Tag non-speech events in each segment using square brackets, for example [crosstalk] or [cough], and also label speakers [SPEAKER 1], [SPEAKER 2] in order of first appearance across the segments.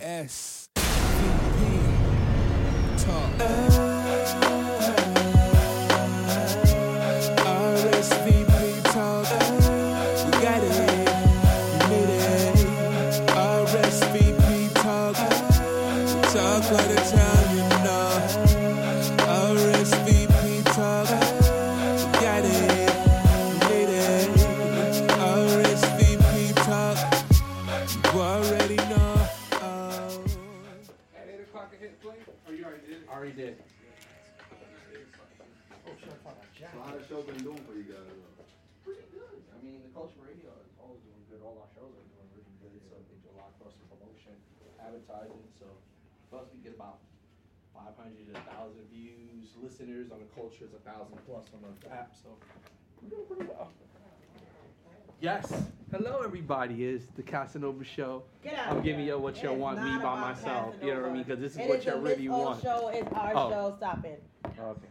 [SPEAKER 1] S Talk. RSVP Talk. We got it. You need it. RSVP Talk. We talk all the time, you know. RSVP Talk. We got it. You need it. RSVP Talk. You already know. Oh.
[SPEAKER 2] At eight o'clock, I hit play? Oh, you already did? Already did.
[SPEAKER 3] How the show been doing for you guys? though?
[SPEAKER 2] Pretty good. I mean, the culture radio is always doing good. All our shows are doing really good, so they do a lot of cross promotion, advertising, so plus we get about five hundred to thousand views, listeners on the culture is a thousand plus on the app, so we're doing pretty well. Yes. Hello, everybody. It's the Casanova Show.
[SPEAKER 4] Get out
[SPEAKER 2] I'm
[SPEAKER 4] of
[SPEAKER 2] giving
[SPEAKER 4] here.
[SPEAKER 2] you what
[SPEAKER 4] It
[SPEAKER 2] you
[SPEAKER 4] is
[SPEAKER 2] want, me by
[SPEAKER 4] not about
[SPEAKER 2] myself.
[SPEAKER 4] passing
[SPEAKER 2] You know what I
[SPEAKER 4] over.
[SPEAKER 2] mean? 'Cause this is
[SPEAKER 4] It
[SPEAKER 2] what
[SPEAKER 4] is
[SPEAKER 2] you
[SPEAKER 4] a
[SPEAKER 2] really
[SPEAKER 4] Miss O
[SPEAKER 2] want.
[SPEAKER 4] Show It's our
[SPEAKER 2] Oh.
[SPEAKER 4] show. Stop it.
[SPEAKER 2] Okay.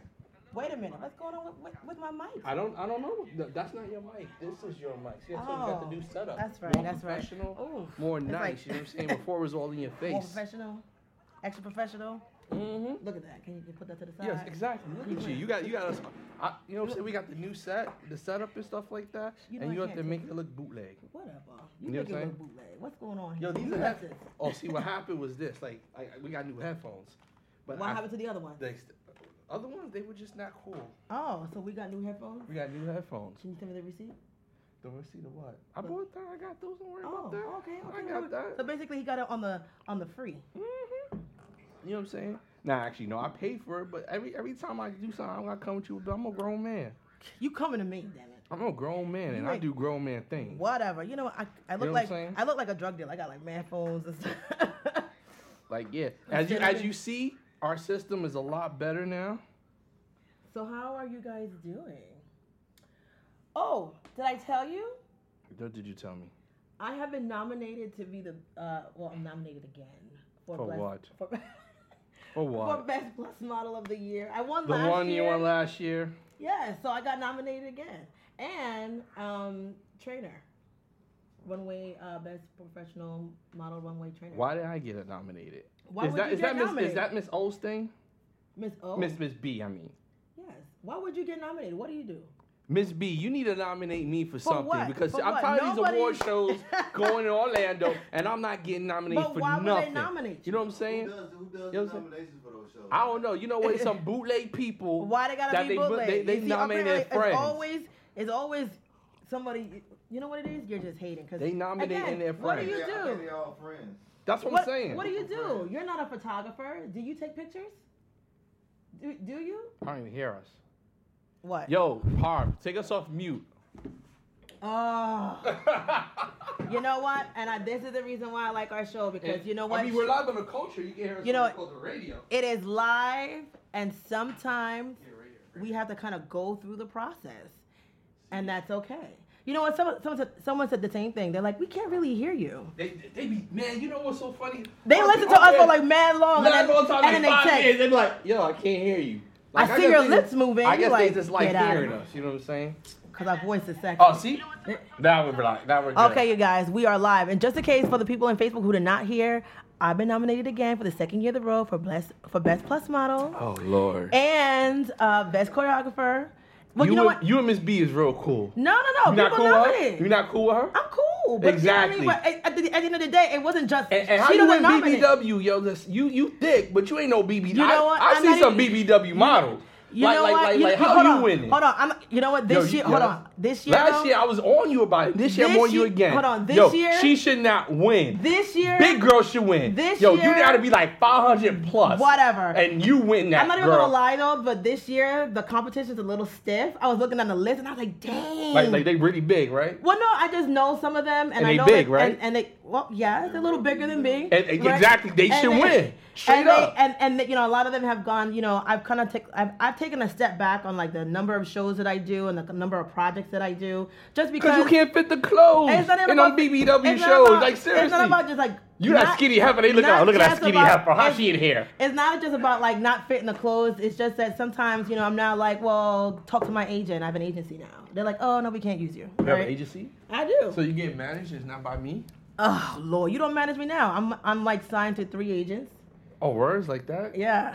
[SPEAKER 4] Wait a minute. What's going on with, with, with my mic?
[SPEAKER 2] I don't. I don't know. No, That's not your mic. This is your mic. See, that's why you got the new
[SPEAKER 4] Oh,
[SPEAKER 2] setup.
[SPEAKER 4] that's right,
[SPEAKER 2] More
[SPEAKER 4] that's right.
[SPEAKER 2] professional,
[SPEAKER 4] Ooh,
[SPEAKER 2] More
[SPEAKER 4] it's
[SPEAKER 2] nice.
[SPEAKER 4] like-
[SPEAKER 2] you know what I'm saying? Before it was all in
[SPEAKER 4] [laughs]
[SPEAKER 2] your
[SPEAKER 4] More
[SPEAKER 2] face.
[SPEAKER 4] professional, extra professional.
[SPEAKER 2] Mm-hmm.
[SPEAKER 4] Look at that. Can you put that to the side?
[SPEAKER 2] Yes, exactly. Look at you. You got. You got us. I, you know what I'm saying? We got the new set, the setup and stuff like that,
[SPEAKER 4] You know
[SPEAKER 2] and
[SPEAKER 4] I
[SPEAKER 2] you have
[SPEAKER 4] can't
[SPEAKER 2] to
[SPEAKER 4] do
[SPEAKER 2] make it look bootleg.
[SPEAKER 4] Whatever.
[SPEAKER 2] You
[SPEAKER 4] You
[SPEAKER 2] know
[SPEAKER 4] make it
[SPEAKER 2] what I'm
[SPEAKER 4] look bootleg. What's going on here?
[SPEAKER 2] Yo, these
[SPEAKER 4] you
[SPEAKER 2] are
[SPEAKER 4] got
[SPEAKER 2] head-
[SPEAKER 4] this.
[SPEAKER 2] Oh, see, what happened was this. Like, I, we got new headphones, but
[SPEAKER 4] What
[SPEAKER 2] I-
[SPEAKER 4] happened to the other one?
[SPEAKER 2] the ex- other ones they were just not cool.
[SPEAKER 4] Oh, so we got new headphones.
[SPEAKER 2] We got new headphones.
[SPEAKER 4] Can you tell me the receipt?
[SPEAKER 2] The receipt of what? I
[SPEAKER 4] But-
[SPEAKER 2] bought that. I got those. Don't worry
[SPEAKER 4] Oh,
[SPEAKER 2] about that.
[SPEAKER 4] okay, okay.
[SPEAKER 2] I got that.
[SPEAKER 4] So basically, he got it on the on the free. Mm-hmm.
[SPEAKER 2] hmm You know what I'm saying? Nah, actually, no, I paid for it, but every every time I do something, I'm gonna come to you. But I'm a grown man.
[SPEAKER 4] You coming to me, damn it.
[SPEAKER 2] I'm a grown man, and
[SPEAKER 4] You
[SPEAKER 2] I
[SPEAKER 4] ain't-
[SPEAKER 2] do grown man things.
[SPEAKER 4] Whatever. You know, what? I I look
[SPEAKER 2] know what I'm
[SPEAKER 4] like
[SPEAKER 2] saying?
[SPEAKER 4] I look like a drug dealer. I got like man phones and stuff. [laughs]
[SPEAKER 2] Like yeah, as you
[SPEAKER 4] Instead of
[SPEAKER 2] as
[SPEAKER 4] it-
[SPEAKER 2] you see, our system is a lot better now.
[SPEAKER 4] So how are you guys doing? Oh, did I tell you?
[SPEAKER 2] What did you tell me?
[SPEAKER 4] I have been nominated to be the uh well, I'm nominated again
[SPEAKER 2] For
[SPEAKER 4] Bless-
[SPEAKER 2] what?
[SPEAKER 4] For, [laughs]
[SPEAKER 2] For
[SPEAKER 4] for
[SPEAKER 2] what?
[SPEAKER 4] best plus model of the year. I won
[SPEAKER 2] The
[SPEAKER 4] last
[SPEAKER 2] one
[SPEAKER 4] year.
[SPEAKER 2] you won last year.
[SPEAKER 4] Yeah, so I got nominated again. And um trainer. Runway uh best professional model runway trainer.
[SPEAKER 2] Why did I get it nominated?
[SPEAKER 4] Why
[SPEAKER 2] is
[SPEAKER 4] would
[SPEAKER 2] that
[SPEAKER 4] you
[SPEAKER 2] is
[SPEAKER 4] get
[SPEAKER 2] that Miss, is
[SPEAKER 4] nominated? Oh.
[SPEAKER 2] that Miss O's thing?
[SPEAKER 4] Miss O?
[SPEAKER 2] Miss Miss B, I mean.
[SPEAKER 4] Yes. Why would you get nominated? What do you do?
[SPEAKER 2] Miss B, you need to nominate me for, something
[SPEAKER 4] what?
[SPEAKER 2] because
[SPEAKER 4] For
[SPEAKER 2] I'm
[SPEAKER 4] what?
[SPEAKER 2] tired of these
[SPEAKER 4] Nobody-
[SPEAKER 2] award
[SPEAKER 4] [laughs]
[SPEAKER 2] shows going to Orlando and I'm not getting nominated
[SPEAKER 4] But
[SPEAKER 2] for
[SPEAKER 4] why would they
[SPEAKER 2] nothing.
[SPEAKER 4] nominate you?
[SPEAKER 2] know what I'm saying?
[SPEAKER 3] Who does, who does
[SPEAKER 2] Yo,
[SPEAKER 3] the
[SPEAKER 2] so-
[SPEAKER 3] nominations for those shows?
[SPEAKER 2] I don't know. You know what? Some bootleg people.
[SPEAKER 4] Why they gotta
[SPEAKER 2] that
[SPEAKER 4] be
[SPEAKER 2] they, bu-
[SPEAKER 4] bootleg?
[SPEAKER 2] They, they
[SPEAKER 4] You see,
[SPEAKER 2] nominate their
[SPEAKER 4] apparently
[SPEAKER 2] friends.
[SPEAKER 4] It's always, it's always somebody. You know what it is? You're just hating. Cause
[SPEAKER 2] They nominating
[SPEAKER 4] again,
[SPEAKER 2] their
[SPEAKER 4] What do
[SPEAKER 2] friends.
[SPEAKER 4] you
[SPEAKER 3] Yeah, I think
[SPEAKER 4] do?
[SPEAKER 3] they all friends.
[SPEAKER 2] That's what,
[SPEAKER 4] What,
[SPEAKER 2] I'm saying.
[SPEAKER 4] what do you do? You're not a photographer. Do you take pictures? Do, do you?
[SPEAKER 2] I don't even hear us. [laughs]
[SPEAKER 4] What?
[SPEAKER 2] Yo, Harv, take us off mute.
[SPEAKER 4] Oh, you know what? And I, this is the reason why I like our show because you know what?
[SPEAKER 2] I mean, we're live on the culture. You can hear us
[SPEAKER 4] You know
[SPEAKER 2] on
[SPEAKER 4] what?
[SPEAKER 2] the radio.
[SPEAKER 4] It is live, and sometimes
[SPEAKER 2] Yeah, right here.
[SPEAKER 4] we have to kind of go through the process, and that's okay. You know what? Someone, someone, said, someone said the same thing. They're like, we can't really hear you.
[SPEAKER 2] They, they be man. You know what's so funny?
[SPEAKER 4] They
[SPEAKER 2] I'll
[SPEAKER 4] listen
[SPEAKER 2] be
[SPEAKER 4] to
[SPEAKER 2] up
[SPEAKER 4] us
[SPEAKER 2] there-
[SPEAKER 4] for like mad long,
[SPEAKER 2] Like,
[SPEAKER 4] and
[SPEAKER 2] all
[SPEAKER 4] then,
[SPEAKER 2] the time,
[SPEAKER 4] and
[SPEAKER 2] like
[SPEAKER 4] then they
[SPEAKER 2] five minutes,
[SPEAKER 4] text.
[SPEAKER 2] they be like, yo, I can't hear you. Like,
[SPEAKER 4] I see your
[SPEAKER 2] guess they
[SPEAKER 4] lips
[SPEAKER 2] just-
[SPEAKER 4] moving,
[SPEAKER 2] I
[SPEAKER 4] you
[SPEAKER 2] guess
[SPEAKER 4] like,
[SPEAKER 2] they just like
[SPEAKER 4] get out of
[SPEAKER 2] hearing
[SPEAKER 4] here.
[SPEAKER 2] us. You know what I'm saying?
[SPEAKER 4] Cause our voice is sexy.
[SPEAKER 2] Oh, see, that would be like that would.
[SPEAKER 4] Okay, you guys, we are live. And just in case for the people in Facebook who did not hear, I've been nominated again for the second year of the row for best for best plus model
[SPEAKER 2] Oh Lord.
[SPEAKER 4] and uh, best choreographer. Well,
[SPEAKER 2] you,
[SPEAKER 4] you, know
[SPEAKER 2] and,
[SPEAKER 4] what?
[SPEAKER 2] you and Miss B is real cool.
[SPEAKER 4] no, no,
[SPEAKER 2] you
[SPEAKER 4] no.
[SPEAKER 2] not
[SPEAKER 4] People
[SPEAKER 2] cool
[SPEAKER 4] know
[SPEAKER 2] with her?
[SPEAKER 4] it.
[SPEAKER 2] You not cool with her?
[SPEAKER 4] I'm cool. But
[SPEAKER 2] Exactly.
[SPEAKER 4] You know what I mean? But at, at the, at the end of the day, it wasn't just
[SPEAKER 2] and, and how
[SPEAKER 4] she
[SPEAKER 2] you
[SPEAKER 4] doesn't
[SPEAKER 2] in
[SPEAKER 4] nominate.
[SPEAKER 2] BBW, yo? This, you you thick, but you ain't no BBW.
[SPEAKER 4] You know what?
[SPEAKER 2] I, I
[SPEAKER 4] I'm
[SPEAKER 2] see
[SPEAKER 4] not
[SPEAKER 2] some
[SPEAKER 4] even-
[SPEAKER 2] BBW models.
[SPEAKER 4] You
[SPEAKER 2] like,
[SPEAKER 4] know
[SPEAKER 2] like,
[SPEAKER 4] what?
[SPEAKER 2] Like,
[SPEAKER 4] you,
[SPEAKER 2] like,
[SPEAKER 4] you-
[SPEAKER 2] how
[SPEAKER 4] hold
[SPEAKER 2] you
[SPEAKER 4] on,
[SPEAKER 2] winning?
[SPEAKER 4] Hold on. I'm, you know what?
[SPEAKER 2] Yo,
[SPEAKER 4] This
[SPEAKER 2] you-
[SPEAKER 4] year, hold
[SPEAKER 2] yo,
[SPEAKER 4] on. This year,
[SPEAKER 2] Last
[SPEAKER 4] though,
[SPEAKER 2] year I was on you about it. This year I'm
[SPEAKER 4] This
[SPEAKER 2] on you
[SPEAKER 4] year-
[SPEAKER 2] again.
[SPEAKER 4] hold on, this
[SPEAKER 2] Yo,
[SPEAKER 4] year-
[SPEAKER 2] she should not win.
[SPEAKER 4] this year,
[SPEAKER 2] Big girl should win.
[SPEAKER 4] This
[SPEAKER 2] Yo,
[SPEAKER 4] year-
[SPEAKER 2] you gotta be like 500 plus.
[SPEAKER 4] Whatever.
[SPEAKER 2] And you win that.
[SPEAKER 4] I'm not even
[SPEAKER 2] girl.
[SPEAKER 4] gonna lie though, but this year the competition's a little stiff. I was looking at the list and I was like, dang.
[SPEAKER 2] Like, like they really big, right?
[SPEAKER 4] well, no, I just know some of them, and,
[SPEAKER 2] And
[SPEAKER 4] I
[SPEAKER 2] they
[SPEAKER 4] know
[SPEAKER 2] big,
[SPEAKER 4] that-
[SPEAKER 2] right?
[SPEAKER 4] And, and they, well, yeah, they're a little bigger than me.
[SPEAKER 2] And- and exactly, they should win. Straight
[SPEAKER 4] and they-
[SPEAKER 2] up.
[SPEAKER 4] and and you know, a lot of them have gone. You know, I've kind of take, I've, I've taken a step back on like the number of shows that I do and the number of projects that I do, just because
[SPEAKER 2] Because you can't fit the clothes
[SPEAKER 4] And it's not even
[SPEAKER 2] in on
[SPEAKER 4] about-
[SPEAKER 2] BBW
[SPEAKER 4] it's not
[SPEAKER 2] shows.
[SPEAKER 4] about-
[SPEAKER 2] like seriously,
[SPEAKER 4] it's not about just like
[SPEAKER 2] you that
[SPEAKER 4] not-
[SPEAKER 2] skinny heifer. They look at
[SPEAKER 4] not
[SPEAKER 2] look at that
[SPEAKER 4] just
[SPEAKER 2] skinny
[SPEAKER 4] about-
[SPEAKER 2] heifer. How
[SPEAKER 4] it's-
[SPEAKER 2] she in here?
[SPEAKER 4] It's not just about like not fitting the clothes. It's just that sometimes you know I'm now like, well, talk to my agent. I have an agency now. They're like, oh no, we can't use you.
[SPEAKER 2] You have
[SPEAKER 4] Right?
[SPEAKER 2] an agency,
[SPEAKER 4] I do.
[SPEAKER 2] so you get managed. It's not by me.
[SPEAKER 4] Oh Lord, you don't manage me now. I'm I'm like signed to three agents.
[SPEAKER 2] Oh, words like that? [laughs]
[SPEAKER 4] Yeah.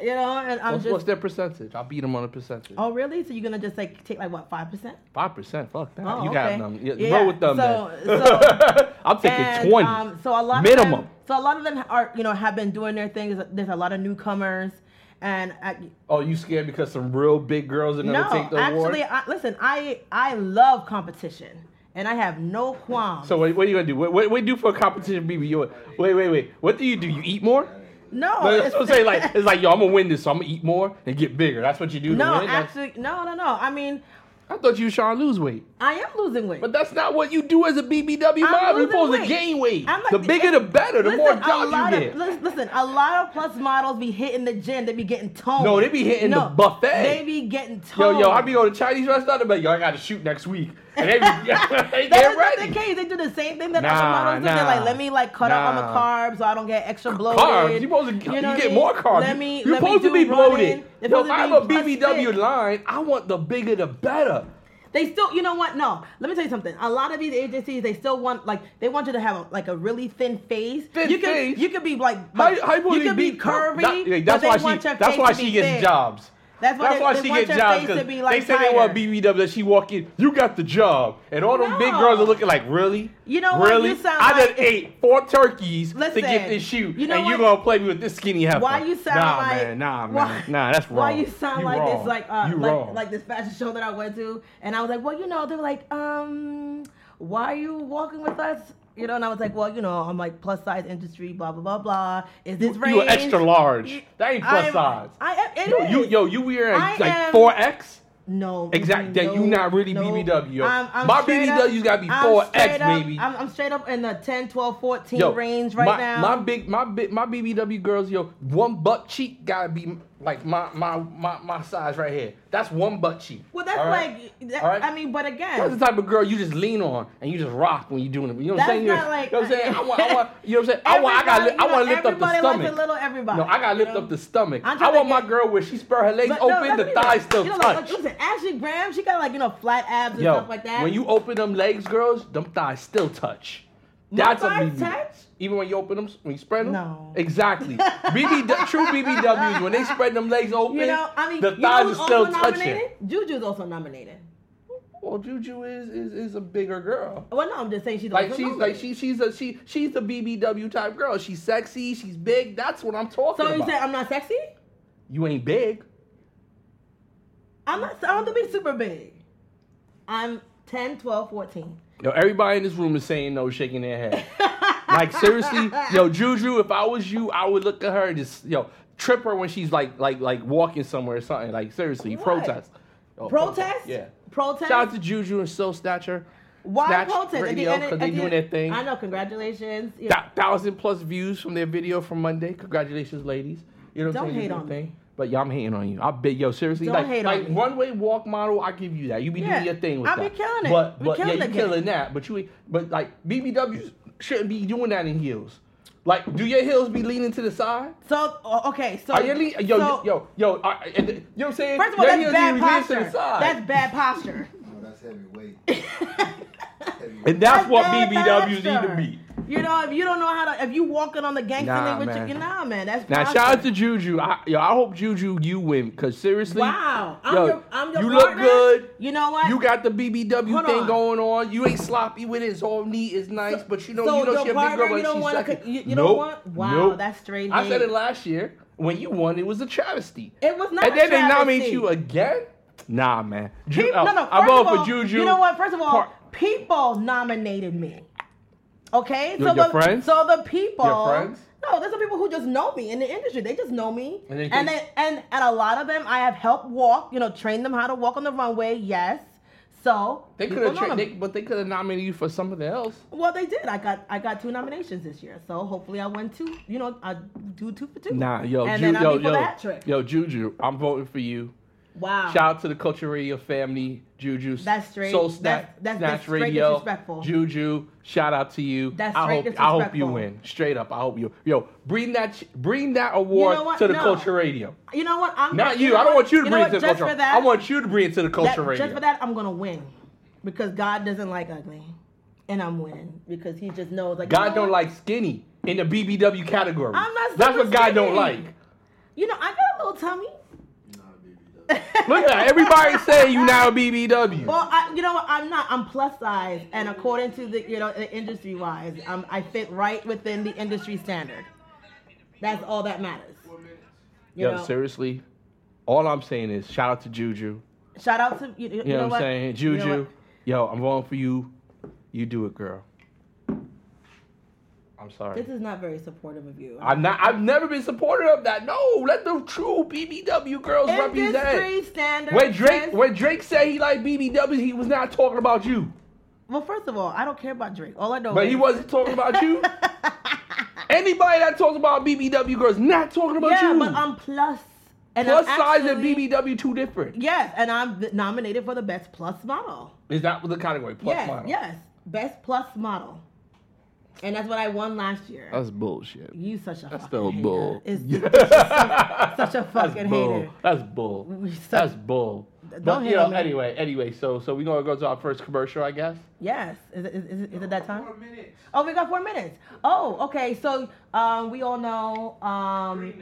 [SPEAKER 4] you know, and I'm
[SPEAKER 2] what's,
[SPEAKER 4] just
[SPEAKER 2] what's their percentage? I'll beat them on a percentage.
[SPEAKER 4] Oh really? So you're gonna just like take like what five percent?
[SPEAKER 2] Five percent. Fuck that.
[SPEAKER 4] Oh,
[SPEAKER 2] you got
[SPEAKER 4] okay.
[SPEAKER 2] them. Yeah,
[SPEAKER 4] Yeah,
[SPEAKER 2] Roll with them.
[SPEAKER 4] so-
[SPEAKER 2] then. [laughs]
[SPEAKER 4] so-
[SPEAKER 2] I'm taking
[SPEAKER 4] And,
[SPEAKER 2] twenty.
[SPEAKER 4] Um, so a lot Of
[SPEAKER 2] Minimum.
[SPEAKER 4] them, so a lot of them are you know have been doing their things. There's a lot of newcomers, and I,
[SPEAKER 2] oh, you scared because some real big girls are gonna
[SPEAKER 4] no,
[SPEAKER 2] take the award?
[SPEAKER 4] actually, I, listen, I I love competition, and I have no qualms.
[SPEAKER 2] So what, what are you gonna do? What, what, what do you do for a competition, BB? You, wait, wait, wait. What do you do? You eat more?
[SPEAKER 4] no,
[SPEAKER 2] No,
[SPEAKER 4] Oh, it's-
[SPEAKER 2] that's what I'm saying.
[SPEAKER 4] [laughs]
[SPEAKER 2] Like it's like yo, I'm gonna win this, so I'm gonna eat more and get bigger. That's what you do to
[SPEAKER 4] no,
[SPEAKER 2] win. That's-
[SPEAKER 4] actually, no, no, no. I mean,
[SPEAKER 2] I thought you were trying to lose weight,
[SPEAKER 4] I am losing weight.
[SPEAKER 2] but that's not what you do as a BBW
[SPEAKER 4] I'm
[SPEAKER 2] mom. You're
[SPEAKER 4] losing
[SPEAKER 2] supposed to
[SPEAKER 4] weight.
[SPEAKER 2] gain weight.
[SPEAKER 4] I'm like-
[SPEAKER 2] the bigger, the better. The
[SPEAKER 4] listen,
[SPEAKER 2] more
[SPEAKER 4] a
[SPEAKER 2] jobs
[SPEAKER 4] lot
[SPEAKER 2] you
[SPEAKER 4] of-
[SPEAKER 2] get.
[SPEAKER 4] lis- Listen, a lot of plus models be hitting the gym. They be getting toned.
[SPEAKER 2] No, they be hitting the buffet.
[SPEAKER 4] They be getting
[SPEAKER 2] Yo,
[SPEAKER 4] toned.
[SPEAKER 2] yo, I be going to Chinese restaurant, but yo, I got to shoot next week. And [laughs] they, they
[SPEAKER 4] Oh. That
[SPEAKER 2] get
[SPEAKER 4] is not the
[SPEAKER 2] ready.
[SPEAKER 4] case. They do the same thing that
[SPEAKER 2] Nah,
[SPEAKER 4] other models do. They're
[SPEAKER 2] nah,
[SPEAKER 4] like, let me like cut out
[SPEAKER 2] nah.
[SPEAKER 4] on the carbs so I don't get extra bloated.
[SPEAKER 2] Carbs, you supposed to
[SPEAKER 4] know
[SPEAKER 2] you
[SPEAKER 4] what
[SPEAKER 2] get
[SPEAKER 4] I mean?
[SPEAKER 2] more carbs.
[SPEAKER 4] Let me,
[SPEAKER 2] You're
[SPEAKER 4] let
[SPEAKER 2] supposed
[SPEAKER 4] me
[SPEAKER 2] to
[SPEAKER 4] do
[SPEAKER 2] be bloated.
[SPEAKER 4] running. They're
[SPEAKER 2] Yo,
[SPEAKER 4] supposed
[SPEAKER 2] if
[SPEAKER 4] to
[SPEAKER 2] I have
[SPEAKER 4] be
[SPEAKER 2] a
[SPEAKER 4] plus
[SPEAKER 2] BBW
[SPEAKER 4] fit.
[SPEAKER 2] line, I want the bigger the better.
[SPEAKER 4] They still, you know what? No, let me tell you something. A lot of these agencies, they still want like they want you to have a, like a really thin face.
[SPEAKER 2] Thin
[SPEAKER 4] you can,
[SPEAKER 2] face?
[SPEAKER 4] You could be like,
[SPEAKER 2] How,
[SPEAKER 4] like,
[SPEAKER 2] how you,
[SPEAKER 4] you
[SPEAKER 2] gonna
[SPEAKER 4] could be curvy.
[SPEAKER 2] that- yeah,
[SPEAKER 4] but
[SPEAKER 2] that's
[SPEAKER 4] they
[SPEAKER 2] why she.
[SPEAKER 4] want your
[SPEAKER 2] That's
[SPEAKER 4] face
[SPEAKER 2] why
[SPEAKER 4] to be
[SPEAKER 2] she gets
[SPEAKER 4] thin.
[SPEAKER 2] jobs.
[SPEAKER 4] That's why,
[SPEAKER 2] That's
[SPEAKER 4] they,
[SPEAKER 2] why
[SPEAKER 4] they
[SPEAKER 2] she
[SPEAKER 4] want
[SPEAKER 2] gets
[SPEAKER 4] your
[SPEAKER 2] jobs
[SPEAKER 4] face to
[SPEAKER 2] because
[SPEAKER 4] be like
[SPEAKER 2] they say they want
[SPEAKER 4] tighter.
[SPEAKER 2] BBW. That she walk in, you got the job, and all them big
[SPEAKER 4] No.
[SPEAKER 2] girls are looking like really.
[SPEAKER 4] You know what?
[SPEAKER 2] really?
[SPEAKER 4] You sound
[SPEAKER 2] I done
[SPEAKER 4] like-
[SPEAKER 2] ate four turkeys to
[SPEAKER 4] Listen,
[SPEAKER 2] get this shoe,
[SPEAKER 4] you know
[SPEAKER 2] and you
[SPEAKER 4] what?
[SPEAKER 2] gonna play me with this skinny heifer?
[SPEAKER 4] Why you sound
[SPEAKER 2] nah,
[SPEAKER 4] like
[SPEAKER 2] man, nah man,
[SPEAKER 4] why-
[SPEAKER 2] nah? That's wrong.
[SPEAKER 4] Why you sound like
[SPEAKER 2] wrong.
[SPEAKER 4] this like uh
[SPEAKER 2] you
[SPEAKER 4] like,
[SPEAKER 2] wrong.
[SPEAKER 4] like this fashion show that I went to and I was like, Well, you know, they were like, um, why are you walking with us? You know, and I was like, Well, you know, I'm like plus size industry, blah blah blah blah. Is this range?
[SPEAKER 2] you were extra large. That ain't plus
[SPEAKER 4] I'm-
[SPEAKER 2] size.
[SPEAKER 4] I am it
[SPEAKER 2] Yo, you
[SPEAKER 4] is.
[SPEAKER 2] yo, you wear
[SPEAKER 4] I
[SPEAKER 2] like
[SPEAKER 4] am-
[SPEAKER 2] four X.
[SPEAKER 4] No.
[SPEAKER 2] Exact- that you not really BBW, yo.
[SPEAKER 4] I'm, I'm
[SPEAKER 2] My
[SPEAKER 4] straight
[SPEAKER 2] BBW's gotta be
[SPEAKER 4] I'm
[SPEAKER 2] 4X,
[SPEAKER 4] straight up-
[SPEAKER 2] baby.
[SPEAKER 4] I'm, I'm straight up in the 10, 12, 14
[SPEAKER 2] Yo,
[SPEAKER 4] range right
[SPEAKER 2] my,
[SPEAKER 4] now.
[SPEAKER 2] My big, my big, my BBW girls, yo, one butt cheek gotta be like my my my, my size right here. That's one butt cheek.
[SPEAKER 4] well, that's
[SPEAKER 2] all right?
[SPEAKER 4] like, that,
[SPEAKER 2] All right?
[SPEAKER 4] I mean, but again,
[SPEAKER 2] That's the type of girl you just lean on and you just rock when you're doing it. You know what I'm
[SPEAKER 4] That's
[SPEAKER 2] saying? You're-
[SPEAKER 4] not like-
[SPEAKER 2] you know what I'm saying? I want, I want, you know what I'm saying? I want, I got,
[SPEAKER 4] Everybody-
[SPEAKER 2] I
[SPEAKER 4] you
[SPEAKER 2] want
[SPEAKER 4] know,
[SPEAKER 2] to lift up the
[SPEAKER 4] everybody likes
[SPEAKER 2] stomach.
[SPEAKER 4] a little everybody,
[SPEAKER 2] no, I gotta
[SPEAKER 4] you
[SPEAKER 2] lift
[SPEAKER 4] know?
[SPEAKER 2] up the stomach.
[SPEAKER 4] I'm
[SPEAKER 2] I
[SPEAKER 4] trying
[SPEAKER 2] want
[SPEAKER 4] to
[SPEAKER 2] my
[SPEAKER 4] get-
[SPEAKER 2] girl where she spread her legs
[SPEAKER 4] But no,
[SPEAKER 2] open, the
[SPEAKER 4] that's what it
[SPEAKER 2] thighs
[SPEAKER 4] is.
[SPEAKER 2] still
[SPEAKER 4] you know, like,
[SPEAKER 2] touch.
[SPEAKER 4] Like, listen, Ashley Graham, she got like you know flat abs and
[SPEAKER 2] Yo,
[SPEAKER 4] stuff like that.
[SPEAKER 2] when you open them legs, girls, them thighs still touch.
[SPEAKER 4] My
[SPEAKER 2] That's a
[SPEAKER 4] thighs
[SPEAKER 2] BB.
[SPEAKER 4] touch?
[SPEAKER 2] Even when you open them, when you spread them.
[SPEAKER 4] No. [laughs]
[SPEAKER 2] Exactly. BB, true BBWs when they spread them legs open.
[SPEAKER 4] you know, I mean,
[SPEAKER 2] the
[SPEAKER 4] you know
[SPEAKER 2] thighs
[SPEAKER 4] who's
[SPEAKER 2] are still
[SPEAKER 4] also
[SPEAKER 2] touching.
[SPEAKER 4] nominated? Juju's also nominated.
[SPEAKER 2] Well, Juju is is, is a bigger girl.
[SPEAKER 4] Well, no, I'm just saying she's
[SPEAKER 2] Like
[SPEAKER 4] also
[SPEAKER 2] she's like
[SPEAKER 4] nominated.
[SPEAKER 2] she she's a she she's the BBW type girl. She's sexy. She's big. That's what I'm talking
[SPEAKER 4] So you
[SPEAKER 2] about.
[SPEAKER 4] say I'm not sexy?
[SPEAKER 2] you ain't big.
[SPEAKER 4] I'm not. I don't have to be super big. I'm 10, 12, 14.
[SPEAKER 2] Yo, everybody in this room is saying no, shaking their head. [laughs] like seriously, yo, Juju, if I was you, I would look at her and just yo trip her when she's like like like walking somewhere or something. Like seriously,
[SPEAKER 4] What?
[SPEAKER 2] protest. Yo,
[SPEAKER 4] Protest?
[SPEAKER 2] Oh, Yeah.
[SPEAKER 4] Protest?
[SPEAKER 2] Shout out to Juju and Soul Snatcher.
[SPEAKER 4] Why
[SPEAKER 2] Snatch
[SPEAKER 4] protest? At the
[SPEAKER 2] Radio
[SPEAKER 4] end of-
[SPEAKER 2] because they
[SPEAKER 4] at the-
[SPEAKER 2] doing their thing.
[SPEAKER 4] I know. Congratulations. You
[SPEAKER 2] Th- thousand plus views from their video from Monday. Congratulations, ladies. You know what I'm
[SPEAKER 4] Don't
[SPEAKER 2] saying? They
[SPEAKER 4] hate
[SPEAKER 2] doing
[SPEAKER 4] on
[SPEAKER 2] their
[SPEAKER 4] me.
[SPEAKER 2] thing. But y'all, I'm hating on you. I bet, yo, seriously,
[SPEAKER 4] Don't
[SPEAKER 2] like,
[SPEAKER 4] hate on
[SPEAKER 2] like
[SPEAKER 4] me.
[SPEAKER 2] runway walk model, I give you that. You be
[SPEAKER 4] Yeah,
[SPEAKER 2] doing your thing with
[SPEAKER 4] I
[SPEAKER 2] that.
[SPEAKER 4] be killing it.
[SPEAKER 2] But,
[SPEAKER 4] We
[SPEAKER 2] but
[SPEAKER 4] killing
[SPEAKER 2] yeah,
[SPEAKER 4] it
[SPEAKER 2] you
[SPEAKER 4] then.
[SPEAKER 2] killing that. But you, ain't- but like BBWs shouldn't be doing that in heels. Like, do your heels be leaning to the side?
[SPEAKER 4] So oh, okay. So
[SPEAKER 2] Are you lean, yo,
[SPEAKER 4] so,
[SPEAKER 2] yo, yo, are, and, you know what I'm saying?
[SPEAKER 4] First of all,
[SPEAKER 2] Your
[SPEAKER 4] that's
[SPEAKER 2] heels need
[SPEAKER 4] bad
[SPEAKER 2] to be leaning to the
[SPEAKER 4] posture.
[SPEAKER 2] side.
[SPEAKER 4] That's bad posture.
[SPEAKER 3] No, Oh, that's heavyweight.
[SPEAKER 2] [laughs] and that's,
[SPEAKER 4] That's
[SPEAKER 2] what
[SPEAKER 4] bad
[SPEAKER 2] BBWs need to
[SPEAKER 4] posture.
[SPEAKER 2] be.
[SPEAKER 4] You know, if you don't know how to, if you walking on the gangster
[SPEAKER 2] Nah,
[SPEAKER 4] thing with
[SPEAKER 2] man.
[SPEAKER 4] you, nah, man, that's
[SPEAKER 2] Now
[SPEAKER 4] posture.
[SPEAKER 2] shout out to Juju. I, yo, I hope Juju you win because seriously,
[SPEAKER 4] Wow, I'm
[SPEAKER 2] yo,
[SPEAKER 4] your, I'm your
[SPEAKER 2] you look
[SPEAKER 4] partner.
[SPEAKER 2] good.
[SPEAKER 4] You know what?
[SPEAKER 2] You got the BBW
[SPEAKER 4] Hold
[SPEAKER 2] thing
[SPEAKER 4] on.
[SPEAKER 2] going on. You ain't sloppy with it. It's all neat. It's nice, but you know
[SPEAKER 4] so
[SPEAKER 2] you know
[SPEAKER 4] your
[SPEAKER 2] she a big
[SPEAKER 4] partner,
[SPEAKER 2] girl, but
[SPEAKER 4] you don't
[SPEAKER 2] she's
[SPEAKER 4] wanna
[SPEAKER 2] second.
[SPEAKER 4] co- you- you
[SPEAKER 2] nope.
[SPEAKER 4] don't want? Wow,
[SPEAKER 2] nope.
[SPEAKER 4] that's straight
[SPEAKER 2] I said it
[SPEAKER 4] hate.
[SPEAKER 2] last year when you won. It was a travesty.
[SPEAKER 4] It was not
[SPEAKER 2] and
[SPEAKER 4] a
[SPEAKER 2] then they nominate
[SPEAKER 4] travesty.
[SPEAKER 2] you again. Nah, man. Ju-
[SPEAKER 4] Pe-
[SPEAKER 2] uh,
[SPEAKER 4] no, no.
[SPEAKER 2] I'm
[SPEAKER 4] first of
[SPEAKER 2] going
[SPEAKER 4] all,
[SPEAKER 2] for Juju.
[SPEAKER 4] You know what? First of all,
[SPEAKER 2] Part-
[SPEAKER 4] people nominated me. Okay,
[SPEAKER 2] Your- your
[SPEAKER 4] the,
[SPEAKER 2] friends?
[SPEAKER 4] So the people.
[SPEAKER 2] Your friends?
[SPEAKER 4] No, there's some people who just know me in the industry. They just know me,
[SPEAKER 2] And they
[SPEAKER 4] and,
[SPEAKER 2] think-
[SPEAKER 4] they- and and a lot of them I have helped walk. You know, train them how to walk on the runway. Yes. So
[SPEAKER 2] They
[SPEAKER 4] people
[SPEAKER 2] could have,
[SPEAKER 4] know
[SPEAKER 2] tra-
[SPEAKER 4] them.
[SPEAKER 2] they, but they could have nominated you for something else.
[SPEAKER 4] Well, they did. I got I got two nominations this year, so hopefully I win two. You know, I do two for two.
[SPEAKER 2] Nah, yo,
[SPEAKER 4] and
[SPEAKER 2] Ju-
[SPEAKER 4] then I'll
[SPEAKER 2] yo,
[SPEAKER 4] be for
[SPEAKER 2] yo,
[SPEAKER 4] that trick.
[SPEAKER 2] yo, Juju. I'm voting for you.
[SPEAKER 4] wow.
[SPEAKER 2] Shout out to the Culture Radio family, Juju.
[SPEAKER 4] Uh-huh. That's straight-
[SPEAKER 2] Soul Snatch,
[SPEAKER 4] that's- that's-
[SPEAKER 2] Snatch
[SPEAKER 4] that's straight
[SPEAKER 2] Radio,
[SPEAKER 4] disrespectful.
[SPEAKER 2] Juju. Shout out to you.
[SPEAKER 4] That's
[SPEAKER 2] I hope
[SPEAKER 4] straight
[SPEAKER 2] I hope you
[SPEAKER 4] disrespectful.
[SPEAKER 2] win. Straight up, I hope you. Yo, bring that ch- bring that award
[SPEAKER 4] You know what?
[SPEAKER 2] to the
[SPEAKER 4] No.
[SPEAKER 2] Culture Radio.
[SPEAKER 4] you know what? I'm
[SPEAKER 2] Not you.
[SPEAKER 4] know
[SPEAKER 2] I don't
[SPEAKER 4] what?
[SPEAKER 2] want you to
[SPEAKER 4] know
[SPEAKER 2] bring
[SPEAKER 4] what?
[SPEAKER 2] it to the
[SPEAKER 4] Just
[SPEAKER 2] Culture.
[SPEAKER 4] for that,
[SPEAKER 2] I want you to bring it to the Culture
[SPEAKER 4] that-
[SPEAKER 2] Radio.
[SPEAKER 4] Just for that, I'm gonna win because God doesn't like ugly, and I'm winning because he just knows like you
[SPEAKER 2] God
[SPEAKER 4] know
[SPEAKER 2] don't
[SPEAKER 4] what?
[SPEAKER 2] like skinny in the BBW category.
[SPEAKER 4] I'm not
[SPEAKER 2] That's
[SPEAKER 4] super
[SPEAKER 2] what God don't
[SPEAKER 4] skinny.
[SPEAKER 2] like.
[SPEAKER 4] You know, I got a little tummy.
[SPEAKER 3] You're not a BBW.
[SPEAKER 2] Look at everybody saying you now a BBW.
[SPEAKER 4] Well, I, you know what? I'm not. I'm plus size, and according to the you know the industry wise, um, I fit right within the industry standard. That's all that matters. You
[SPEAKER 2] Yo,
[SPEAKER 4] know?
[SPEAKER 2] seriously, all I'm saying is shout out to Juju.
[SPEAKER 4] Shout out to you. You,
[SPEAKER 2] You, know, what I'm saying?
[SPEAKER 4] You know
[SPEAKER 2] Juju.
[SPEAKER 4] what?
[SPEAKER 2] Yo, I'm going for you. You do it, girl. I'm sorry.
[SPEAKER 4] This is not very supportive of you.
[SPEAKER 2] I'm not I've never been supportive of that. No, let the true BBW girls represent.
[SPEAKER 4] Industry standard.
[SPEAKER 2] When Drake
[SPEAKER 4] says-
[SPEAKER 2] when Drake said he liked BBW, he was not talking about you.
[SPEAKER 4] well, first of all, I don't care about Drake. All I know.
[SPEAKER 2] But
[SPEAKER 4] is,
[SPEAKER 2] he wasn't talking about
[SPEAKER 4] [laughs]
[SPEAKER 2] you. Anybody that talks about BBW girls not talking
[SPEAKER 4] [laughs]
[SPEAKER 2] about
[SPEAKER 4] yeah,
[SPEAKER 2] you.
[SPEAKER 4] but I'm plus. And
[SPEAKER 2] Plus
[SPEAKER 4] I'm
[SPEAKER 2] size and
[SPEAKER 4] actually-
[SPEAKER 2] BBW two different.
[SPEAKER 4] Yes, and I'm th- nominated for the best plus model.
[SPEAKER 2] Is that the category? Plus
[SPEAKER 4] yes,
[SPEAKER 2] model.
[SPEAKER 4] yes, best plus model. And that's what I won last year.
[SPEAKER 2] That's bullshit.
[SPEAKER 4] You such a
[SPEAKER 2] That's
[SPEAKER 4] fucking
[SPEAKER 2] still
[SPEAKER 4] hater.
[SPEAKER 2] bull. [laughs]
[SPEAKER 4] It's,
[SPEAKER 2] Yeah.
[SPEAKER 4] it's just such, such
[SPEAKER 2] [laughs]
[SPEAKER 4] a
[SPEAKER 2] That's
[SPEAKER 4] fucking
[SPEAKER 2] bull.
[SPEAKER 4] hater.
[SPEAKER 2] That's bull.
[SPEAKER 4] We suck-
[SPEAKER 2] That's bull.
[SPEAKER 4] Don't
[SPEAKER 2] but
[SPEAKER 4] hate
[SPEAKER 2] you know,
[SPEAKER 4] on me.
[SPEAKER 2] anyway, anyway, so so we're gonna go to our first commercial, I guess.
[SPEAKER 4] Yes. Is it, is, is it- is it that time? Oh, we got four minutes. Oh, okay. So um, we all know. Um,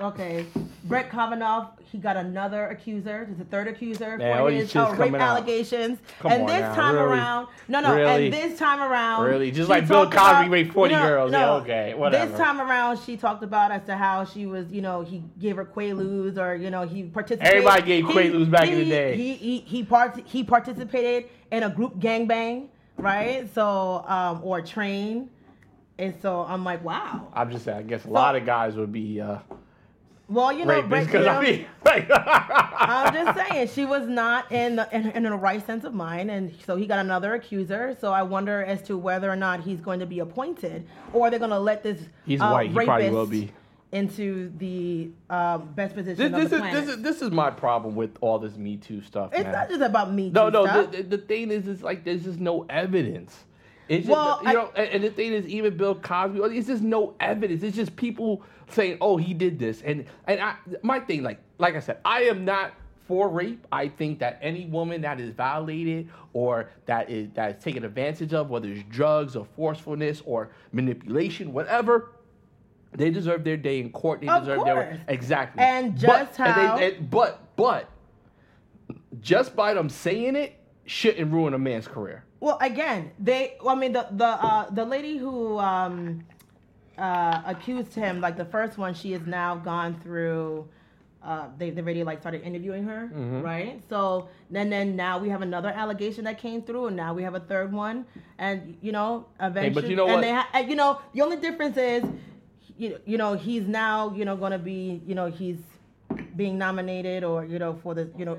[SPEAKER 4] okay. Brett Kavanaugh, he got another accuser. He's the third accuser
[SPEAKER 2] Man, all
[SPEAKER 4] for
[SPEAKER 2] these
[SPEAKER 4] his
[SPEAKER 2] shit's
[SPEAKER 4] uh, rape
[SPEAKER 2] coming out.
[SPEAKER 4] allegations.
[SPEAKER 2] Come
[SPEAKER 4] and
[SPEAKER 2] on
[SPEAKER 4] this
[SPEAKER 2] now,
[SPEAKER 4] time
[SPEAKER 2] really?
[SPEAKER 4] around, no, no.
[SPEAKER 2] Really?
[SPEAKER 4] And this time around,
[SPEAKER 2] Really? Just
[SPEAKER 4] she
[SPEAKER 2] like Bill
[SPEAKER 4] talked
[SPEAKER 2] Cosby
[SPEAKER 4] about-
[SPEAKER 2] raped 40
[SPEAKER 4] no,
[SPEAKER 2] girls. Yeah,
[SPEAKER 4] no.
[SPEAKER 2] okay, whatever.
[SPEAKER 4] This time around, she talked about as to how she was, you know, he gave her quaaludes or you know he participated.
[SPEAKER 2] Everybody gave
[SPEAKER 4] he-
[SPEAKER 2] Quaaludes back in the
[SPEAKER 4] he-
[SPEAKER 2] day.
[SPEAKER 4] He he he, part, he participated in a group gangbang, right? So um or train, and so I'm like, wow.
[SPEAKER 2] I'm just saying, I guess a lot of guys would be uh
[SPEAKER 4] Well, you know,
[SPEAKER 2] rapists
[SPEAKER 4] Brett,
[SPEAKER 2] because
[SPEAKER 4] you
[SPEAKER 2] I
[SPEAKER 4] know,
[SPEAKER 2] mean [laughs] like
[SPEAKER 4] I'm just saying she was not in the in, in the right sense of mind, and so he got another accuser. So I wonder as to whether or not he's going to be appointed, or they're going to let this
[SPEAKER 2] He's
[SPEAKER 4] uh,
[SPEAKER 2] white. He probably
[SPEAKER 4] rapist
[SPEAKER 2] will be.
[SPEAKER 4] into the uh, best position
[SPEAKER 2] this,
[SPEAKER 4] on
[SPEAKER 2] this
[SPEAKER 4] the
[SPEAKER 2] is
[SPEAKER 4] planet.
[SPEAKER 2] this is this is my problem with all this Me Too stuff.
[SPEAKER 4] it's
[SPEAKER 2] man.
[SPEAKER 4] not just about me.
[SPEAKER 2] No,
[SPEAKER 4] Too
[SPEAKER 2] no.
[SPEAKER 4] stuff.
[SPEAKER 2] The, the, the thing is, it's like there's just no evidence. It's just,
[SPEAKER 4] Well,
[SPEAKER 2] you
[SPEAKER 4] I-
[SPEAKER 2] know, and, and the thing is, even Bill Cosby, it's just no evidence. It's just people saying, "Oh, he did this," and and I, my thing, like like I said, I am not for rape. I think that any woman that is violated or that is that is taken advantage of, whether it's drugs or forcefulness or manipulation, whatever, they deserve their day in court. They
[SPEAKER 4] Of
[SPEAKER 2] deserve
[SPEAKER 4] course.
[SPEAKER 2] their exactly.
[SPEAKER 4] And
[SPEAKER 2] But-
[SPEAKER 4] just
[SPEAKER 2] and they-
[SPEAKER 4] how-
[SPEAKER 2] and- but but just by them saying it shouldn't ruin a man's career.
[SPEAKER 4] Well, again, they. Well, I mean, the the uh, the lady who um, uh, accused him, like the first one, she has now gone through. Uh, they they already like started interviewing her,
[SPEAKER 2] Mm-hmm.
[SPEAKER 4] right? So then then now we have another allegation that came through, and now we have a third one, and you know eventually,
[SPEAKER 2] you know
[SPEAKER 4] and
[SPEAKER 2] what?
[SPEAKER 4] they ha- and, you know the only difference is, you know, you know he's now you know gonna be you know he's being nominated or you know for the you know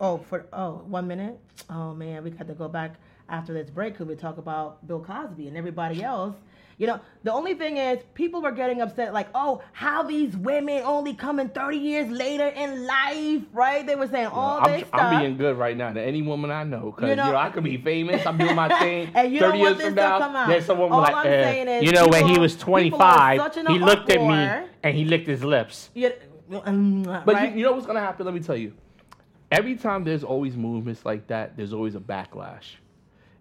[SPEAKER 4] oh for oh one minute oh man we got to go back after this break because we talk about bill cosby and everybody else you know the only thing is people were getting upset like oh how these women only coming 30 years later in life right Oh, they were saying all
[SPEAKER 2] I'm,
[SPEAKER 4] this
[SPEAKER 2] I'm
[SPEAKER 4] stuff
[SPEAKER 2] being good right now to any woman I know because
[SPEAKER 4] You
[SPEAKER 2] you,
[SPEAKER 4] know-
[SPEAKER 2] know, I could be famous. I'm doing my
[SPEAKER 4] [laughs]
[SPEAKER 2] thing.
[SPEAKER 4] And you don't
[SPEAKER 2] 30
[SPEAKER 4] want
[SPEAKER 2] years
[SPEAKER 4] this
[SPEAKER 2] from
[SPEAKER 4] to
[SPEAKER 2] now,
[SPEAKER 4] come out.
[SPEAKER 2] there's someone
[SPEAKER 4] All
[SPEAKER 2] like,
[SPEAKER 4] I'm
[SPEAKER 2] eh,
[SPEAKER 4] saying is
[SPEAKER 2] you know, when he
[SPEAKER 4] people-
[SPEAKER 2] was
[SPEAKER 4] people
[SPEAKER 2] 25,
[SPEAKER 4] are such in
[SPEAKER 2] he
[SPEAKER 4] an
[SPEAKER 2] looked at
[SPEAKER 4] uproar.
[SPEAKER 2] me and he licked his lips.
[SPEAKER 4] Yeah, um, right?
[SPEAKER 2] But you, you know what's gonna happen? Let me tell you. Every time there's always movements like that, there's always a backlash.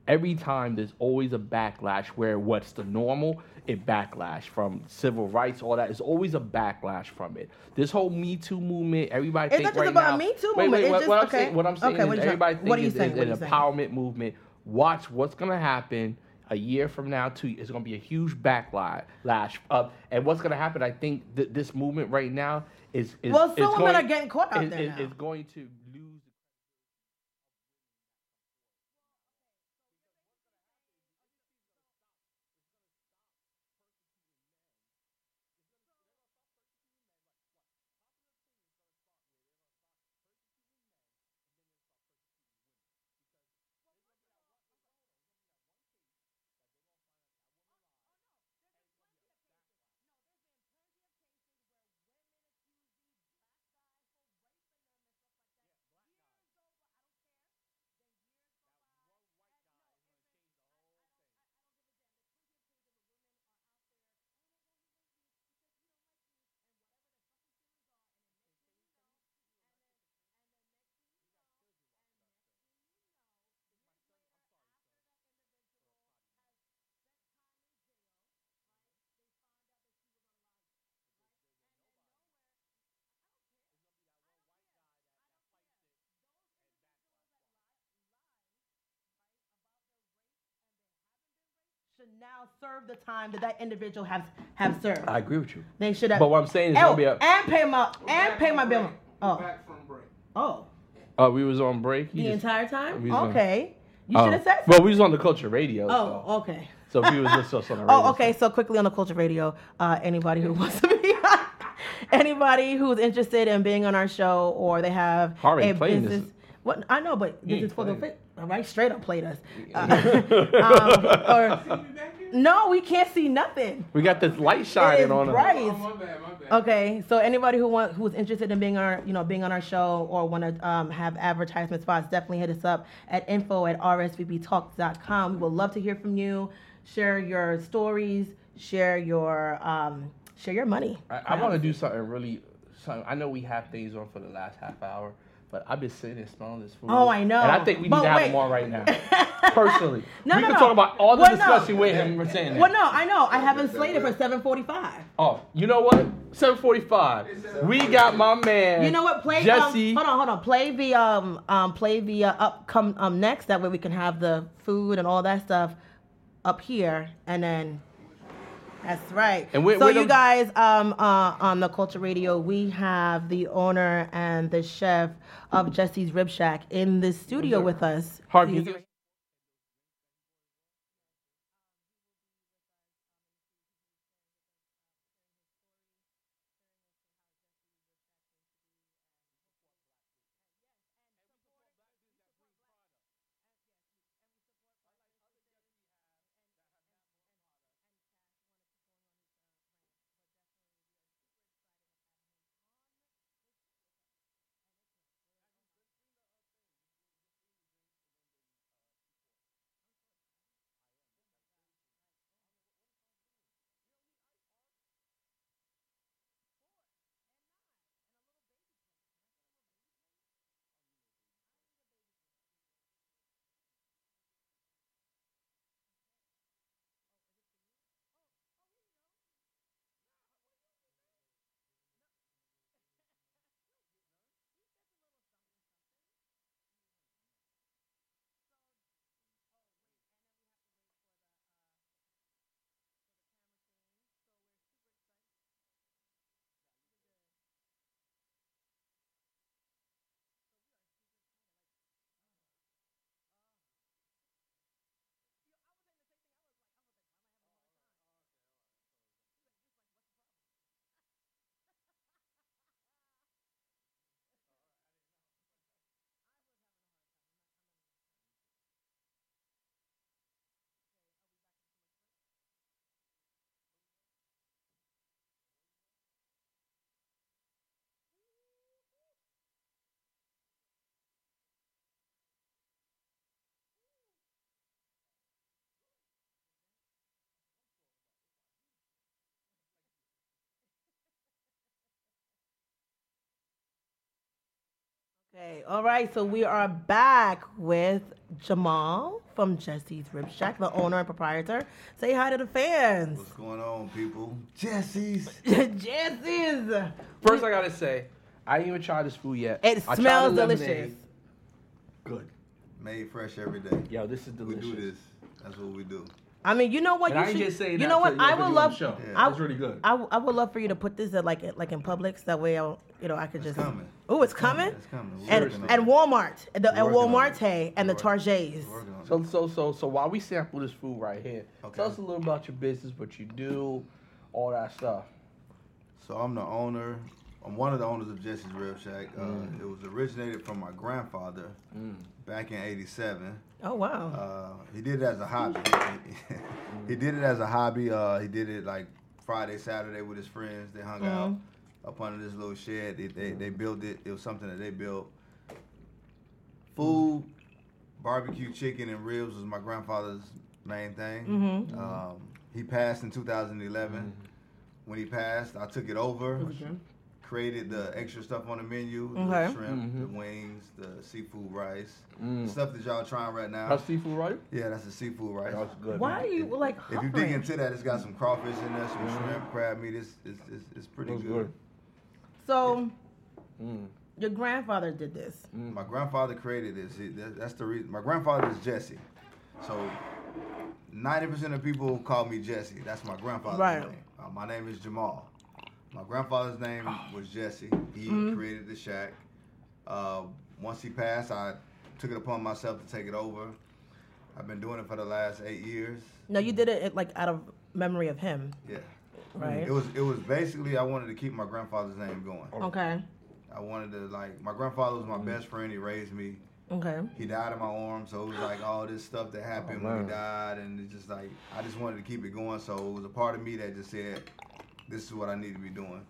[SPEAKER 2] Every time there's always a backlash where what's the normal, it backlash from civil rights, all that. There's always a backlash from it. This whole Me Too movement, everybody
[SPEAKER 4] It's
[SPEAKER 2] think
[SPEAKER 4] not just
[SPEAKER 2] right
[SPEAKER 4] about
[SPEAKER 2] now-
[SPEAKER 4] Me Too
[SPEAKER 2] Wait, wait,
[SPEAKER 4] movement,
[SPEAKER 2] what,
[SPEAKER 4] it's
[SPEAKER 2] what
[SPEAKER 4] just-
[SPEAKER 2] I'm saying,
[SPEAKER 4] okay.
[SPEAKER 2] what I'm saying
[SPEAKER 4] Okay, what
[SPEAKER 2] is
[SPEAKER 4] are you-
[SPEAKER 2] everybody
[SPEAKER 4] what
[SPEAKER 2] think
[SPEAKER 4] are you
[SPEAKER 2] is,
[SPEAKER 4] saying?
[SPEAKER 2] is
[SPEAKER 4] What are
[SPEAKER 2] an
[SPEAKER 4] you saying?
[SPEAKER 2] empowerment movement. Watch what's gonna happen a year from now. Two, it's gonna be a huge backlash. Lash up, and what's gonna happen? I think that this movement right now is is
[SPEAKER 4] Well,
[SPEAKER 2] it's
[SPEAKER 4] some women
[SPEAKER 2] going-
[SPEAKER 4] are getting caught out
[SPEAKER 2] is-
[SPEAKER 4] there
[SPEAKER 2] is-
[SPEAKER 4] now.
[SPEAKER 2] is going to lose.
[SPEAKER 4] should now serve the time that that individual has have served.
[SPEAKER 2] I agree with you.
[SPEAKER 4] They should have.
[SPEAKER 2] But what I'm saying is,
[SPEAKER 4] Oh,
[SPEAKER 2] gonna be a,
[SPEAKER 4] and pay my and pay my bill. Oh,
[SPEAKER 5] Back from break.
[SPEAKER 4] oh,
[SPEAKER 2] uh, we was on break. You
[SPEAKER 4] the
[SPEAKER 2] just-
[SPEAKER 4] entire
[SPEAKER 2] we
[SPEAKER 4] time.
[SPEAKER 2] just-
[SPEAKER 4] Okay, you
[SPEAKER 2] oh.
[SPEAKER 4] should have said.
[SPEAKER 2] Well, uh, we was on the culture radio. so.
[SPEAKER 4] Oh, okay.
[SPEAKER 2] So if you was just us on the radio.
[SPEAKER 4] [laughs] Oh, okay. So quickly on the culture radio, uh, anybody who wants to be, [laughs] anybody who's interested in being on our show, or they have
[SPEAKER 2] Already
[SPEAKER 4] a
[SPEAKER 2] playing this.
[SPEAKER 4] business. What I know, but this
[SPEAKER 2] ain't
[SPEAKER 4] is for the
[SPEAKER 2] playing.
[SPEAKER 4] fit. Right, straight
[SPEAKER 2] [laughs]
[SPEAKER 4] up played us. [laughs] Uh, um, or, no, we can't see nothing.
[SPEAKER 2] We got this light
[SPEAKER 4] It is
[SPEAKER 2] shining on us.
[SPEAKER 4] bright. Okay, so anybody who want who's interested in being our you know being on our show or want to um, have advertisement spots, definitely hit us up at info at rsvptalks.com. We would love to hear from you. Share your stories. Share your um, share your money.
[SPEAKER 2] I, I want to do something really. Something, I know we have things on for the last half hour, but I've been sitting and smelling this food.
[SPEAKER 4] Oh, I know.
[SPEAKER 2] And I think we
[SPEAKER 4] But
[SPEAKER 2] need to have
[SPEAKER 4] wait.
[SPEAKER 2] them on
[SPEAKER 4] [laughs]
[SPEAKER 2] right now. Personally,
[SPEAKER 4] No,
[SPEAKER 2] we
[SPEAKER 4] no,
[SPEAKER 2] can
[SPEAKER 4] no.
[SPEAKER 2] talk about all the
[SPEAKER 4] Well, no.
[SPEAKER 2] discussion with him. We're saying that.
[SPEAKER 4] Well, no, I know I haven't slated for seven forty five.
[SPEAKER 2] Oh, you know what? Seven forty-five. We got my man.
[SPEAKER 4] You know what? Play
[SPEAKER 2] Jesse.
[SPEAKER 4] Um, hold on, hold on. Play the um um play the uh, up come um next. That way we can have the food and all that stuff up here, and then that's right.
[SPEAKER 2] And we-
[SPEAKER 4] so
[SPEAKER 2] we
[SPEAKER 4] you
[SPEAKER 2] don't-
[SPEAKER 4] guys um uh, on the Culture Radio, we have the owner and the chef of Jesse's Rib Shack in the studio with us.
[SPEAKER 2] Harvey,
[SPEAKER 4] He's-
[SPEAKER 2] you give-
[SPEAKER 4] Okay, all right, so we are back with Jamal from Jesse's Rib Shack, the owner and proprietor. Say hi to the fans.
[SPEAKER 3] What's going on, people? Jesse's.
[SPEAKER 4] [laughs] Jesse's.
[SPEAKER 2] First, I gotta say, I ain't even tried this food yet.
[SPEAKER 4] It
[SPEAKER 2] I tried
[SPEAKER 4] smells
[SPEAKER 2] the lemonade.
[SPEAKER 4] delicious.
[SPEAKER 2] Good.
[SPEAKER 3] Made fresh every day.
[SPEAKER 2] Yo, this is
[SPEAKER 3] We
[SPEAKER 2] delicious.
[SPEAKER 3] do this. That's what we do.
[SPEAKER 4] I mean, you know what?
[SPEAKER 2] And
[SPEAKER 4] you
[SPEAKER 2] I ain't
[SPEAKER 4] should-
[SPEAKER 2] just saying
[SPEAKER 4] you
[SPEAKER 2] that
[SPEAKER 4] know
[SPEAKER 2] to-
[SPEAKER 4] what?
[SPEAKER 2] yeah,
[SPEAKER 4] I
[SPEAKER 2] 'cause
[SPEAKER 4] would
[SPEAKER 2] you on
[SPEAKER 4] love.
[SPEAKER 2] the show.
[SPEAKER 4] I,
[SPEAKER 2] That's really good.
[SPEAKER 4] I, I would love for you to put this at like at- like in Publix. That way, I'll, you know, I could
[SPEAKER 3] It's
[SPEAKER 4] just.
[SPEAKER 3] coming.
[SPEAKER 4] Oh, it's coming.
[SPEAKER 3] It's coming. We're
[SPEAKER 4] And
[SPEAKER 3] working on
[SPEAKER 4] and
[SPEAKER 3] it.
[SPEAKER 4] Walmart, and the, and
[SPEAKER 3] We're working on it.
[SPEAKER 4] Walmarte, and the
[SPEAKER 3] We're working-
[SPEAKER 4] Targets.
[SPEAKER 3] We're working on it.
[SPEAKER 2] So so so so while we sample this food right here,
[SPEAKER 3] Okay.
[SPEAKER 2] tell us a little about your business, what you do, all that stuff.
[SPEAKER 3] So I'm the owner. I'm one of the owners of Jesse's Rib Shack. Uh, It was originated from my grandfather back in '87.
[SPEAKER 4] Oh wow.
[SPEAKER 3] Uh, he Mm-hmm. did it as a hobby. he did it as a hobby. Uh, he did it like Friday, Saturday with his friends. They hung out up under this little shed. They, they, they built it. It was something that they built. Food, barbecue, chicken, and ribs was my grandfather's main thing.
[SPEAKER 4] Mm-hmm.
[SPEAKER 3] Um, he passed in 2011. When he passed, I took Mm-hmm. it over. Created the extra stuff on the menu, the
[SPEAKER 4] Okay.
[SPEAKER 3] shrimp, the wings, the seafood rice,
[SPEAKER 2] Mm.
[SPEAKER 3] the stuff that y'all trying right now.
[SPEAKER 2] That's seafood, right?
[SPEAKER 3] Yeah, that's a seafood rice.
[SPEAKER 2] That's good.
[SPEAKER 4] Why are you like
[SPEAKER 3] If you
[SPEAKER 4] hovering?
[SPEAKER 3] dig into that, it's got some crawfish in there, some shrimp, crab meat. It's it's it's, it's pretty
[SPEAKER 2] Mm-hmm. Looks
[SPEAKER 3] good.
[SPEAKER 4] so,
[SPEAKER 2] Mm.
[SPEAKER 4] your grandfather did this.
[SPEAKER 3] My grandfather created this. He, that, that's the reason. My grandfather is Jesse, so ninety percent of people call me Jesse. That's my grandfather's
[SPEAKER 6] Right.
[SPEAKER 3] name. Uh, my name is Jamal. My grandfather's name was Jesse. He created the shack. Uh, once he passed, I took it upon myself to take it over. I've been doing it for the last eight years.
[SPEAKER 4] No, you did it it, like out of memory of him,
[SPEAKER 3] Yeah.
[SPEAKER 4] right?
[SPEAKER 3] It was it was basically I wanted to keep my grandfather's name going.
[SPEAKER 4] Okay.
[SPEAKER 3] I wanted to like my grandfather was my
[SPEAKER 4] Mm-hmm.
[SPEAKER 3] best friend. He raised me.
[SPEAKER 4] Okay.
[SPEAKER 3] He died in my arms, so it was like all this stuff that happened when he died, and it's just like I just wanted to keep it going. So it was a part of me that just said, "This is what I need to be doing,"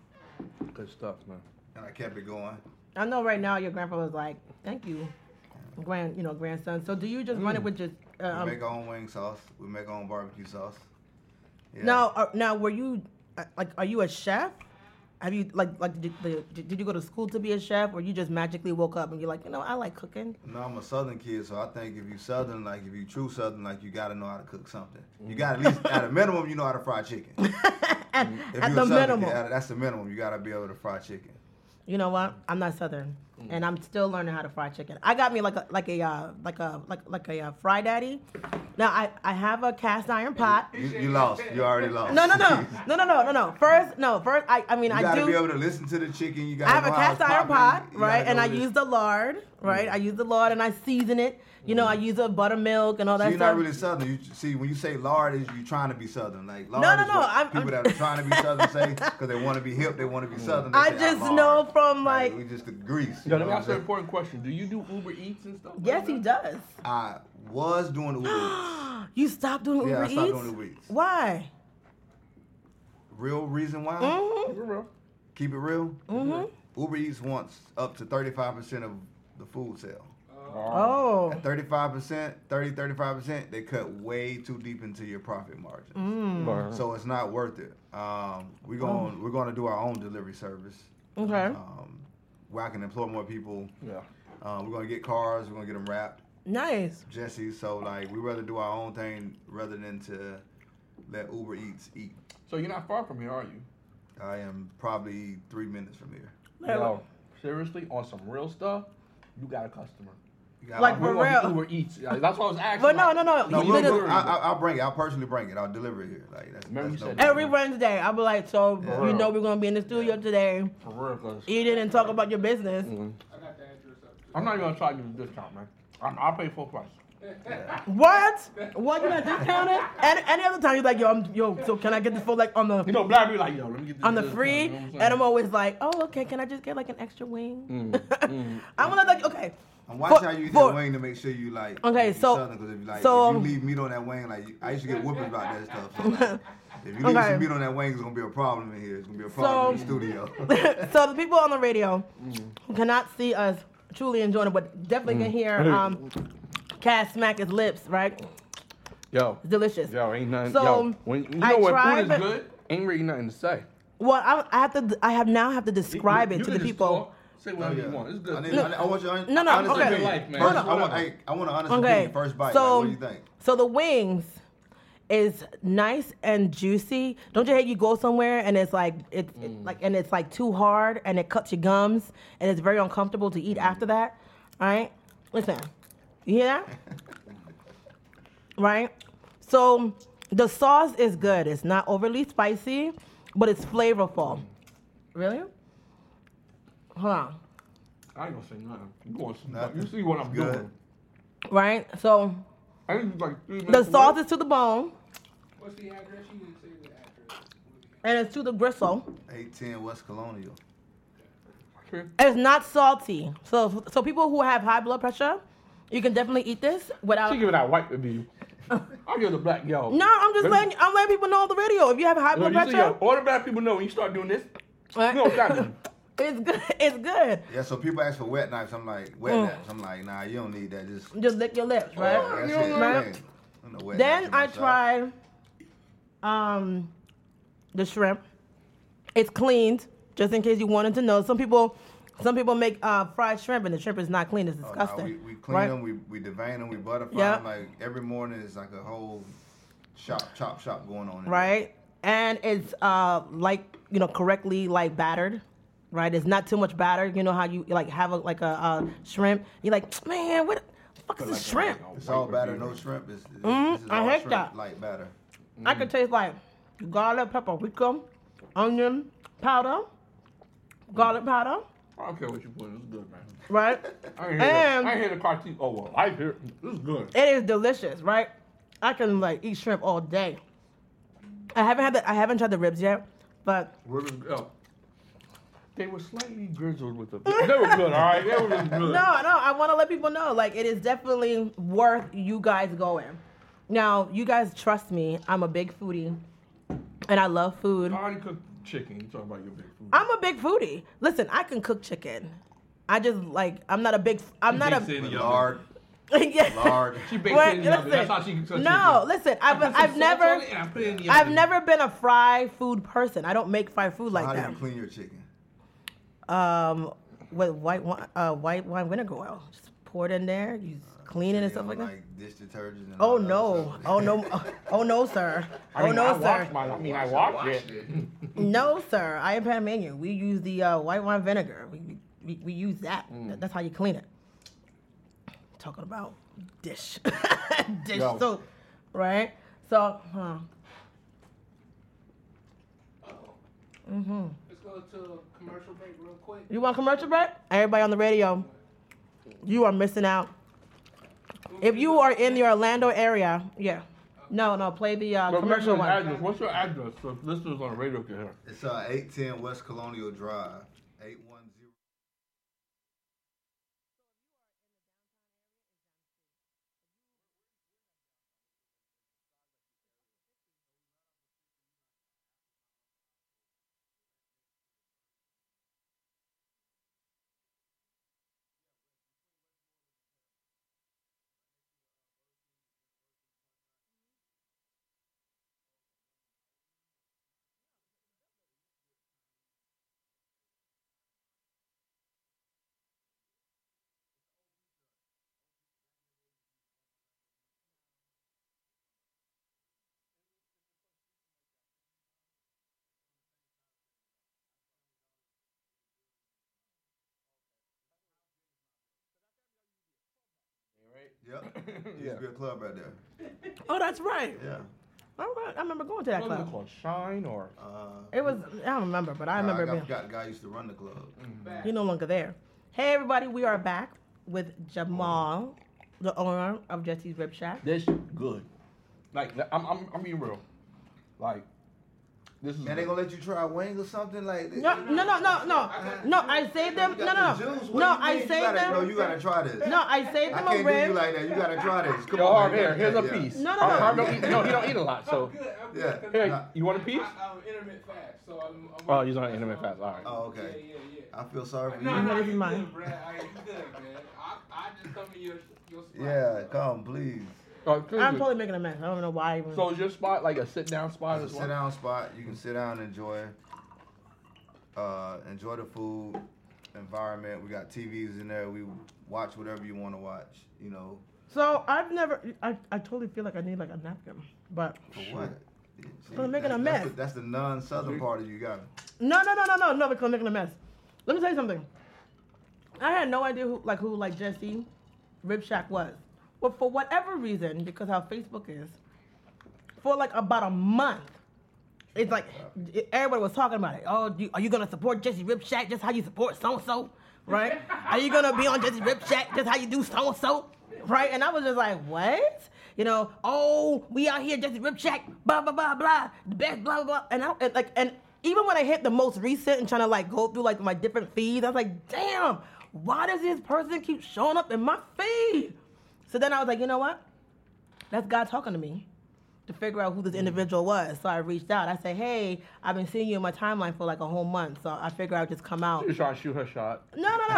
[SPEAKER 2] Good stuff, man.
[SPEAKER 3] and I kept it going.
[SPEAKER 4] I know right now your grandpa was like, "Thank you, grand, you know, grandson." So do you just run it with just uh,
[SPEAKER 3] We
[SPEAKER 4] um,
[SPEAKER 3] make our own wing sauce. We make our own barbecue sauce. Yeah.
[SPEAKER 4] now? Uh, now, were you uh, like, are you a chef? Have you like like did, did, did you go to school to be a chef, or you just magically woke up and you're like, you know, I like cooking?
[SPEAKER 3] No, I'm a Southern kid, so I think if you Southern, like if you true Southern, like you gotta know how to cook something. You got to at least at a minimum, you know how to fry chicken. If
[SPEAKER 4] [laughs] At
[SPEAKER 3] you
[SPEAKER 4] the
[SPEAKER 3] a Southern
[SPEAKER 4] minimum,
[SPEAKER 3] kid, at- that's the minimum. You gotta be able to fry chicken.
[SPEAKER 4] you know what? I'm not Southern, and I'm still learning how to fry chicken. I got me like a like a uh, like a like like a uh, fry daddy. Now I I have a cast iron
[SPEAKER 3] [laughs]
[SPEAKER 4] pot.
[SPEAKER 3] You, you lost. You already lost.
[SPEAKER 4] No, no, no, no, no, no, no, no. First, no, first. I, I mean,
[SPEAKER 3] You
[SPEAKER 4] I
[SPEAKER 3] gotta
[SPEAKER 4] do.
[SPEAKER 3] be able to listen to the chicken. You
[SPEAKER 4] I
[SPEAKER 3] gotta.
[SPEAKER 4] have a
[SPEAKER 3] know how
[SPEAKER 4] cast
[SPEAKER 3] it's
[SPEAKER 4] iron pot,
[SPEAKER 3] popping. You
[SPEAKER 4] right?
[SPEAKER 3] gotta
[SPEAKER 4] And
[SPEAKER 3] know
[SPEAKER 4] I
[SPEAKER 3] this.
[SPEAKER 4] use the
[SPEAKER 3] Mm.
[SPEAKER 4] lard, right? I use the lard and I season it. You know, I use a buttermilk and all
[SPEAKER 3] So
[SPEAKER 4] that
[SPEAKER 3] you're
[SPEAKER 4] stuff.
[SPEAKER 3] not really southern. You see, when you say lard, is you trying to be southern? Like lard
[SPEAKER 4] No, no,
[SPEAKER 3] is
[SPEAKER 4] no,
[SPEAKER 3] what
[SPEAKER 4] I'm-
[SPEAKER 3] people
[SPEAKER 4] I'm-
[SPEAKER 3] that are trying to be southern say because they want to be hip, they want
[SPEAKER 4] [laughs]
[SPEAKER 3] to be southern. they
[SPEAKER 4] I
[SPEAKER 3] say,
[SPEAKER 4] just
[SPEAKER 3] "Ah, lard."
[SPEAKER 4] know from, like-
[SPEAKER 3] we just the grease. you
[SPEAKER 2] Yo, let
[SPEAKER 3] know
[SPEAKER 2] me
[SPEAKER 3] what
[SPEAKER 2] ask you an
[SPEAKER 3] I'm saying?
[SPEAKER 2] important question. Do you do Uber Eats and stuff? like
[SPEAKER 4] yes, he
[SPEAKER 2] that?
[SPEAKER 4] does. [gasps]
[SPEAKER 3] I was doing Uber Eats.
[SPEAKER 4] You stopped doing
[SPEAKER 3] Yeah,
[SPEAKER 4] Uber
[SPEAKER 3] I stopped
[SPEAKER 4] Eats?
[SPEAKER 3] doing Uber Eats.
[SPEAKER 4] Why?
[SPEAKER 3] Real reason why?
[SPEAKER 4] Mhm.
[SPEAKER 2] For real.
[SPEAKER 3] Keep it real. Mm-hmm. Uber Eats wants up to 35% of the food sale.
[SPEAKER 4] Oh,
[SPEAKER 3] At 35%, 30, 35%, they cut way too deep into your profit margin.
[SPEAKER 4] Hmm.
[SPEAKER 3] Um, So it's not worth it. Um, we're going to we're going to do our own delivery service
[SPEAKER 4] Oh. okay.
[SPEAKER 3] um, where I can employ more people.
[SPEAKER 2] Yeah.
[SPEAKER 3] Uh, we're going to get cars. We're going to get them wrapped,
[SPEAKER 4] Nice.
[SPEAKER 3] Jesse. So like we rather do our own thing rather than to let Uber Eats eat.
[SPEAKER 2] So you're not far from here, are you?
[SPEAKER 3] I am probably three minutes from here.
[SPEAKER 2] Yo, seriously, on some real stuff, you got a customer.
[SPEAKER 3] You got
[SPEAKER 4] Like,
[SPEAKER 3] one?
[SPEAKER 4] For
[SPEAKER 2] We want the
[SPEAKER 4] real.
[SPEAKER 2] Uber Eats. Uh, That's what I was asking.
[SPEAKER 4] But no,
[SPEAKER 2] like,
[SPEAKER 4] no, no.
[SPEAKER 3] No,
[SPEAKER 4] you
[SPEAKER 3] we'll,
[SPEAKER 4] didn't-
[SPEAKER 3] we'll, I, I, I'll bring it. I'll personally bring it. I'll deliver it here. Like that's,
[SPEAKER 2] Remember
[SPEAKER 3] that's
[SPEAKER 2] you
[SPEAKER 3] no
[SPEAKER 2] said that.
[SPEAKER 4] Every Wednesday, I'll be like, so
[SPEAKER 3] Yeah.
[SPEAKER 4] you know we're gonna be in the studio today,
[SPEAKER 2] For real, 'cause
[SPEAKER 4] eating and talk about your business.
[SPEAKER 3] Mm.
[SPEAKER 2] Mm-hmm.
[SPEAKER 5] I got the address up.
[SPEAKER 2] I'm not even gonna try to give you a discount, man. I'm, I'll pay full price.
[SPEAKER 4] What? What? You gonna discount it? And any other time you're like, yo, I'm, yo, so can I get this for like on the
[SPEAKER 2] You know, black be like, yo, let me get this
[SPEAKER 4] on the
[SPEAKER 2] discount,
[SPEAKER 4] free,
[SPEAKER 2] you know what I'm saying?
[SPEAKER 4] and I'm always like, oh, okay, can I just get like an extra wing?
[SPEAKER 2] Mm,
[SPEAKER 4] [laughs]
[SPEAKER 2] mm.
[SPEAKER 4] I'm gonna like, okay,
[SPEAKER 3] I'm watching
[SPEAKER 4] For-
[SPEAKER 3] how you use
[SPEAKER 4] for-
[SPEAKER 3] that wing to make sure you like.
[SPEAKER 4] Okay,
[SPEAKER 3] you
[SPEAKER 4] so-
[SPEAKER 3] Southern, 'cause if you like,
[SPEAKER 4] so,
[SPEAKER 3] if you
[SPEAKER 4] um,
[SPEAKER 3] leave meat on that wing, like you- I used to get whoopings about that stuff.
[SPEAKER 4] [laughs]
[SPEAKER 3] So like, if you leave
[SPEAKER 4] Okay.
[SPEAKER 3] some meat on that wing, it's gonna be a problem in here. It's gonna be a problem
[SPEAKER 4] So-
[SPEAKER 3] in the studio.
[SPEAKER 4] [laughs]
[SPEAKER 3] [laughs]
[SPEAKER 4] so the people on the radio
[SPEAKER 2] Mm.
[SPEAKER 4] who cannot see us truly enjoying it, but definitely can hear um, Cass smack his lips, right?
[SPEAKER 2] Yo,
[SPEAKER 4] It's delicious.
[SPEAKER 2] yo, ain't nothing.
[SPEAKER 4] So,
[SPEAKER 2] yo, when you know
[SPEAKER 4] I
[SPEAKER 2] when
[SPEAKER 4] tried,
[SPEAKER 2] food is
[SPEAKER 4] but-
[SPEAKER 2] good, ain't really nothing to say.
[SPEAKER 4] Well, I, I have to, I have now have to describe
[SPEAKER 2] You-
[SPEAKER 4] it
[SPEAKER 2] you
[SPEAKER 4] to
[SPEAKER 2] can
[SPEAKER 4] the
[SPEAKER 2] just
[SPEAKER 4] people.
[SPEAKER 2] talk, Say whatever
[SPEAKER 3] Oh, Yeah.
[SPEAKER 2] you want. It's
[SPEAKER 3] I,
[SPEAKER 2] good.
[SPEAKER 3] need, I, need- I want your honest,
[SPEAKER 4] No, no,
[SPEAKER 3] honest
[SPEAKER 4] okay.
[SPEAKER 3] opinion.
[SPEAKER 2] Life, man.
[SPEAKER 4] Hold
[SPEAKER 3] First, I
[SPEAKER 2] on.
[SPEAKER 3] want, hey, I want an honest
[SPEAKER 4] Okay,
[SPEAKER 3] opinion first bite.
[SPEAKER 4] so
[SPEAKER 3] like, what do you think?
[SPEAKER 4] so the wings is nice and juicy. Don't you hate you go somewhere and it's like it's it,
[SPEAKER 3] Mm.
[SPEAKER 4] like and it's like too hard and it cuts your gums and it's very uncomfortable to eat
[SPEAKER 3] Mm.
[SPEAKER 4] after that. All right, listen, you hear
[SPEAKER 3] [laughs]
[SPEAKER 4] that? right? So the sauce is good. It's not overly spicy, but it's
[SPEAKER 3] Mm.
[SPEAKER 4] flavorful. Really? Hold on.
[SPEAKER 2] I ain't gonna say nothing. You, gonna see,
[SPEAKER 3] Nothing.
[SPEAKER 2] you see what I'm
[SPEAKER 3] It's good.
[SPEAKER 2] doing?
[SPEAKER 4] Right? So
[SPEAKER 2] I think it's like three
[SPEAKER 4] the
[SPEAKER 2] minutes
[SPEAKER 4] sauce
[SPEAKER 2] away.
[SPEAKER 4] is to the bone
[SPEAKER 5] What's the address? You didn't say the address.
[SPEAKER 4] and it's to the gristle.
[SPEAKER 3] 810 West Colonial.
[SPEAKER 2] Okay.
[SPEAKER 4] And It's not salty. So so people who have high blood pressure, you can definitely eat this without.
[SPEAKER 2] She give it that white review. I give the black yo.
[SPEAKER 4] No, I'm just
[SPEAKER 2] Let me-
[SPEAKER 4] letting I'm letting people know on the radio. If you have high
[SPEAKER 2] Yo,
[SPEAKER 4] blood
[SPEAKER 2] you see, yo,
[SPEAKER 4] pressure,
[SPEAKER 2] all the black people know when you start doing this.
[SPEAKER 4] right? [laughs]
[SPEAKER 2] No, stop it.
[SPEAKER 4] it's good. It's good.
[SPEAKER 3] Yeah, so people ask for wet knives. I'm like, wet knives. I'm like, nah, you don't need that. Just
[SPEAKER 4] [laughs] Just lick your lips, right?
[SPEAKER 3] that's
[SPEAKER 2] you don't
[SPEAKER 3] it.
[SPEAKER 4] like-
[SPEAKER 3] man. I'm the wet
[SPEAKER 4] Then
[SPEAKER 3] knife on
[SPEAKER 4] I
[SPEAKER 3] my side.
[SPEAKER 4] tried, um, the shrimp. It's cleaned, just in case you wanted to know. Some people, some people make uh, fried shrimp, and the shrimp is not clean. It's
[SPEAKER 3] Oh, nah,
[SPEAKER 4] disgusting.
[SPEAKER 3] we, we clean
[SPEAKER 4] right?
[SPEAKER 3] them, we, we devein them, we butterfly
[SPEAKER 4] Yeah.
[SPEAKER 3] them. Like every morning, it's like a whole chop, chop, chop going on. in there.
[SPEAKER 4] right? And it's uh like you know correctly like battered, right? It's not too much batter. You know how you like have a like a uh, shrimp. You're like, man, what? Fuck is this shrimp?
[SPEAKER 3] It's all batter, no shrimp. It's, it's,
[SPEAKER 4] Mhm,
[SPEAKER 3] this is
[SPEAKER 4] I
[SPEAKER 3] all
[SPEAKER 4] heard
[SPEAKER 3] shrimp,
[SPEAKER 4] that.
[SPEAKER 3] Light batter.
[SPEAKER 4] I could taste like garlic, paprika, onion powder, garlic powder,
[SPEAKER 2] I don't care what you put. in, It's good, man.
[SPEAKER 4] right?
[SPEAKER 2] I ain't hear,
[SPEAKER 4] And-
[SPEAKER 2] the, I ain't hear the cartoon. Oh well, I hear it's good.
[SPEAKER 4] It is delicious, right? I can like eat shrimp all day. I haven't had the I haven't tried the ribs yet, but
[SPEAKER 2] Where was- oh. They were slightly grizzled with the. They were good, all right. They were just good.
[SPEAKER 4] No, no, I want to let people know like it is definitely worth you guys going. Now, you guys trust me, I'm a big foodie and I love food.
[SPEAKER 2] I already cooked chicken. You talking about your big food?
[SPEAKER 4] I'm a big foodie. Listen, I can cook chicken. I just like I'm not a big I'm not [laughs]
[SPEAKER 2] bakes it
[SPEAKER 4] a
[SPEAKER 2] in the oven.
[SPEAKER 3] Lard,
[SPEAKER 4] yeah.
[SPEAKER 3] lard.
[SPEAKER 4] [laughs]
[SPEAKER 2] She bakes
[SPEAKER 4] Wait,
[SPEAKER 2] it in the oven.
[SPEAKER 4] listen.
[SPEAKER 2] That's how she cooks her
[SPEAKER 4] No,
[SPEAKER 2] chicken.
[SPEAKER 4] listen,
[SPEAKER 2] I
[SPEAKER 4] I've
[SPEAKER 2] put some
[SPEAKER 4] I've
[SPEAKER 2] salt
[SPEAKER 4] never
[SPEAKER 2] on it and I put it in the
[SPEAKER 4] I've
[SPEAKER 2] oven.
[SPEAKER 4] never been a fried food person. I don't make fried food like
[SPEAKER 3] How do
[SPEAKER 4] that.
[SPEAKER 3] you clean your chicken?
[SPEAKER 4] um, with white wine, uh, white wine vinegar oil. Just pour it in there. You just clean it and
[SPEAKER 3] You
[SPEAKER 4] stuff
[SPEAKER 3] know,
[SPEAKER 4] like that.
[SPEAKER 3] Like dish detergent. And
[SPEAKER 4] Oh
[SPEAKER 3] all that
[SPEAKER 4] no!
[SPEAKER 3] other stuff?
[SPEAKER 4] Oh no! Oh no, sir!
[SPEAKER 2] I mean,
[SPEAKER 4] oh no,
[SPEAKER 2] I
[SPEAKER 4] sir!
[SPEAKER 2] Watched my, I mean, I watched it.
[SPEAKER 4] No, sir! I am Panamanian. We use the uh, white wine vinegar. We, we we use that.
[SPEAKER 2] Mm.
[SPEAKER 4] That's how you clean it. Talking about dish, [laughs] dish
[SPEAKER 2] Yo.
[SPEAKER 4] soap, right? So, huh.
[SPEAKER 6] Let's go to a commercial break real quick.
[SPEAKER 4] you want commercial break? Everybody on the radio, you are missing out. If you are in the Orlando area, yeah. No, no, play the uh,
[SPEAKER 2] But what's
[SPEAKER 4] commercial
[SPEAKER 2] your
[SPEAKER 4] one.
[SPEAKER 2] address? What's your address? So if listeners on the radio can hear.
[SPEAKER 3] It's uh, 810 West Colonial Drive, 810. Yep. Used to be a club right there.
[SPEAKER 4] Oh, that's right.
[SPEAKER 3] Yeah.
[SPEAKER 4] I remember, I remember going to that
[SPEAKER 2] What was it
[SPEAKER 4] club.
[SPEAKER 2] called? Shine or?
[SPEAKER 3] Uh,
[SPEAKER 4] It was I don't remember, but I remember
[SPEAKER 3] I
[SPEAKER 4] it
[SPEAKER 3] got,
[SPEAKER 4] being.
[SPEAKER 3] forgot the guy used to run the club.
[SPEAKER 4] You're no longer there. Hey everybody, we are back with Jamal, the owner of Jesse's Rib Shack.
[SPEAKER 2] This good. Like I'm, I'm, I'm being real. Like this is.
[SPEAKER 3] Man, they gonna let you try wings or something like this?
[SPEAKER 4] No, no, no, no, no, no. I saved them. No, no, no, no. I saved
[SPEAKER 3] No,
[SPEAKER 4] them.
[SPEAKER 3] you gotta try this.
[SPEAKER 4] No, I saved
[SPEAKER 3] I
[SPEAKER 4] them a
[SPEAKER 3] can't do you
[SPEAKER 4] rib.
[SPEAKER 3] like that. You gotta try this. Come
[SPEAKER 2] Yo,
[SPEAKER 3] on,
[SPEAKER 2] Harv,
[SPEAKER 3] man.
[SPEAKER 2] here, here's a
[SPEAKER 3] Yeah.
[SPEAKER 2] piece.
[SPEAKER 4] No, no,
[SPEAKER 2] Harv-
[SPEAKER 4] no.
[SPEAKER 2] Harv don't eat, no, he don't eat a lot. So,
[SPEAKER 6] Good. I'm
[SPEAKER 3] Yeah.
[SPEAKER 2] [laughs]
[SPEAKER 6] good. 'cause
[SPEAKER 2] here, you want a piece?
[SPEAKER 6] I, I'm intermittent fast, so I'm.
[SPEAKER 2] Oh,
[SPEAKER 6] I'm
[SPEAKER 2] you're on intermittent fast. All right.
[SPEAKER 3] Oh,
[SPEAKER 6] Yeah,
[SPEAKER 3] okay.
[SPEAKER 6] yeah, yeah.
[SPEAKER 3] I feel sorry for
[SPEAKER 6] No,
[SPEAKER 3] you.
[SPEAKER 6] no,
[SPEAKER 4] This
[SPEAKER 6] you
[SPEAKER 4] is mine.
[SPEAKER 6] good, Brad. I, you good, man. I, I just come to your, your spot.
[SPEAKER 3] Yeah, come please.
[SPEAKER 2] Oh, good,
[SPEAKER 4] I'm
[SPEAKER 2] good.
[SPEAKER 4] probably making a mess. I don't know why. I even-
[SPEAKER 2] So is your spot like a sit down spot
[SPEAKER 3] It's
[SPEAKER 2] as
[SPEAKER 3] a sit
[SPEAKER 2] well?
[SPEAKER 3] down spot. You can sit down and enjoy. Uh, enjoy the food environment. We got TVs in there. We watch whatever you want to watch. You know
[SPEAKER 4] So I've never. I, I totally feel like I need like a napkin, but
[SPEAKER 3] for what?
[SPEAKER 4] We're making a
[SPEAKER 3] That's-
[SPEAKER 4] mess.
[SPEAKER 3] That's the, that's the non-southern part of you. Got
[SPEAKER 4] No, no, no, no, no, no, because I'm making a mess. Let me tell you something. I had no idea who like who like Jesse Rib Shack was. But for whatever reason, because how Facebook is, for like about a month, it's like it- everybody was talking about it. Oh, you, are you gonna support Jesse Rib Shack just how you support so and so? Right? are you gonna be on Jesse Rib Shack just how you do so and so? Right? And I was just like, what? You know, oh, we out here Jesse Rib Shack, blah blah blah blah, the best blah blah blah. And I and like and even when I hit the most recent and trying to like go through like my different feeds, I was like, damn, why does this person keep showing up in my feed? So then I was like, you know what? That's God talking to me to figure out who
[SPEAKER 2] Mm.
[SPEAKER 4] this individual was. So I reached out. I said, hey, I've been seeing you in my timeline for like a whole month. So I figure I would just
[SPEAKER 2] [laughs]
[SPEAKER 4] come out.
[SPEAKER 2] You're trying to shoot her shot.
[SPEAKER 4] No, no, no.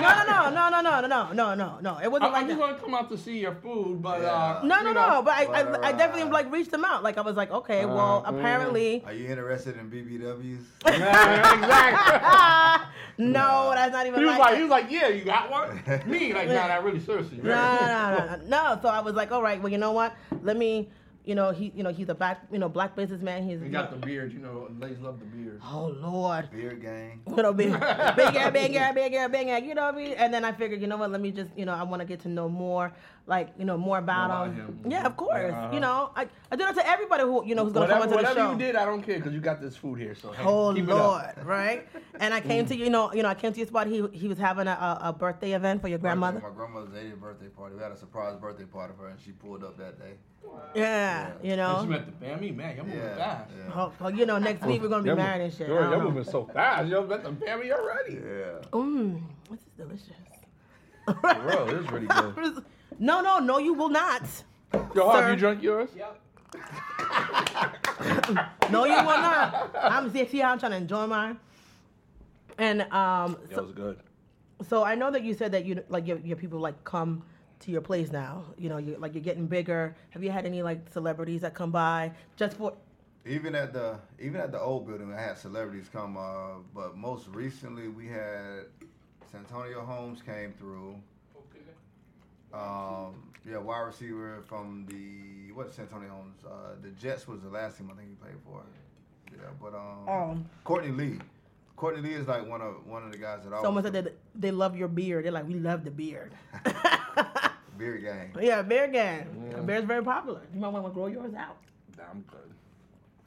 [SPEAKER 4] No, no, no, no, no, no, no, no, no, no. It wasn't
[SPEAKER 2] I,
[SPEAKER 4] like
[SPEAKER 2] am just
[SPEAKER 4] that.
[SPEAKER 2] gonna come out to see your food, but
[SPEAKER 3] Yeah.
[SPEAKER 2] uh,
[SPEAKER 4] No, no,
[SPEAKER 2] you
[SPEAKER 4] no.
[SPEAKER 2] know,
[SPEAKER 4] But I,
[SPEAKER 3] but,
[SPEAKER 4] I, I
[SPEAKER 3] uh,
[SPEAKER 4] definitely like reached them out. Like I was like, okay, well,
[SPEAKER 2] Uh, mm. [laughs]
[SPEAKER 4] apparently. [laughs]
[SPEAKER 3] it. Are you interested in BBWs?
[SPEAKER 2] Yeah, [laughs] exactly.
[SPEAKER 4] [laughs] No, that's not even
[SPEAKER 2] He was
[SPEAKER 4] like
[SPEAKER 2] like,
[SPEAKER 4] that.
[SPEAKER 2] he was like, yeah, you got
[SPEAKER 3] [laughs]
[SPEAKER 2] one. Me, like, nah, not really, seriously. [laughs]
[SPEAKER 4] no, no, no, no, no. So I was like, all right, well, you know what? Let me You know, he, you know, he's a black, you know, black businessman. He's
[SPEAKER 2] He got the beard, you know. Ladies love the beard.
[SPEAKER 4] oh lord,
[SPEAKER 3] Beer gang.
[SPEAKER 4] you know,
[SPEAKER 2] [laughs]
[SPEAKER 4] big, big ass, big ass, big ass, big ass, you know what I mean? And then I figured, you know what, let me just, you know, I want to get to know more, like, you know, more about
[SPEAKER 2] More about
[SPEAKER 4] him.
[SPEAKER 2] him.
[SPEAKER 4] Yeah, of course.
[SPEAKER 2] Yeah, uh-huh.
[SPEAKER 4] You know, I, I do that to everybody who, you know, who's going to come
[SPEAKER 2] Whatever,
[SPEAKER 4] onto the
[SPEAKER 2] whatever
[SPEAKER 4] show.
[SPEAKER 2] you did, I don't care because you got this food here. So hey,
[SPEAKER 4] Oh
[SPEAKER 2] keep
[SPEAKER 4] Lord,
[SPEAKER 2] it up. [laughs]
[SPEAKER 4] right? And I came to you know, you know, I came to your spot. He he was having a, a, a birthday event for your grandmother.
[SPEAKER 3] My grandmother's 80th birthday party. We had a surprise birthday party for her, and she pulled up that day.
[SPEAKER 4] Yeah,
[SPEAKER 3] Yeah.
[SPEAKER 4] you
[SPEAKER 2] And
[SPEAKER 4] know.
[SPEAKER 2] she met the family, man. Y'all moving
[SPEAKER 3] Yeah,
[SPEAKER 2] fast.
[SPEAKER 3] yeah.
[SPEAKER 4] Oh, well, you know, next week we're gonna be
[SPEAKER 2] Y'all
[SPEAKER 4] married
[SPEAKER 2] mo-
[SPEAKER 4] and shit.
[SPEAKER 2] Girl,
[SPEAKER 4] I
[SPEAKER 2] y'all
[SPEAKER 4] don't know.
[SPEAKER 2] moving so fast. Y'all met the family already.
[SPEAKER 3] Yeah.
[SPEAKER 4] Mm, this is delicious. [laughs]
[SPEAKER 2] Bro, this is really good.
[SPEAKER 4] no, no, no, you will not.
[SPEAKER 2] Yo, have
[SPEAKER 4] Sir.
[SPEAKER 2] you drunk yours?
[SPEAKER 5] Yep.
[SPEAKER 4] No, you will [laughs] not. I'm just here. I'm trying to enjoy mine. And um,
[SPEAKER 2] That
[SPEAKER 4] so,
[SPEAKER 2] was good.
[SPEAKER 4] so I know that you said that you like your, your people like come to your place now. You know, you like you're getting bigger. Have you had any like celebrities that come by just for?
[SPEAKER 3] Even at the even at the old building, I had celebrities come. Uh, but most recently, we had Santonio Holmes came through.
[SPEAKER 6] Okay.
[SPEAKER 3] Um, yeah, wide receiver from the what? Santonio Holmes. Uh, the Jets was the last team I think he played for. Yeah, but um,
[SPEAKER 4] Um.
[SPEAKER 3] Courtney Lee. Courtney Lee is like one of one of the guys that I
[SPEAKER 4] Someone
[SPEAKER 3] was
[SPEAKER 4] said that they love your beard. They're like, we love the beard. [laughs]
[SPEAKER 3] beer gang.
[SPEAKER 4] yeah, beard gang. Beard's very popular. You might want to grow yours out.
[SPEAKER 2] Nah, I'm good.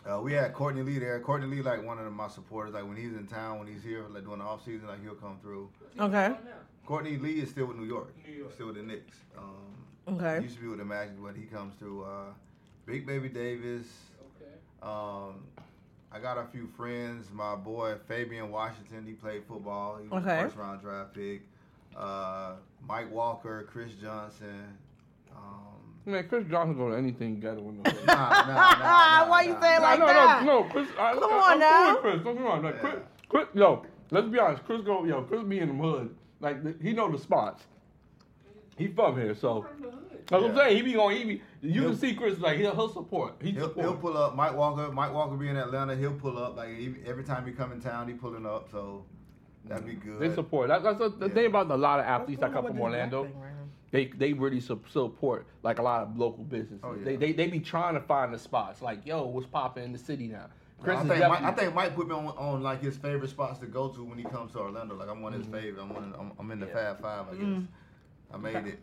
[SPEAKER 3] Uh, we had Courtney Lee there. Courtney Lee like one of my supporters. Like when he's in town, when he's here, like during the off season, like he'll come through.
[SPEAKER 4] Okay.
[SPEAKER 3] Courtney Lee is still with New York.
[SPEAKER 6] New York.
[SPEAKER 3] Still with the Knicks. Um,
[SPEAKER 4] Okay.
[SPEAKER 3] He used to be with the Magic, but he comes through. Uh, Big Baby Davis.
[SPEAKER 6] Okay.
[SPEAKER 3] Um, I got a few friends. My boy Fabian Washington. He played football. He was
[SPEAKER 4] Okay.
[SPEAKER 3] a first round draft pick. Uh, Mike Walker, Chris Johnson. Um,
[SPEAKER 2] Man, Chris Johnson go to anything better when
[SPEAKER 4] [laughs]
[SPEAKER 2] the
[SPEAKER 3] nah, nah, nah, nah,
[SPEAKER 4] Why you
[SPEAKER 3] nah,
[SPEAKER 4] saying
[SPEAKER 3] nah.
[SPEAKER 4] like
[SPEAKER 2] no,
[SPEAKER 4] that.
[SPEAKER 2] No, no, Chris. I,
[SPEAKER 4] Come
[SPEAKER 2] I,
[SPEAKER 4] on
[SPEAKER 2] I'm
[SPEAKER 4] now.
[SPEAKER 2] cool with Chris, don't come on. Like,
[SPEAKER 3] Yeah.
[SPEAKER 2] Chris, Chris, yo, let's be honest. Chris go, yo, Chris be in the hood. Like, th- he know the spots. He from here, so.
[SPEAKER 6] From the hood.
[SPEAKER 2] That's what I'm
[SPEAKER 3] Yeah.
[SPEAKER 2] saying. He be going, he be, you
[SPEAKER 3] He'll-
[SPEAKER 2] can see Chris, like, he'll, he'll support. He
[SPEAKER 3] He'll,
[SPEAKER 2] support.
[SPEAKER 3] he'll pull up. Mike Walker. Mike Walker be in Atlanta. He'll pull up. Like he, every time he come in town, he pulling up. So that'd be good.
[SPEAKER 2] They support. That, that's the the
[SPEAKER 3] Yeah.
[SPEAKER 2] thing about a lot of athletes that come
[SPEAKER 4] What
[SPEAKER 2] from
[SPEAKER 4] is
[SPEAKER 2] Orlando.
[SPEAKER 4] that thing right now?
[SPEAKER 2] they they really su- support like a lot of local businesses.
[SPEAKER 3] Oh, yeah.
[SPEAKER 2] they, they they be trying to find the spots. Like, yo, what's popping in the city now?
[SPEAKER 3] I,
[SPEAKER 2] is
[SPEAKER 3] think Mike, I
[SPEAKER 2] definitely-
[SPEAKER 3] think Mike put me on, on like his favorite spots to go to when he comes to Orlando. Like I'm one of his favorite. I'm, one of, I'm, I'm in the Fab Five. I guess I made it.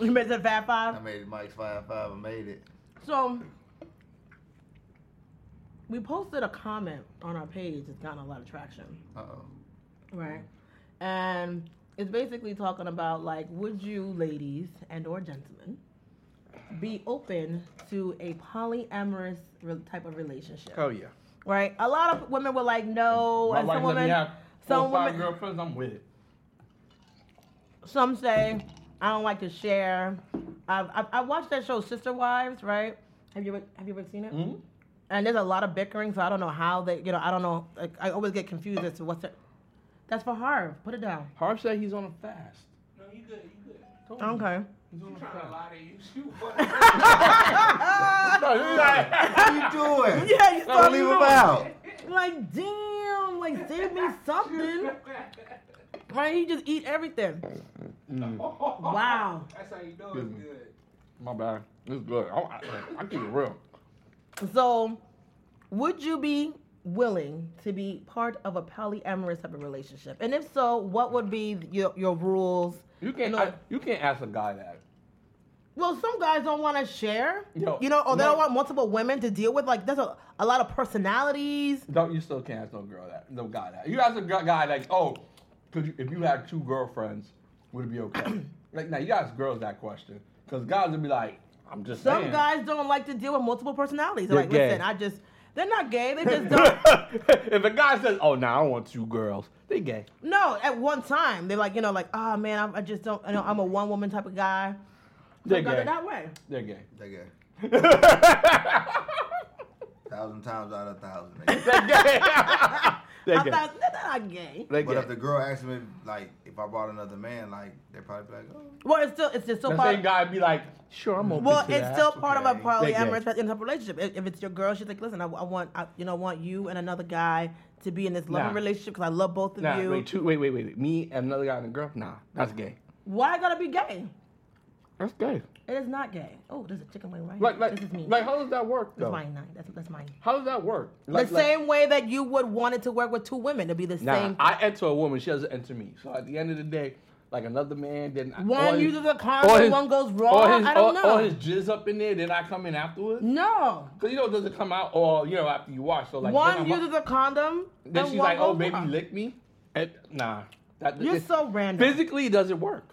[SPEAKER 4] You made the Fab Five.
[SPEAKER 3] I made it. Mike's Fab Five. I made it.
[SPEAKER 4] So we posted a comment on our page that's gotten a lot of traction,
[SPEAKER 3] Uh oh.
[SPEAKER 4] right? And it's basically talking about like, would you ladies and or gentlemen be open to a polyamorous re- type of relationship?
[SPEAKER 2] Oh yeah.
[SPEAKER 4] Right? A lot of women were like, no,
[SPEAKER 2] My
[SPEAKER 4] and
[SPEAKER 2] wife
[SPEAKER 4] some
[SPEAKER 2] let me
[SPEAKER 4] women,
[SPEAKER 2] have four
[SPEAKER 4] some
[SPEAKER 2] or five
[SPEAKER 4] women,
[SPEAKER 2] girlfriends. I'm with it.
[SPEAKER 4] some say I don't like to share. I've, I've I watched that show Sister Wives, right? Have you ever, have you ever seen it?
[SPEAKER 3] Hmm?
[SPEAKER 2] Mhm.
[SPEAKER 4] And there's a lot of bickering, so I don't know how they, you know, I don't know. Like, I always get confused as to what's it. That's for Harv. Put it down.
[SPEAKER 2] Harv said he's on a fast.
[SPEAKER 3] [laughs]
[SPEAKER 6] No, you good. You good.
[SPEAKER 2] Told you,
[SPEAKER 4] Okay.
[SPEAKER 2] He's on
[SPEAKER 6] I'm
[SPEAKER 2] a
[SPEAKER 6] trying to
[SPEAKER 2] fast.
[SPEAKER 6] lie to you. [laughs]
[SPEAKER 7] [laughs]
[SPEAKER 6] You
[SPEAKER 3] [laughs] what are [laughs] you
[SPEAKER 4] [laughs]
[SPEAKER 3] doing?
[SPEAKER 4] Yeah, you
[SPEAKER 3] Don't
[SPEAKER 4] start
[SPEAKER 3] leave him out.
[SPEAKER 4] like, damn, like save me something, right? You just eat everything. [laughs] Wow.
[SPEAKER 6] That's how you know it's good.
[SPEAKER 2] My bad. It's good. I, I, I keep it real.
[SPEAKER 4] So, would you be willing to be part of a polyamorous type of relationship? And if so, what would be your, your rules?
[SPEAKER 2] You can't.
[SPEAKER 4] No.
[SPEAKER 2] I- you can't ask a guy that.
[SPEAKER 4] Well, some guys don't want to share,
[SPEAKER 2] Yo,
[SPEAKER 4] you know, or they
[SPEAKER 2] no.
[SPEAKER 4] don't want multiple women to deal with. Like, there's a, a lot of personalities.
[SPEAKER 2] Don't you still can't ask no girl that. No guy that. You ask a gu- guy like, oh, could you if you had two girlfriends, would it be okay?
[SPEAKER 3] [clears throat]
[SPEAKER 2] like now you ask girls that question because guys would be like, I'm just
[SPEAKER 4] Some
[SPEAKER 2] saying. [laughs]
[SPEAKER 4] guys don't like to deal with multiple personalities. They're
[SPEAKER 2] They're
[SPEAKER 4] like,
[SPEAKER 2] gay.
[SPEAKER 4] listen, I just, they're not gay.
[SPEAKER 2] [laughs]
[SPEAKER 4] They just don't.
[SPEAKER 2] if a guy says, "Oh, no, I don't want two girls," they gay.
[SPEAKER 4] no, at one time, they're like, you know, like, oh man, I, I just don't, you know, I'm a one woman type of guy.
[SPEAKER 2] They're
[SPEAKER 4] Some guys
[SPEAKER 2] gay.
[SPEAKER 4] are that way.
[SPEAKER 2] They're
[SPEAKER 4] [laughs]
[SPEAKER 2] gay.
[SPEAKER 3] They got [laughs]
[SPEAKER 2] They're
[SPEAKER 3] thousand times out of a [laughs] thousand. they got-
[SPEAKER 2] gay. They're
[SPEAKER 4] I
[SPEAKER 2] gay.
[SPEAKER 4] thought, they're not gay.
[SPEAKER 2] They're
[SPEAKER 3] But if
[SPEAKER 2] gay.
[SPEAKER 3] the girl asks me like if I brought another man, like they probably be like, oh,
[SPEAKER 4] Well, it's still, it's just still
[SPEAKER 2] The
[SPEAKER 4] part
[SPEAKER 2] same guy be like, "Sure, I'm open."
[SPEAKER 4] Well,
[SPEAKER 2] to
[SPEAKER 4] it's
[SPEAKER 2] that."
[SPEAKER 4] still part of a
[SPEAKER 3] okay.
[SPEAKER 4] polyamorous type of relationship. If, if it's your girl, she's like, listen, I, I want, I, you know, I want you and another guy to be in this loving
[SPEAKER 2] Nah.
[SPEAKER 4] relationship because I love both of
[SPEAKER 2] Nah,
[SPEAKER 4] you.
[SPEAKER 2] wait, two, wait, wait, wait, wait. Me and another guy and a girl. Nah, that's gay.
[SPEAKER 4] Why I gotta be gay?
[SPEAKER 2] That's gay.
[SPEAKER 4] It is not gay. Oh, there's a chicken wing right
[SPEAKER 2] Like,
[SPEAKER 4] here.
[SPEAKER 2] like,
[SPEAKER 4] this is me.
[SPEAKER 2] like, how does that work?
[SPEAKER 4] that's
[SPEAKER 2] though?
[SPEAKER 4] mine. Nine. That's that's mine.
[SPEAKER 2] How does that work? Like,
[SPEAKER 4] the
[SPEAKER 2] like-
[SPEAKER 4] same way that you would want it to work with two women to be the
[SPEAKER 2] Nah,
[SPEAKER 4] same.
[SPEAKER 2] I enter a woman, she doesn't enter me. So at the end of the day, like another man, then I-
[SPEAKER 4] One
[SPEAKER 2] or his-
[SPEAKER 4] uses a condom,
[SPEAKER 2] or his-
[SPEAKER 4] one goes raw.
[SPEAKER 2] or his-
[SPEAKER 4] I don't
[SPEAKER 2] or-
[SPEAKER 4] know.
[SPEAKER 2] Or his jizz up in there, then I come in afterwards.
[SPEAKER 4] no.
[SPEAKER 2] Cause you know it doesn't come out all you know after you wash. So like
[SPEAKER 4] one
[SPEAKER 2] then, I'm-
[SPEAKER 4] uses a condom.
[SPEAKER 2] then
[SPEAKER 4] and
[SPEAKER 2] she's
[SPEAKER 4] one
[SPEAKER 2] like, "Oh,
[SPEAKER 4] goes
[SPEAKER 2] baby,
[SPEAKER 4] raw.
[SPEAKER 2] lick me." And, nah, that,
[SPEAKER 4] You're
[SPEAKER 2] it-
[SPEAKER 4] so random.
[SPEAKER 2] Physically, it doesn't work.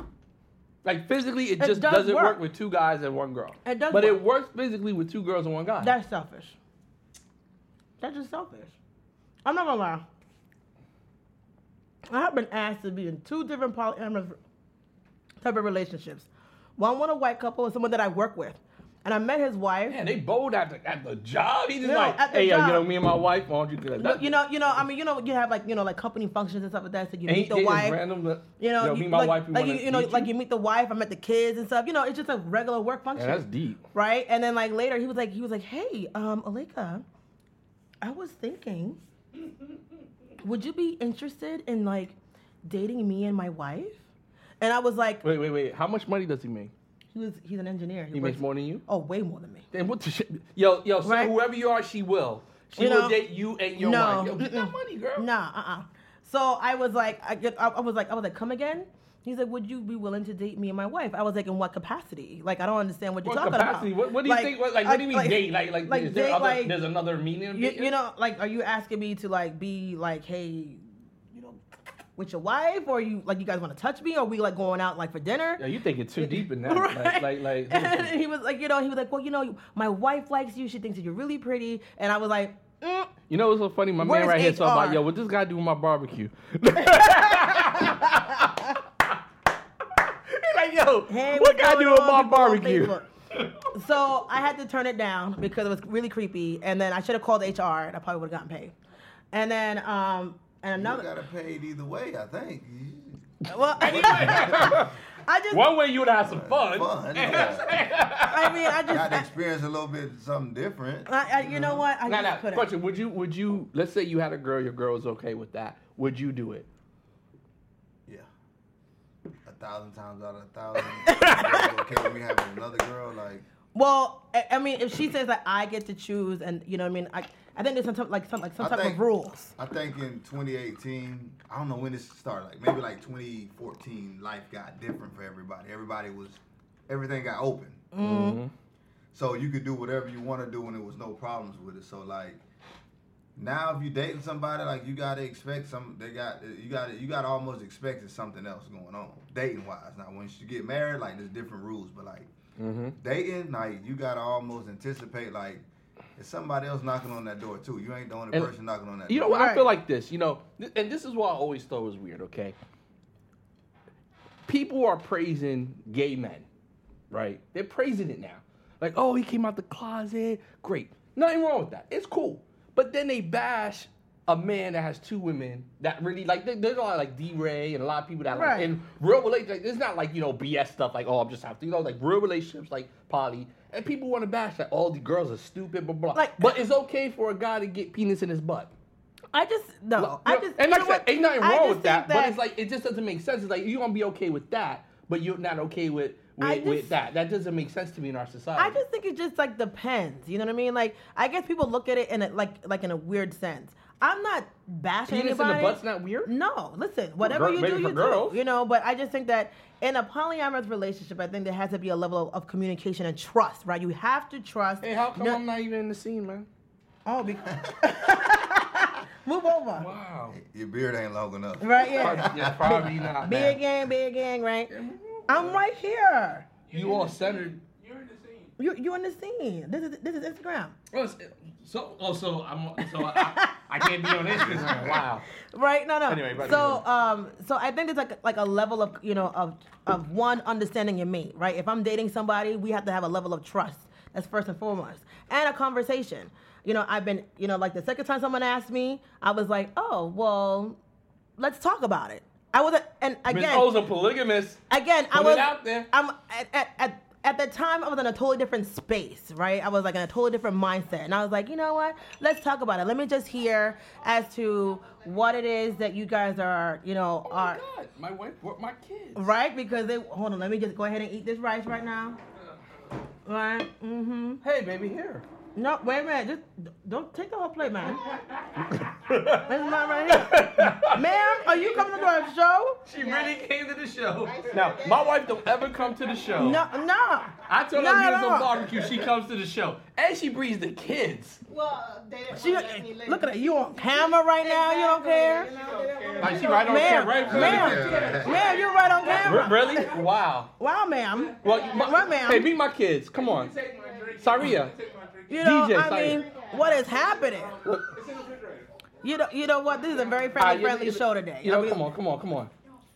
[SPEAKER 2] Like physically, it,
[SPEAKER 4] It
[SPEAKER 2] just
[SPEAKER 4] does
[SPEAKER 2] does not work.
[SPEAKER 4] work.
[SPEAKER 2] with two guys and one girl.
[SPEAKER 4] It does
[SPEAKER 2] but
[SPEAKER 4] work.
[SPEAKER 2] it works physically with two girls and one guy.
[SPEAKER 4] That's selfish. That's just selfish. I'm not gonna lie. I have been asked to be in two different polyamorous type of relationships. One with a white couple and someone that I work with. And I met his wife.
[SPEAKER 2] Man, they bold at the at the job. He just
[SPEAKER 4] No, at
[SPEAKER 2] like,
[SPEAKER 4] the
[SPEAKER 2] hey, yo,
[SPEAKER 4] job.
[SPEAKER 2] you know, me and my wife, why don't you do that?
[SPEAKER 4] Look, you know, you know, I mean, you know, you have like, you know, like company functions and stuff like that. So you
[SPEAKER 2] and he,
[SPEAKER 4] meet the
[SPEAKER 2] they just
[SPEAKER 4] wife.
[SPEAKER 2] random. Look,
[SPEAKER 4] You know,
[SPEAKER 2] yo, me
[SPEAKER 4] you,
[SPEAKER 2] and my
[SPEAKER 4] like,
[SPEAKER 2] wife, we
[SPEAKER 4] like you,
[SPEAKER 2] wanna
[SPEAKER 4] you know,
[SPEAKER 2] meet
[SPEAKER 4] like you meet the wife. I met the kids and stuff. You know, it's just a regular work function.
[SPEAKER 2] Yeah, that's deep.
[SPEAKER 4] right? And then like later, he was like, he was like, hey, um, Aleka, I was thinking, would you be interested in like dating me and my wife? And I was like,
[SPEAKER 2] Wait, wait, wait. How much money does he make?
[SPEAKER 4] he was he's an engineer.
[SPEAKER 2] He makes more than you.
[SPEAKER 4] Oh, way more than me.
[SPEAKER 2] Then what the shit? Yo, yo, so
[SPEAKER 4] Right.
[SPEAKER 2] whoever you are, she will. She
[SPEAKER 4] You
[SPEAKER 2] will
[SPEAKER 4] know,
[SPEAKER 2] date you and your
[SPEAKER 4] no,
[SPEAKER 2] wife. Yo, get that
[SPEAKER 4] mm-mm.
[SPEAKER 2] money, girl.
[SPEAKER 4] Nah, uh, uh So I was like, I, get, I, I was like, I was like, come again. He's like, would you be willing to date me and my wife? I was like, in what capacity? Like, I don't understand what you're
[SPEAKER 2] What
[SPEAKER 4] talking
[SPEAKER 2] capacity?
[SPEAKER 4] about.
[SPEAKER 2] What, what do you think? What, like, what do you mean date? Like, like, is there
[SPEAKER 4] date,
[SPEAKER 2] other,
[SPEAKER 4] like-
[SPEAKER 2] there's another meaning. of
[SPEAKER 4] you,
[SPEAKER 2] dating?
[SPEAKER 4] you know, like, are you asking me to like be like, hey, you know, with your wife, or you like, you guys want to touch me, or we like going out like for dinner?
[SPEAKER 2] Yeah, you thinking too deep
[SPEAKER 4] [laughs]
[SPEAKER 2] in that. Like,
[SPEAKER 4] Right. [laughs]
[SPEAKER 2] like, like
[SPEAKER 4] and he was like, you know, he was like, well, you know, my wife likes you. She thinks that you're really pretty, and I was like, mm.
[SPEAKER 2] you know what's so funny? My
[SPEAKER 4] Where's
[SPEAKER 2] man right here talking about,
[SPEAKER 4] HR?
[SPEAKER 2] yo, what this guy do with my barbecue? [laughs] He like, yo,
[SPEAKER 4] Hey,
[SPEAKER 2] what
[SPEAKER 4] what's
[SPEAKER 2] guy
[SPEAKER 4] going
[SPEAKER 2] do with
[SPEAKER 4] on?
[SPEAKER 2] my
[SPEAKER 4] People on
[SPEAKER 2] barbecue?
[SPEAKER 4] Facebook. so I had to turn it down because it was really creepy, and then I should have called HR, and I probably would have gotten paid. And then, um, and
[SPEAKER 3] You
[SPEAKER 4] another,
[SPEAKER 3] gotta pay it either way, I think. You-
[SPEAKER 4] well, I just,
[SPEAKER 2] One way you would have some fun.
[SPEAKER 3] Fun. yeah.
[SPEAKER 4] I mean, I just,
[SPEAKER 3] Gotta
[SPEAKER 4] I,
[SPEAKER 3] experience a little bit something different.
[SPEAKER 4] I, I- you know what? I
[SPEAKER 2] Now,
[SPEAKER 4] just
[SPEAKER 2] now,
[SPEAKER 4] couldn't.
[SPEAKER 2] question: Would you, would you, let's say you had a girl, your girl was okay with that. Would you do it?
[SPEAKER 3] Yeah. A thousand times out of a thousand. [laughs] it's okay with me having another girl, like
[SPEAKER 4] Well, I, I mean, if she says that I get to choose, and you know, what I mean, I, I think there's some type- like some like some
[SPEAKER 3] I
[SPEAKER 4] type
[SPEAKER 3] think-
[SPEAKER 4] of rules.
[SPEAKER 3] I think in 2018, I don't know when this started. Like maybe like 2014, life got different for everybody. Everybody was, everything got open. So you could do whatever you want to do, and there was no problems with it. So like now, if you dating somebody, like you gotta expect some. They got you got to you got to almost expecting something else going on dating wise. Now once you get married, like there's different rules, but like dating, like you gotta almost anticipate like. It's somebody else knocking on that door too. You ain't the only
[SPEAKER 2] And-
[SPEAKER 3] person knocking on that
[SPEAKER 2] You
[SPEAKER 3] door.
[SPEAKER 2] know what? I
[SPEAKER 4] Right.
[SPEAKER 2] feel like this. You know, th- and this is what I always thought was weird. Okay, people are praising gay men, right? They're praising it now. Like, oh, he came out the closet. Great, nothing wrong with that. It's cool. But then they bash a man that has two women that really like. there- There's a lot of, like D Ray and a lot of people that like
[SPEAKER 4] Right.
[SPEAKER 2] in real relationships. It's not like you know BS stuff like oh I'm just have to you know like real relationships like poly. And people want to bash that all the girls are stupid, blah blah.
[SPEAKER 4] Like-
[SPEAKER 2] but it's okay for a guy to get penis in his butt.
[SPEAKER 4] I just no,
[SPEAKER 2] Well,
[SPEAKER 4] I
[SPEAKER 2] you know,
[SPEAKER 4] just
[SPEAKER 2] and
[SPEAKER 4] you
[SPEAKER 2] like
[SPEAKER 4] know
[SPEAKER 2] I said,
[SPEAKER 4] what?
[SPEAKER 2] ain't nothing
[SPEAKER 4] I
[SPEAKER 2] wrong
[SPEAKER 4] just
[SPEAKER 2] with that,
[SPEAKER 4] think
[SPEAKER 2] But it's like it just doesn't make sense. It's like you're gonna be okay with that, but you're not okay with with,
[SPEAKER 4] I just-
[SPEAKER 2] with that. That doesn't make sense to me in our society.
[SPEAKER 4] I just think it just like depends. You know what I mean? Like I guess people look at it in a, like like in a weird sense. I'm not bashing
[SPEAKER 2] penis in
[SPEAKER 4] anybody.
[SPEAKER 2] the butt's not weird.
[SPEAKER 4] No, listen, whatever
[SPEAKER 2] girl-
[SPEAKER 4] you
[SPEAKER 2] maybe
[SPEAKER 4] do,
[SPEAKER 2] for
[SPEAKER 4] you
[SPEAKER 2] girls.
[SPEAKER 4] do. You know, but I just think that in a polyamorous relationship, I think there has to be a level of, of communication and trust, right? You have to trust.
[SPEAKER 2] Hey, how come
[SPEAKER 4] No-
[SPEAKER 2] I'm not even in the scene, man?
[SPEAKER 4] Oh, because [laughs] move over.
[SPEAKER 2] Wow.
[SPEAKER 3] Your beard ain't long enough. [laughs]
[SPEAKER 4] Right, yeah.
[SPEAKER 2] yeah, [laughs] probably not.
[SPEAKER 4] Be a
[SPEAKER 2] Man.
[SPEAKER 4] gang, be a gang, right? I'm right here.
[SPEAKER 2] You all centered.
[SPEAKER 6] You're in the scene.
[SPEAKER 4] You you in the scene. This is this is Instagram.
[SPEAKER 2] Oh, it's- so oh, so I'm so I, I can't be on Instagram. [laughs] Wow.
[SPEAKER 4] Right? No, no.
[SPEAKER 2] Anyway, but-
[SPEAKER 4] so um so I think there's like like a level of you know of of one understanding your mate, right? If I'm dating somebody, we have to have a level of trust. That's first and foremost. And a conversation. You know, I've been, you know, like the second time someone asked me, I was like, "Oh, well, let's talk about it." I wasn't and
[SPEAKER 2] Miss
[SPEAKER 4] again,
[SPEAKER 2] O's a polygamist.
[SPEAKER 4] again, I
[SPEAKER 2] Put
[SPEAKER 4] was
[SPEAKER 2] it out there.
[SPEAKER 4] I'm at at, at at the time I was in a totally different space, right? I was like in a totally different mindset, and I was like, you know what? Let's talk about it. Let me just hear as to what it is that you guys are, you know,
[SPEAKER 2] Oh my
[SPEAKER 4] are
[SPEAKER 2] God, my wife brought my kids.
[SPEAKER 4] right because they hold on. Let me just go ahead and eat this rice right now. Right. Mm-hmm.
[SPEAKER 2] Hey, baby, [laughs] here.
[SPEAKER 4] No, wait a minute. Just d- don't take the whole plate, man. This is not right here. Ma'am, are you coming to our show?
[SPEAKER 5] She really came to the show.
[SPEAKER 2] Now, my wife don't ever come to the show.
[SPEAKER 4] No, no.
[SPEAKER 2] I told her
[SPEAKER 4] Not
[SPEAKER 2] we
[SPEAKER 4] at
[SPEAKER 2] was on
[SPEAKER 4] all.
[SPEAKER 2] barbecue. She comes to the show, and she brings the kids.
[SPEAKER 7] Well, they didn't
[SPEAKER 4] She,
[SPEAKER 7] want to let me live.
[SPEAKER 4] look at her. You on camera right now? You don't care?
[SPEAKER 2] Like she right on
[SPEAKER 4] Ma'am,
[SPEAKER 2] right?
[SPEAKER 4] ma'am, ma'am, you're right on
[SPEAKER 2] Re-
[SPEAKER 4] camera.
[SPEAKER 2] Really? Wow.
[SPEAKER 4] Wow, ma'am.
[SPEAKER 2] Well, you- my,
[SPEAKER 4] Well, ma'am.
[SPEAKER 2] hey, meet my kids. Come on.
[SPEAKER 6] Take my drink.
[SPEAKER 2] Saria.
[SPEAKER 6] Take my drink.
[SPEAKER 4] You know,
[SPEAKER 2] DJ,
[SPEAKER 4] I
[SPEAKER 2] sorry.
[SPEAKER 4] mean, what is happening?
[SPEAKER 6] It's in the refrigerator.
[SPEAKER 4] You know, you know what? This is a very
[SPEAKER 2] Ah,
[SPEAKER 4] friendly,
[SPEAKER 2] you-
[SPEAKER 4] friendly
[SPEAKER 2] you-
[SPEAKER 4] show today.
[SPEAKER 2] You know,
[SPEAKER 4] I mean,
[SPEAKER 2] come on, come on, come on.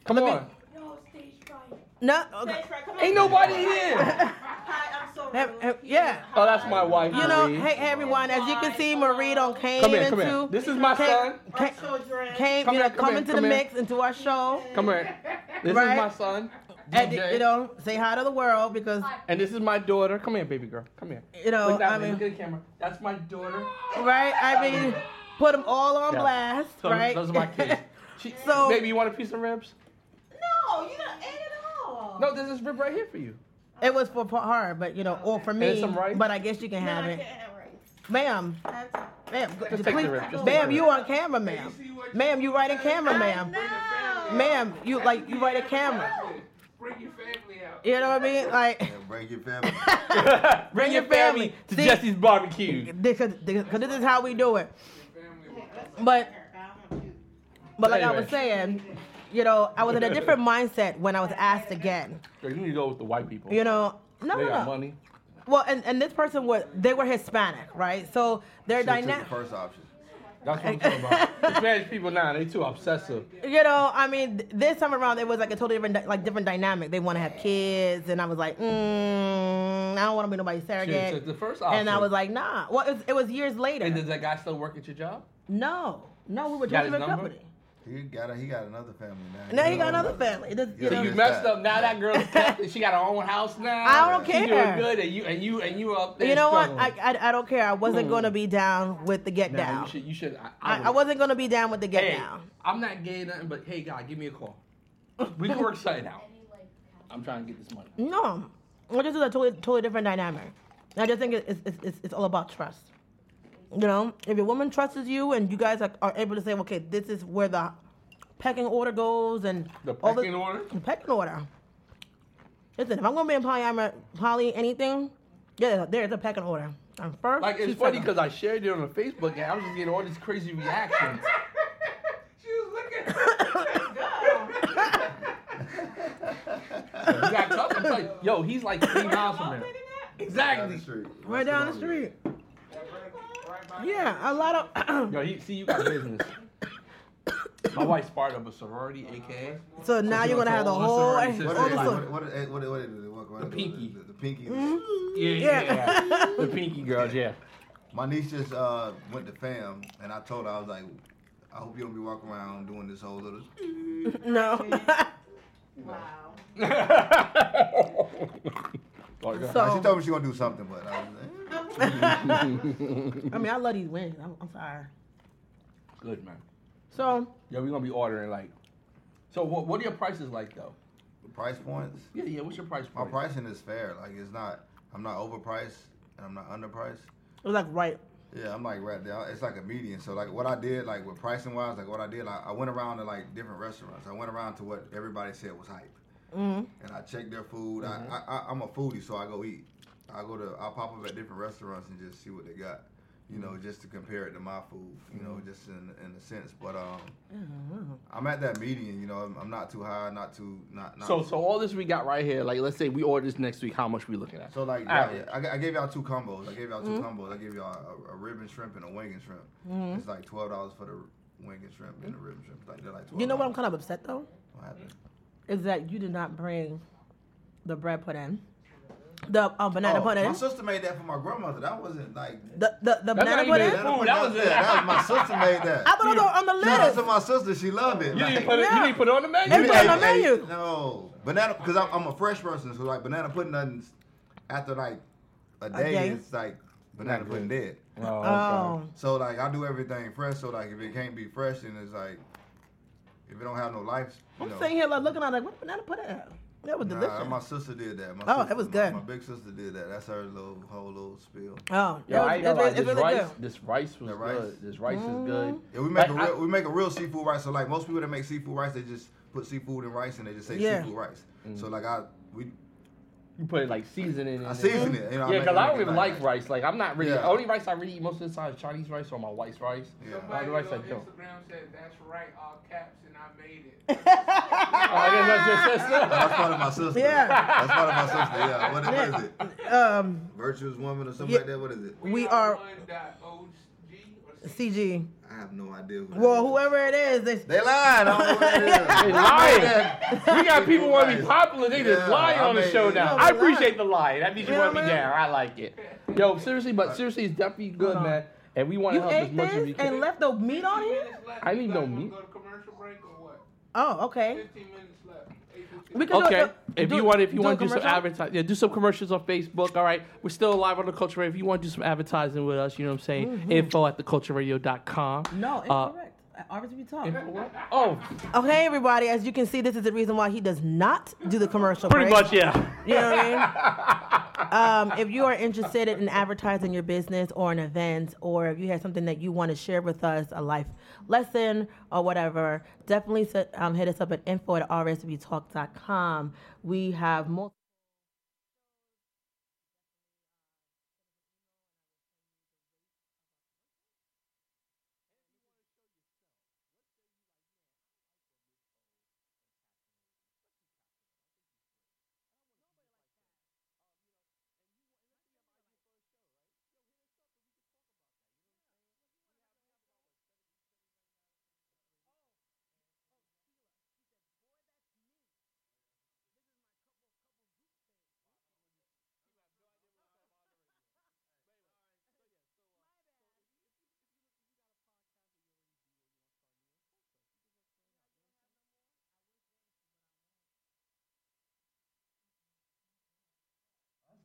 [SPEAKER 2] Come
[SPEAKER 4] Let me-
[SPEAKER 2] on.
[SPEAKER 7] No, stage fright.
[SPEAKER 4] No, okay.
[SPEAKER 7] Stage fright. Come on.
[SPEAKER 2] Ain't nobody here.
[SPEAKER 7] Hi, I'm so
[SPEAKER 4] Hey, hey,
[SPEAKER 7] rude.
[SPEAKER 4] yeah.
[SPEAKER 2] Oh, that's my wife.
[SPEAKER 4] You know,
[SPEAKER 2] Marie.
[SPEAKER 4] hey everyone, as you can see, Marie don't came
[SPEAKER 2] Come here,
[SPEAKER 4] into
[SPEAKER 2] come here. This is my
[SPEAKER 4] came,
[SPEAKER 2] son.
[SPEAKER 7] Our children.
[SPEAKER 4] Came,
[SPEAKER 2] Come
[SPEAKER 4] you know,
[SPEAKER 2] here, come
[SPEAKER 4] come
[SPEAKER 2] here,
[SPEAKER 4] into
[SPEAKER 2] come
[SPEAKER 4] the
[SPEAKER 2] here.
[SPEAKER 4] mix, into our show.
[SPEAKER 2] Come here. This
[SPEAKER 4] Right?
[SPEAKER 2] is my son.
[SPEAKER 4] And,
[SPEAKER 2] DJ.
[SPEAKER 4] you know, say hi to the world because
[SPEAKER 2] And this is my daughter. Come here, baby girl. Come here.
[SPEAKER 4] you know,
[SPEAKER 2] Look that
[SPEAKER 4] Oh, I
[SPEAKER 2] way.
[SPEAKER 4] mean,
[SPEAKER 2] Look at the camera. That's my daughter.
[SPEAKER 4] right? I mean, put them all on
[SPEAKER 2] Yeah.
[SPEAKER 4] blast,
[SPEAKER 2] So
[SPEAKER 4] right?
[SPEAKER 2] Those are my
[SPEAKER 4] [laughs]
[SPEAKER 2] kids. She,
[SPEAKER 4] So-
[SPEAKER 2] baby, you want a piece of ribs?
[SPEAKER 7] No, you done ate it all.
[SPEAKER 2] No, there's this rib right here for you.
[SPEAKER 4] it was for pa- her, but you know, or for me.
[SPEAKER 2] some rice?
[SPEAKER 4] But I guess you can
[SPEAKER 7] No,
[SPEAKER 4] have
[SPEAKER 7] I
[SPEAKER 4] it,
[SPEAKER 7] can't have rice.
[SPEAKER 4] ma'am.
[SPEAKER 7] I have to.
[SPEAKER 4] Ma'am,
[SPEAKER 2] Just
[SPEAKER 4] please,
[SPEAKER 2] take the rib. Just take
[SPEAKER 4] ma'am,
[SPEAKER 2] the
[SPEAKER 4] you
[SPEAKER 2] rib.
[SPEAKER 4] on camera, ma'am.
[SPEAKER 6] You see what
[SPEAKER 4] Ma'am, you right in camera, ma'am.
[SPEAKER 7] No.
[SPEAKER 4] Ma'am, you like you right in camera.
[SPEAKER 6] Bring your family out.
[SPEAKER 4] You know what I mean? Like. [laughs]
[SPEAKER 3] Yeah, bring your family.
[SPEAKER 2] [laughs] Bring,
[SPEAKER 4] Bring
[SPEAKER 2] your
[SPEAKER 4] your
[SPEAKER 2] family,
[SPEAKER 4] family.
[SPEAKER 2] to
[SPEAKER 4] See-
[SPEAKER 2] Jesse's barbecue.
[SPEAKER 4] because this is how we do it.
[SPEAKER 6] Family will
[SPEAKER 4] But but like I
[SPEAKER 2] Anyway.
[SPEAKER 4] was saying, you know, I was in a different mindset when I was asked again.
[SPEAKER 2] Girl, you need to go with the white people.
[SPEAKER 4] You know, no,
[SPEAKER 2] they
[SPEAKER 4] no,
[SPEAKER 2] got
[SPEAKER 4] no.
[SPEAKER 2] money.
[SPEAKER 4] Well, and, and this person was they were Hispanic, right? So their
[SPEAKER 3] Should've took
[SPEAKER 4] dynamic,
[SPEAKER 3] the first option.
[SPEAKER 2] That's what I'm talking
[SPEAKER 4] [laughs]
[SPEAKER 2] about. The Spanish people now, they too obsessive.
[SPEAKER 4] you know, I mean, th- this time around it was like a totally different dy- like different dynamic. They want to have kids, and I was like, mm, I don't want to be nobody's
[SPEAKER 2] Shit,
[SPEAKER 4] surrogate.
[SPEAKER 2] took the first option.
[SPEAKER 4] And I was like, nah. Well, it was, it was years later.
[SPEAKER 2] and does that guy still work at your job?
[SPEAKER 4] no, no, we were
[SPEAKER 2] Got
[SPEAKER 4] just
[SPEAKER 2] his
[SPEAKER 4] in a
[SPEAKER 2] number?
[SPEAKER 4] company.
[SPEAKER 3] He got a, he got another family now.
[SPEAKER 4] Now he got another
[SPEAKER 3] [laughs]
[SPEAKER 4] family. It doesn't- you
[SPEAKER 3] Yeah,
[SPEAKER 4] know-
[SPEAKER 2] You
[SPEAKER 3] Yes,
[SPEAKER 2] messed
[SPEAKER 3] that.
[SPEAKER 2] up. Now that
[SPEAKER 4] [laughs]
[SPEAKER 2] girl's Catholic. She got her own house now.
[SPEAKER 4] I don't
[SPEAKER 2] She
[SPEAKER 4] care.
[SPEAKER 2] doing good, and you and you and you up there.
[SPEAKER 4] You know what?
[SPEAKER 2] struggling.
[SPEAKER 4] I, I, I don't care. I wasn't going to be down with the get
[SPEAKER 2] Hmm. Nah,
[SPEAKER 4] down.
[SPEAKER 2] You should. You should. I,
[SPEAKER 4] I,
[SPEAKER 2] would-
[SPEAKER 4] I wasn't going to be down with the get
[SPEAKER 2] Hey,
[SPEAKER 4] down.
[SPEAKER 2] I'm not gay or nothing, but hey, God, give me a call. We can work something out. I'm trying to get
[SPEAKER 4] [laughs]
[SPEAKER 2] this money.
[SPEAKER 4] No. Well, this is a totally, totally different dynamic. I just think it- it's, it's, it's, it's all about trust. You know, if your woman trusts you and you guys are, are able to say, okay, this is where the pecking order goes and
[SPEAKER 2] The
[SPEAKER 4] all
[SPEAKER 2] pecking order?
[SPEAKER 4] The pecking order. Listen, if I'm going to be in polyamory, poly anything, yeah, there's a pecking order. I'm first.
[SPEAKER 2] Like it's
[SPEAKER 4] she's
[SPEAKER 2] funny
[SPEAKER 4] second.
[SPEAKER 2] because I shared it on Facebook and I was just getting all these crazy reactions.
[SPEAKER 6] She was
[SPEAKER 7] [laughs]
[SPEAKER 6] looking at
[SPEAKER 2] you [laughs] got couples like, yo, he's like three miles from there.
[SPEAKER 3] Down
[SPEAKER 2] Exactly.
[SPEAKER 3] the street.
[SPEAKER 4] right down the street. Yeah, a lot of. [clears throat]
[SPEAKER 2] Yo, he, see, you got
[SPEAKER 3] [coughs]
[SPEAKER 2] business. My wife's part of a sorority, aka.
[SPEAKER 4] So now
[SPEAKER 2] she
[SPEAKER 4] you're
[SPEAKER 2] wants
[SPEAKER 4] gonna have the
[SPEAKER 2] all the
[SPEAKER 4] whole.
[SPEAKER 2] sorority
[SPEAKER 4] all
[SPEAKER 2] sisters.
[SPEAKER 3] What
[SPEAKER 4] the
[SPEAKER 3] is
[SPEAKER 2] Like,
[SPEAKER 4] sor-
[SPEAKER 3] it? What is it? What is it? What is it? What- what-
[SPEAKER 2] The pinky.
[SPEAKER 3] The, the pinky.
[SPEAKER 4] Mm-hmm.
[SPEAKER 2] Yeah, yeah,
[SPEAKER 4] Yeah.
[SPEAKER 2] yeah. the pinky girls, [laughs] yeah.
[SPEAKER 3] My niece just uh, went to fam, and I told her I was like, I hope you don't be walking around doing this whole little.
[SPEAKER 4] [laughs] No.
[SPEAKER 7] Wow.
[SPEAKER 2] Oh, God.
[SPEAKER 3] Like, she
[SPEAKER 4] so
[SPEAKER 3] told me she gonna do something, but I was like, eh.
[SPEAKER 4] I mean, I love these wings. I'm, I'm sorry.
[SPEAKER 2] Good man.
[SPEAKER 4] So
[SPEAKER 2] Yeah, we're gonna be ordering like. So what? What are your prices like though?
[SPEAKER 3] the eh, price points.
[SPEAKER 2] Yeah, yeah. What's your price
[SPEAKER 3] My
[SPEAKER 2] point?
[SPEAKER 3] pricing is fair. Like it's not. I'm not overpriced, and I'm not underpriced.
[SPEAKER 4] it was like right.
[SPEAKER 3] Yeah, I'm like right there. It's like a median. So like what I did, like with pricing wise, like what I did, like, I went around to like different restaurants. I went around to what everybody said was hype,
[SPEAKER 4] Mhm.
[SPEAKER 3] and I checked their food. I, I, I I'm a foodie, so I go eat. I go to I pop up at different restaurants and just see what they got, you know, just to compare it to my food, you know, just in in a sense. But um, I'm at that median. You know, I'm, I'm not too high, not too not not.
[SPEAKER 2] So so all this we got right here. Like let's say we order this next week. How much we looking at?
[SPEAKER 3] So like,
[SPEAKER 2] Average.
[SPEAKER 3] I, I gave y'all two combos. I gave y'all 2
[SPEAKER 4] Mm-hmm.
[SPEAKER 3] combos. I gave y'all a, a ribbon shrimp and a wing and shrimp. It's like twelve dollars for the wing and shrimp and the ribbon shrimp. Like they're like twelve.
[SPEAKER 4] You know what I'm kind of upset though
[SPEAKER 3] What happened?
[SPEAKER 4] is that you did not bring the bread pudding, the um, banana
[SPEAKER 3] Oh,
[SPEAKER 4] pudding,
[SPEAKER 3] My sister made that for my grandmother. That wasn't like.
[SPEAKER 4] the the, the
[SPEAKER 2] That's
[SPEAKER 4] banana
[SPEAKER 2] how you do
[SPEAKER 4] pudding.
[SPEAKER 2] it.
[SPEAKER 3] banana
[SPEAKER 2] Ooh,
[SPEAKER 3] pudding
[SPEAKER 2] that
[SPEAKER 3] out
[SPEAKER 2] was
[SPEAKER 3] there.
[SPEAKER 2] it.
[SPEAKER 3] That was my sister made
[SPEAKER 4] [laughs]
[SPEAKER 3] that.
[SPEAKER 4] I thought it was on the
[SPEAKER 3] Shout out
[SPEAKER 4] list.
[SPEAKER 3] to my sister. She loved it.
[SPEAKER 2] You
[SPEAKER 3] Like,
[SPEAKER 2] didn't put it. You
[SPEAKER 4] yeah.
[SPEAKER 2] didn't put it on the menu.
[SPEAKER 4] They
[SPEAKER 3] you
[SPEAKER 4] put it on the
[SPEAKER 3] ate- ate-
[SPEAKER 4] menu.
[SPEAKER 3] No banana, because I'm, I'm a fresh person, so like banana pudding doesn't. After like a day,
[SPEAKER 4] day?
[SPEAKER 3] it's like banana
[SPEAKER 2] Not
[SPEAKER 3] pudding dead.
[SPEAKER 2] Oh, okay.
[SPEAKER 4] Oh,
[SPEAKER 3] So like I do everything fresh. So like if it can't be fresh, then it's like if it don't have no life. You
[SPEAKER 4] I'm
[SPEAKER 3] know,
[SPEAKER 4] sitting here like looking at it, like what banana pudding? That was delicious.
[SPEAKER 3] Nah, my sister did that. My
[SPEAKER 4] Oh,
[SPEAKER 3] sister,
[SPEAKER 4] it was
[SPEAKER 3] my-
[SPEAKER 4] good.
[SPEAKER 3] My, big sister did that. That's her little whole little spill.
[SPEAKER 4] oh,
[SPEAKER 2] Yeah, I
[SPEAKER 4] that
[SPEAKER 2] ain't
[SPEAKER 4] was,
[SPEAKER 2] gonna
[SPEAKER 4] that's
[SPEAKER 2] lie.
[SPEAKER 4] really,
[SPEAKER 2] This
[SPEAKER 4] it's really
[SPEAKER 2] rice,
[SPEAKER 4] good. Mm-hmm.
[SPEAKER 2] this rice was
[SPEAKER 3] The rice.
[SPEAKER 2] good. This rice is good.
[SPEAKER 3] Yeah, we make
[SPEAKER 2] Like,
[SPEAKER 3] a
[SPEAKER 2] I-
[SPEAKER 3] real, we make a real seafood rice. So like most people that make seafood rice, they just put seafood in rice and they just say
[SPEAKER 4] Yeah.
[SPEAKER 3] seafood rice.
[SPEAKER 2] Mm.
[SPEAKER 3] So like I we
[SPEAKER 2] you put like seasoning. In
[SPEAKER 3] I
[SPEAKER 2] it.
[SPEAKER 3] season it. You know,
[SPEAKER 2] Yeah,
[SPEAKER 3] make
[SPEAKER 2] because
[SPEAKER 3] it
[SPEAKER 2] I don't
[SPEAKER 3] look
[SPEAKER 2] even like rice. Like I'm not really.
[SPEAKER 3] Yeah.
[SPEAKER 2] The only rice I really eat most of the time is Chinese rice or my white rice.
[SPEAKER 3] Yeah.
[SPEAKER 6] Somebody
[SPEAKER 2] Why
[SPEAKER 6] on
[SPEAKER 2] do I say don't?
[SPEAKER 6] Instagram said, that's right, all caps, and I made it.
[SPEAKER 2] Oh, I guess that's just- that's-
[SPEAKER 3] That's [laughs] part of my sister.
[SPEAKER 4] Yeah.
[SPEAKER 3] That's part of my sister. Yeah. What, what is
[SPEAKER 4] [laughs]
[SPEAKER 3] it?
[SPEAKER 4] Um,
[SPEAKER 3] Virtuous woman or something
[SPEAKER 4] Yeah.
[SPEAKER 3] like that? What is it?
[SPEAKER 4] We are-
[SPEAKER 6] one dot OG or
[SPEAKER 4] CG.
[SPEAKER 3] I have no idea. who that
[SPEAKER 4] Well,
[SPEAKER 3] is.
[SPEAKER 4] whoever it is, they,
[SPEAKER 3] They lying. I don't know what it is.
[SPEAKER 2] They lying. We got
[SPEAKER 3] Seafood
[SPEAKER 2] people want to be
[SPEAKER 3] rice.
[SPEAKER 2] popular. They just
[SPEAKER 3] Yeah,
[SPEAKER 2] lying
[SPEAKER 3] I
[SPEAKER 2] on the
[SPEAKER 3] mean,
[SPEAKER 2] show
[SPEAKER 3] you
[SPEAKER 2] now.
[SPEAKER 4] know,
[SPEAKER 2] I
[SPEAKER 4] we
[SPEAKER 2] appreciate the lie. That means you
[SPEAKER 4] You
[SPEAKER 2] want
[SPEAKER 4] know,
[SPEAKER 2] me
[SPEAKER 4] man.
[SPEAKER 2] down. I like it. Yo, seriously, but seriously, it's definitely good,
[SPEAKER 4] Hold on.
[SPEAKER 2] man. And we want to
[SPEAKER 4] you
[SPEAKER 2] help as
[SPEAKER 4] ate
[SPEAKER 2] much as we
[SPEAKER 4] this and
[SPEAKER 2] can.
[SPEAKER 4] left the meat on here.
[SPEAKER 2] I need no meat.
[SPEAKER 6] Go to commercial break or what?
[SPEAKER 4] Oh, okay.
[SPEAKER 6] 15 minutes left. Eight fifteen.
[SPEAKER 4] We can do
[SPEAKER 2] Okay,
[SPEAKER 4] it-
[SPEAKER 2] if
[SPEAKER 4] do-
[SPEAKER 2] you want, if you
[SPEAKER 4] do
[SPEAKER 2] want
[SPEAKER 4] a
[SPEAKER 2] to do some
[SPEAKER 4] commercial?
[SPEAKER 2] advertising, yeah, do some commercials on Facebook. All right, we're still live on the Culture Radio. If you want to do some advertising with us, you know what I'm saying. Info at thecultureradio.com.
[SPEAKER 4] Mm-hmm. No,
[SPEAKER 2] Uh,
[SPEAKER 4] incorrect. I RSVP talk.
[SPEAKER 2] info what? Oh,
[SPEAKER 4] Okay, everybody. As you can see, this is the reason why he does not do the commercial.
[SPEAKER 2] pretty
[SPEAKER 4] break.
[SPEAKER 2] much, yeah.
[SPEAKER 4] You know what I mean? [laughs] um, if you are interested in advertising your business or an event, or if you have something that you want to share with us, a life lesson or whatever, definitely se- um, hit us up at info at rsvtalk.com. We have multiple.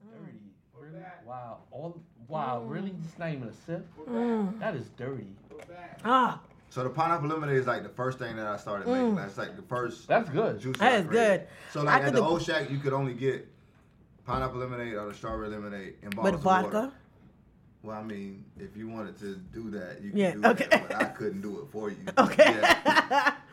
[SPEAKER 2] Dirty. Really? Wow. All wow,
[SPEAKER 4] Mm.
[SPEAKER 2] really? Just not even a sip? That is dirty.
[SPEAKER 4] Ah,
[SPEAKER 3] So the pineapple lemonade is like the first thing that I started making. That's like the first.
[SPEAKER 2] That's good.
[SPEAKER 3] juice.
[SPEAKER 4] Mm. That
[SPEAKER 3] I
[SPEAKER 4] is
[SPEAKER 3] created.
[SPEAKER 4] good.
[SPEAKER 3] So like
[SPEAKER 4] I
[SPEAKER 3] at
[SPEAKER 4] could
[SPEAKER 3] the
[SPEAKER 4] do-
[SPEAKER 3] old shack, you could only get pineapple lemonade or the strawberry lemonade in
[SPEAKER 2] Oh,
[SPEAKER 3] bottles
[SPEAKER 4] with
[SPEAKER 3] of
[SPEAKER 4] vodka.
[SPEAKER 3] water. Well, I mean, if you wanted to do that, you could
[SPEAKER 4] Yeah,
[SPEAKER 3] do
[SPEAKER 4] okay.
[SPEAKER 3] that. But I couldn't do
[SPEAKER 4] [laughs]
[SPEAKER 3] it for you.
[SPEAKER 4] Okay.
[SPEAKER 3] Yeah.
[SPEAKER 4] [laughs]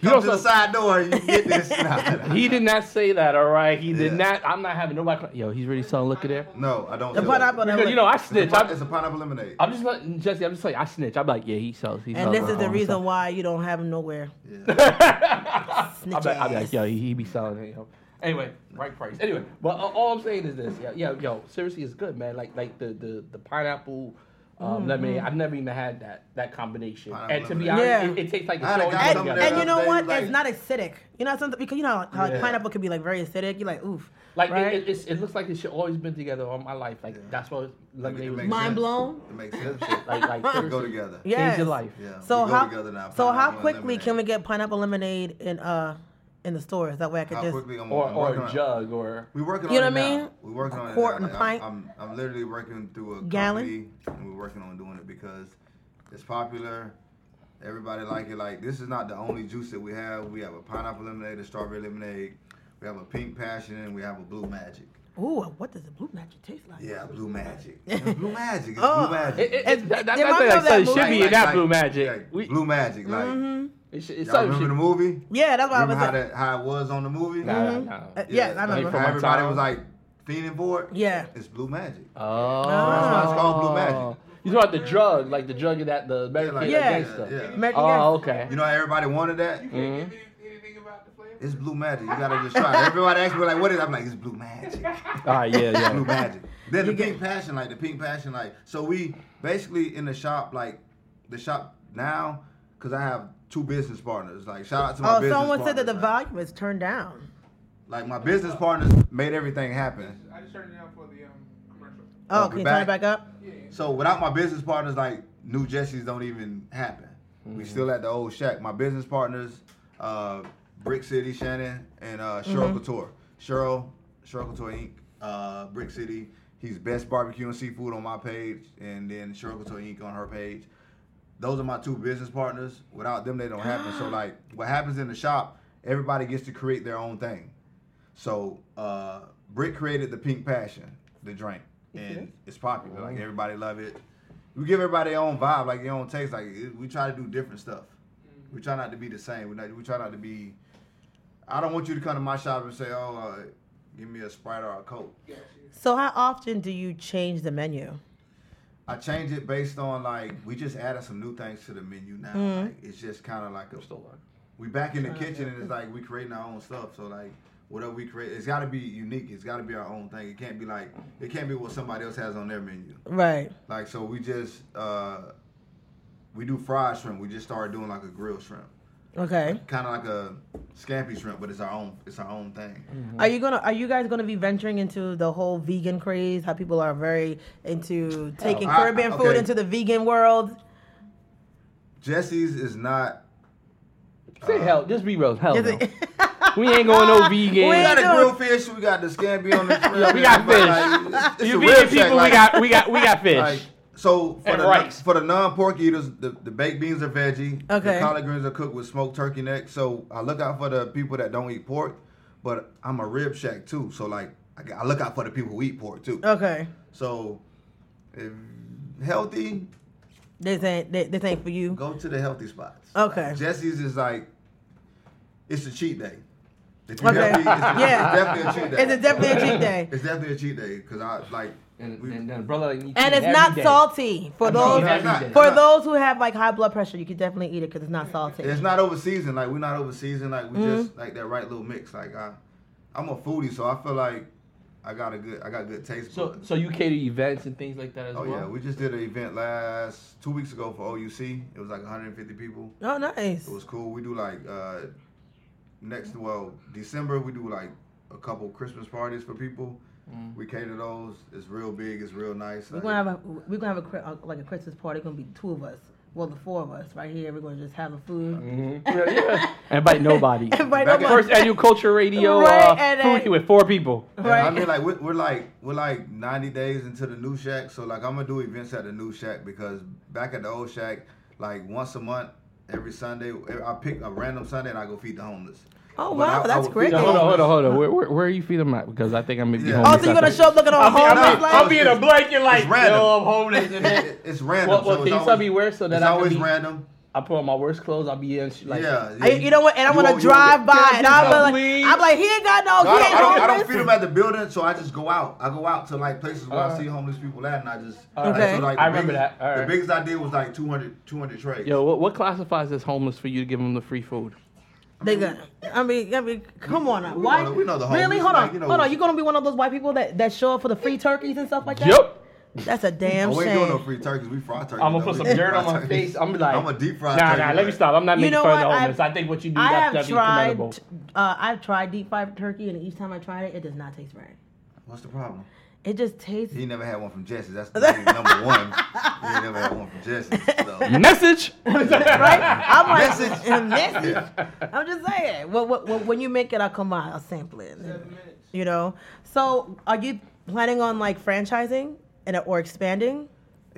[SPEAKER 2] He,
[SPEAKER 3] Come to the
[SPEAKER 2] also,
[SPEAKER 3] side door and you can get this. Nah, nah.
[SPEAKER 2] he did not say that, all right? He did
[SPEAKER 3] Yeah.
[SPEAKER 2] not. I'm not having nobody. cl- Yo, he's really selling. Look at there.
[SPEAKER 3] No, I don't.
[SPEAKER 4] The
[SPEAKER 3] sell it.
[SPEAKER 4] pineapple
[SPEAKER 3] It's
[SPEAKER 2] Because, you know, I
[SPEAKER 3] a
[SPEAKER 2] snitch.
[SPEAKER 3] pine-
[SPEAKER 2] I'm,
[SPEAKER 3] It's a pineapple lemonade.
[SPEAKER 2] I'm just letting Jesse. I'm just like I snitch. I'm like, yeah, he sells. He sells
[SPEAKER 4] And this is the
[SPEAKER 2] alcohol.
[SPEAKER 4] reason why you don't have him nowhere.
[SPEAKER 3] Yeah.
[SPEAKER 4] Snitch
[SPEAKER 2] I'm like, I'm like,
[SPEAKER 4] ass.
[SPEAKER 2] yo, he, he be selling it. Yo. Anyway, right price. Anyway, but uh, all I'm saying is this, yeah, yeah, yo, seriously, it's good, man. Like, like the the the pineapple. Um,
[SPEAKER 4] Mm-hmm.
[SPEAKER 2] lemonade. I've never even had that that combination,
[SPEAKER 3] Pineapple
[SPEAKER 2] and to be
[SPEAKER 4] lemonade.
[SPEAKER 2] honest,
[SPEAKER 4] Yeah.
[SPEAKER 2] it, it tastes like
[SPEAKER 3] I had a
[SPEAKER 2] it's
[SPEAKER 3] guy
[SPEAKER 2] all
[SPEAKER 4] and,
[SPEAKER 3] come
[SPEAKER 2] together.
[SPEAKER 3] there
[SPEAKER 4] and you know
[SPEAKER 3] They
[SPEAKER 4] what?
[SPEAKER 3] like-
[SPEAKER 4] it's not acidic. You know something because you know how, how
[SPEAKER 3] Yeah.
[SPEAKER 4] pineapple can be like very acidic. You're like, oof.
[SPEAKER 2] Like
[SPEAKER 4] right?
[SPEAKER 2] it, it, it's, it looks like it should always been together all my life. Like that's what lemonade
[SPEAKER 3] It
[SPEAKER 2] was.
[SPEAKER 3] makes
[SPEAKER 4] Mind
[SPEAKER 3] sense.
[SPEAKER 4] blown?
[SPEAKER 3] It
[SPEAKER 2] [laughs]
[SPEAKER 3] makes sense. Shit.
[SPEAKER 2] Like like
[SPEAKER 3] They [laughs] go
[SPEAKER 2] seriously,
[SPEAKER 3] together.
[SPEAKER 4] Yeah.
[SPEAKER 2] change your
[SPEAKER 4] Yes.
[SPEAKER 2] life.
[SPEAKER 3] Yeah.
[SPEAKER 4] So
[SPEAKER 3] we
[SPEAKER 4] how
[SPEAKER 3] go together now.
[SPEAKER 4] so how
[SPEAKER 3] pineapple and
[SPEAKER 4] quickly can we
[SPEAKER 3] lemonade.
[SPEAKER 4] get pineapple lemonade in uh in the stores? That way I could
[SPEAKER 3] How
[SPEAKER 4] just
[SPEAKER 3] quickly? I'm,
[SPEAKER 2] Or
[SPEAKER 3] I'm
[SPEAKER 2] or
[SPEAKER 3] working
[SPEAKER 2] a
[SPEAKER 3] on-
[SPEAKER 2] jug or
[SPEAKER 3] We working
[SPEAKER 4] You
[SPEAKER 3] on
[SPEAKER 4] know
[SPEAKER 3] it
[SPEAKER 4] what I
[SPEAKER 3] now.
[SPEAKER 4] mean?
[SPEAKER 3] We working
[SPEAKER 4] A
[SPEAKER 3] on
[SPEAKER 4] quart
[SPEAKER 3] it
[SPEAKER 4] and
[SPEAKER 3] now.
[SPEAKER 4] a
[SPEAKER 3] Like,
[SPEAKER 4] pint.
[SPEAKER 3] I'm, I'm I'm literally working through a
[SPEAKER 4] Gallon.
[SPEAKER 3] company, and we're working on doing it because it's popular. Everybody like it. Like this is not the only juice that we have. We have a pineapple lemonade, a strawberry lemonade. We have a pink passion, and we have a blue magic.
[SPEAKER 4] ooh, uh, what does the blue magic taste like?
[SPEAKER 3] Yeah, blue magic. It's [laughs] blue magic.
[SPEAKER 4] [laughs]
[SPEAKER 3] It's
[SPEAKER 4] Oh.
[SPEAKER 3] blue magic.
[SPEAKER 2] it, it, it, that, that, that
[SPEAKER 4] Remind me
[SPEAKER 2] thing
[SPEAKER 4] of
[SPEAKER 2] like
[SPEAKER 4] that
[SPEAKER 2] something
[SPEAKER 4] movie.
[SPEAKER 2] should be in
[SPEAKER 3] Like-
[SPEAKER 2] that
[SPEAKER 3] like-
[SPEAKER 2] blue magic.
[SPEAKER 3] like
[SPEAKER 2] we,
[SPEAKER 3] blue magic. Like
[SPEAKER 2] it should, it's
[SPEAKER 3] y'all
[SPEAKER 2] something
[SPEAKER 3] remember
[SPEAKER 2] should,
[SPEAKER 3] the movie?
[SPEAKER 4] Yeah, Mm-hmm. that's why I was
[SPEAKER 3] Remember how
[SPEAKER 4] like,
[SPEAKER 3] that how it was on the movie?
[SPEAKER 2] Nah, nah, nah.
[SPEAKER 4] Uh, yes, I
[SPEAKER 3] like,
[SPEAKER 4] remember.
[SPEAKER 2] From
[SPEAKER 3] how
[SPEAKER 2] my
[SPEAKER 3] everybody
[SPEAKER 2] time.
[SPEAKER 3] was like fiending for it.
[SPEAKER 4] Yeah.
[SPEAKER 3] it's blue magic.
[SPEAKER 2] Oh,
[SPEAKER 4] That's why
[SPEAKER 3] it's called Blue Magic.
[SPEAKER 2] You talking about the drug, like the drug of that the American
[SPEAKER 3] like,
[SPEAKER 4] Yeah.
[SPEAKER 2] gangster.
[SPEAKER 3] yeah.
[SPEAKER 4] American
[SPEAKER 2] Oh,
[SPEAKER 4] Gangster.
[SPEAKER 2] okay.
[SPEAKER 3] You know, how everybody wanted that.
[SPEAKER 2] Mm-hmm.
[SPEAKER 6] Can't give any- anything about the flavor?
[SPEAKER 3] It's blue magic. You gotta just try it. Everybody asks me like, "What is?" it? I'm like, "It's blue magic.
[SPEAKER 2] All right, yeah,
[SPEAKER 3] Blue
[SPEAKER 2] yeah.
[SPEAKER 3] magic." Then the pink passion, like the pink passion, like so we basically in the shop, like the shop now, because I have two business partners. Like shout out to my
[SPEAKER 4] Oh,
[SPEAKER 3] business
[SPEAKER 4] someone said that the
[SPEAKER 3] partners, like,
[SPEAKER 4] volume is turned down.
[SPEAKER 3] like my business partners made everything happen.
[SPEAKER 6] I just turned it down for the um, commercial.
[SPEAKER 4] Oh,
[SPEAKER 3] Oh,
[SPEAKER 4] can
[SPEAKER 3] we
[SPEAKER 4] you turn it
[SPEAKER 3] back?
[SPEAKER 4] back up?
[SPEAKER 3] So without my business partners, like new Jessies don't even happen. We still at the old shack. My business partners, uh, Brick City, Shannon, and uh, Cheryl Couture. Cheryl, Cheryl Couture Inc. Uh, Brick City. He's best barbecue and seafood on my page, and then Cheryl Couture Inc. on her page. Those are my two business partners. Without them, they don't happen. so like, what happens in the shop, everybody gets to create their own thing. So uh, Brick created the Pink Passion, the drink, and
[SPEAKER 4] Mhm.
[SPEAKER 3] it's popular. Like everybody love it. We give everybody their own vibe, like their own taste. Like it, we try to do different stuff. We try not to be the same. We not, we try not to be. I don't want you to come to my shop and say, "Oh, uh, give me a sprite or a coke."
[SPEAKER 4] So how often do you change the menu?
[SPEAKER 3] I change it based on like we just added some new things to the menu now.
[SPEAKER 2] Mm-hmm.
[SPEAKER 3] Like, it's just kind of like a
[SPEAKER 2] I'm still on.
[SPEAKER 3] we back in the
[SPEAKER 2] Uh,
[SPEAKER 3] kitchen and it's like we creating our own stuff. So like whatever we create, it's got to be unique. It's got to be our own thing. It can't be like it can't be what somebody else has on their menu.
[SPEAKER 4] Right.
[SPEAKER 3] Like so we just uh we do fried shrimp. We just started doing like a grilled shrimp,
[SPEAKER 4] Okay.
[SPEAKER 3] kind of like a scampi shrimp, but it's our own. It's our own thing.
[SPEAKER 2] Mm-hmm.
[SPEAKER 4] Are you gonna? Are you guys gonna be venturing into the whole vegan craze? How people are very into taking
[SPEAKER 3] Oh, I-
[SPEAKER 4] Caribbean food
[SPEAKER 3] okay.
[SPEAKER 4] into the vegan world?
[SPEAKER 3] Jesse's is not.
[SPEAKER 2] Say hell. Just be real. Hell
[SPEAKER 4] Is
[SPEAKER 2] no.
[SPEAKER 4] it-
[SPEAKER 2] we ain't going no vegan.
[SPEAKER 4] [laughs] We
[SPEAKER 3] We got a
[SPEAKER 4] ain't
[SPEAKER 3] grilled fish. We got the
[SPEAKER 2] [laughs]
[SPEAKER 3] scampi on the shrimp.
[SPEAKER 2] we got
[SPEAKER 3] but,
[SPEAKER 2] fish.
[SPEAKER 3] like, it's- it's
[SPEAKER 2] you
[SPEAKER 3] a
[SPEAKER 2] vegan
[SPEAKER 3] rib shack,
[SPEAKER 2] people, we
[SPEAKER 3] like-
[SPEAKER 2] got we got we got fish.
[SPEAKER 3] Like, so for
[SPEAKER 2] And
[SPEAKER 3] the
[SPEAKER 2] rice.
[SPEAKER 3] for the non pork eaters, the, the baked beans are veggie.
[SPEAKER 4] Okay.
[SPEAKER 3] The collard greens are cooked with smoked turkey neck. So I look out for the people that don't eat pork, but I'm a rib shack too. So like I, got- I look out for the people who eat pork too.
[SPEAKER 4] [laughs] okay.
[SPEAKER 3] So if healthy,
[SPEAKER 4] This ain't thi- this ain't for you.
[SPEAKER 3] go to the healthy spots.
[SPEAKER 4] Okay.
[SPEAKER 3] Jesse's is like it's a cheat day. If you're
[SPEAKER 4] Okay.
[SPEAKER 3] healthy, it's, a-
[SPEAKER 4] [laughs] Yeah.
[SPEAKER 3] it's definitely a cheat day.
[SPEAKER 4] It's a definitely a cheat day,
[SPEAKER 3] It's definitely a cheat day because I like
[SPEAKER 2] and,
[SPEAKER 3] we-
[SPEAKER 2] and, and brother, like, you
[SPEAKER 4] and
[SPEAKER 2] eat
[SPEAKER 4] it's
[SPEAKER 2] every
[SPEAKER 4] not
[SPEAKER 2] day.
[SPEAKER 4] salty for
[SPEAKER 2] No,
[SPEAKER 4] those
[SPEAKER 2] it's not.
[SPEAKER 4] for
[SPEAKER 3] It's not.
[SPEAKER 4] those who have like high blood pressure. You can definitely eat it because it's not salty.
[SPEAKER 3] It's not over season. Like we're not over season. Like we
[SPEAKER 4] Mm-hmm.
[SPEAKER 3] just like that right little mix. Like I, I'm a foodie, so I feel like I got a good, I got good taste.
[SPEAKER 2] So
[SPEAKER 3] buds.
[SPEAKER 2] so you cater events and things like that as
[SPEAKER 3] oh
[SPEAKER 2] well.
[SPEAKER 3] yeah, we just did an event last two weeks ago for OUC. It was like 150 people.
[SPEAKER 4] oh, nice.
[SPEAKER 3] It was cool. We do like uh next well December we do like a couple Christmas parties for people.
[SPEAKER 2] Mm.
[SPEAKER 3] We cater those. It's real big. It's real nice.
[SPEAKER 4] We're
[SPEAKER 3] Like,
[SPEAKER 4] gonna have a we're gonna have a, cri- a like a Christmas party. Gonna be two of us. Well, the four of us right here. We're gonna just have a food.
[SPEAKER 2] Mhm. Yeah,
[SPEAKER 4] [laughs]
[SPEAKER 2] yeah. And bite nobody.
[SPEAKER 4] Invite
[SPEAKER 3] Back
[SPEAKER 2] [laughs]
[SPEAKER 4] nobody.
[SPEAKER 2] First annual culture radio
[SPEAKER 4] Right,
[SPEAKER 2] uh,
[SPEAKER 4] and
[SPEAKER 2] food
[SPEAKER 4] then-
[SPEAKER 2] with four people.
[SPEAKER 3] And I
[SPEAKER 4] Right.
[SPEAKER 3] mean, like we're, we're like we're like 90 days into the new shack, so like I'm gonna do events at the new shack because back at the old shack, like once a month, every Sunday, e, I pick a random Sunday and I go feed
[SPEAKER 2] [laughs]
[SPEAKER 3] the homeless.
[SPEAKER 4] Oh
[SPEAKER 3] But
[SPEAKER 4] wow,
[SPEAKER 3] I- I
[SPEAKER 4] that's
[SPEAKER 3] would-
[SPEAKER 4] great.
[SPEAKER 2] No, hold on, hold on, hold on. Where, where, where are you feeding them at? Because I think I may be
[SPEAKER 3] Yeah.
[SPEAKER 2] homeless.
[SPEAKER 4] Oh, so you're gonna
[SPEAKER 2] after-
[SPEAKER 4] show up looking all
[SPEAKER 2] I'll be, I'll
[SPEAKER 4] homeless
[SPEAKER 2] be,
[SPEAKER 4] like?
[SPEAKER 2] I'll be in a blanket like,
[SPEAKER 3] random.
[SPEAKER 2] yo, I'm homeless.
[SPEAKER 3] It- [laughs] it- it's random.
[SPEAKER 2] Well, well,
[SPEAKER 3] so
[SPEAKER 2] can
[SPEAKER 3] it's
[SPEAKER 2] you
[SPEAKER 3] always,
[SPEAKER 2] tell me where so that
[SPEAKER 3] it's
[SPEAKER 2] I can
[SPEAKER 3] always
[SPEAKER 2] be-
[SPEAKER 3] random.
[SPEAKER 2] I put on my worst clothes. I'll be in sh- like,
[SPEAKER 3] yeah,
[SPEAKER 4] I, you know what? And I'm
[SPEAKER 3] you
[SPEAKER 4] gonna
[SPEAKER 3] won't- you won't
[SPEAKER 4] drive
[SPEAKER 3] get-
[SPEAKER 4] by, and I'll be
[SPEAKER 2] Please.
[SPEAKER 4] like, I'm like, he ain't got no,
[SPEAKER 3] No, I
[SPEAKER 4] he
[SPEAKER 3] don't,
[SPEAKER 4] ain't
[SPEAKER 3] I don't, I
[SPEAKER 4] homeless.
[SPEAKER 3] don't feed them at the building, so I just go out. I go out to like places where I see homeless people at, and I just
[SPEAKER 2] Uh-huh. Okay.
[SPEAKER 3] so, like,
[SPEAKER 2] I
[SPEAKER 3] the
[SPEAKER 2] remember
[SPEAKER 3] biggest-
[SPEAKER 2] that. All
[SPEAKER 3] The
[SPEAKER 2] right.
[SPEAKER 3] biggest I did was like 200, 200 trays.
[SPEAKER 2] yo, what, what classifies as homeless for you to give them the free food?
[SPEAKER 4] They got. I mean, I mean, come on, now.
[SPEAKER 3] we
[SPEAKER 4] Why?
[SPEAKER 3] know the- we know the
[SPEAKER 4] really?
[SPEAKER 3] homeless,
[SPEAKER 4] Hold on,
[SPEAKER 3] like, you know,
[SPEAKER 4] hold on.
[SPEAKER 3] it's-
[SPEAKER 4] You gonna be one of those white people that, that show up for the free turkeys and stuff like that?
[SPEAKER 2] Yep.
[SPEAKER 4] That's a damn
[SPEAKER 3] I ain't
[SPEAKER 4] shame.
[SPEAKER 3] doing no free turkeys. We fry turkeys.
[SPEAKER 2] I'm gonna
[SPEAKER 3] though.
[SPEAKER 2] put some
[SPEAKER 3] We
[SPEAKER 2] dirt
[SPEAKER 3] fry
[SPEAKER 2] on my
[SPEAKER 3] [laughs] turkeys.
[SPEAKER 2] face. I'm like,
[SPEAKER 3] I'm a deep fry.
[SPEAKER 2] Nah,
[SPEAKER 3] turkey,
[SPEAKER 2] nah. Let me
[SPEAKER 3] like-
[SPEAKER 2] stop. I'm not
[SPEAKER 4] You
[SPEAKER 2] making
[SPEAKER 4] know
[SPEAKER 2] fun of
[SPEAKER 4] what?
[SPEAKER 2] the
[SPEAKER 4] I've-
[SPEAKER 2] homeless. I think what you do
[SPEAKER 4] I
[SPEAKER 2] that's
[SPEAKER 4] have
[SPEAKER 2] definitely
[SPEAKER 4] tried.
[SPEAKER 2] [laughs] commendable.
[SPEAKER 4] Uh, I've tried deep fried turkey, and each time I tried it, it does not taste right.
[SPEAKER 3] What's the problem?
[SPEAKER 4] It just tastes.
[SPEAKER 3] He never had one from Jesse. That's the thing, number one. He ain't never had one from Jesse.
[SPEAKER 4] [laughs]
[SPEAKER 3] So.
[SPEAKER 2] Message. Oh,
[SPEAKER 4] right? [laughs] [laughs] I'm like,
[SPEAKER 3] Message.
[SPEAKER 4] a message. I'm just saying. Well, well, well, when you make it, I'll come out. I'll sample it. You know. So, are you planning on like franchising and or expanding?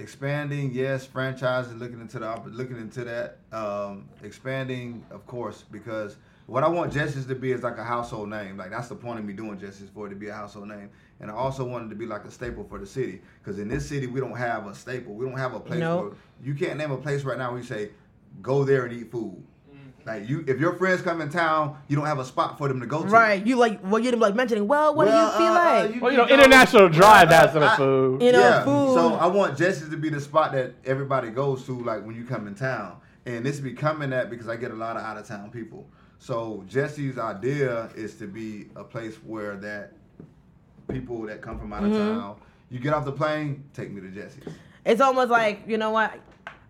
[SPEAKER 3] Expanding, yes. Franchising, looking into the opp- looking into that. Um, expanding, of course, because what I want Jesse's to be is like a household name. Like that's the point of me doing Jesse's for it to be a household name, and I also want it to be like a staple for the city. Because in this city, we don't have a staple. We don't have a place
[SPEAKER 4] Nope.
[SPEAKER 3] where you can't name a place right now where you say, "Go there and eat food." Like you, if your friends come in town, you don't have a spot for them to go to.
[SPEAKER 4] Right. You like well, you're like mentioning. Well, what
[SPEAKER 3] Well,
[SPEAKER 4] do you feel
[SPEAKER 3] uh, uh,
[SPEAKER 4] like?
[SPEAKER 2] Well, you know, international drive has some [laughs]
[SPEAKER 3] I-
[SPEAKER 2] food.
[SPEAKER 4] You know, food.
[SPEAKER 3] So I want Jesse's to be the spot that everybody goes to, like when you come in town. And it's becoming that because I get a lot of out of town people. So Jesse's idea is to be a place where that people that come from out of
[SPEAKER 4] Mm-hmm.
[SPEAKER 3] town, you get off the plane, take me to Jesse's.
[SPEAKER 4] it's almost like you know what.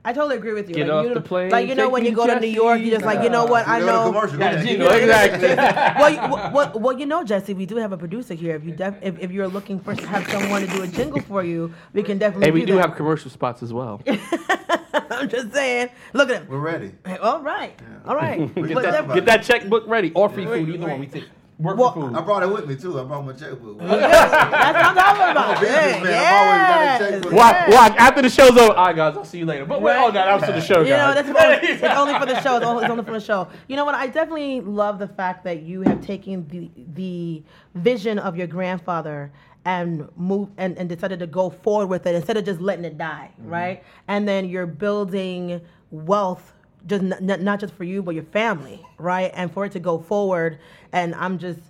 [SPEAKER 4] I totally agree with you.
[SPEAKER 2] Get
[SPEAKER 4] like,
[SPEAKER 2] off
[SPEAKER 4] you
[SPEAKER 2] the plane,
[SPEAKER 4] Like you know
[SPEAKER 2] take
[SPEAKER 4] when
[SPEAKER 2] me
[SPEAKER 4] you go
[SPEAKER 2] to
[SPEAKER 4] to New York, you
[SPEAKER 2] Jesse's.
[SPEAKER 4] just like you know what
[SPEAKER 3] You
[SPEAKER 4] I
[SPEAKER 3] the
[SPEAKER 4] know.
[SPEAKER 3] commercial,
[SPEAKER 2] Yeah,
[SPEAKER 3] yeah,
[SPEAKER 2] jingle, [laughs]
[SPEAKER 3] yeah.
[SPEAKER 2] exactly.
[SPEAKER 4] well, you, well, well, you know, Jesse, we do have a producer here. If you def- if, if you're looking for to have someone to do a jingle for you, we can
[SPEAKER 2] [laughs]
[SPEAKER 4] definitely.
[SPEAKER 2] And we do
[SPEAKER 4] that.
[SPEAKER 2] have commercial spots as well.
[SPEAKER 4] [laughs] I'm just saying. Look at him.
[SPEAKER 3] [laughs] We're ready.
[SPEAKER 4] All right. All right.
[SPEAKER 3] We
[SPEAKER 4] But
[SPEAKER 2] Get
[SPEAKER 3] talked
[SPEAKER 4] def-
[SPEAKER 2] that,
[SPEAKER 3] about
[SPEAKER 2] get that checkbook ready or free
[SPEAKER 4] Right,
[SPEAKER 2] food, either
[SPEAKER 4] right.
[SPEAKER 2] one we take. Work
[SPEAKER 4] Well,
[SPEAKER 2] for food.
[SPEAKER 3] I brought it with me too. I brought my checkbook.
[SPEAKER 4] That's what I'm talking about.
[SPEAKER 3] a businessman.
[SPEAKER 4] Yeah,
[SPEAKER 3] I've always got a checkbook.
[SPEAKER 4] yes.
[SPEAKER 2] Watch, watch. After the show's over, all right, guys, I'll see you later. But wait,
[SPEAKER 4] Right.
[SPEAKER 2] oh, no, that was for the show,
[SPEAKER 4] You know,
[SPEAKER 2] guys.
[SPEAKER 4] that's only, it's only for the show. It's only, it's only for the show. You know what? I definitely love the fact that you have taken the the vision of your grandfather and move and, and decided to go forward with it instead of just letting it die, right? And then you're building wealth just n- n- not just for you but your family, right? And for it to go forward and I'm just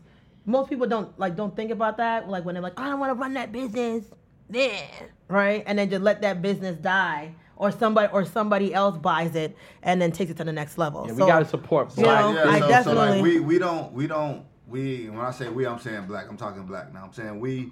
[SPEAKER 4] most people don't like don't think about that like when they're like "Oh, i don't want to run that business then right and then just let that business die or somebody or somebody else buys it and then takes it to the next level
[SPEAKER 2] yeah, we
[SPEAKER 4] so
[SPEAKER 2] gotta support
[SPEAKER 4] you
[SPEAKER 2] black.
[SPEAKER 4] know, I
[SPEAKER 3] so, So
[SPEAKER 4] definitely-
[SPEAKER 3] like we we don't we don't we when I say we I'm saying black I'm talking black now I'm saying we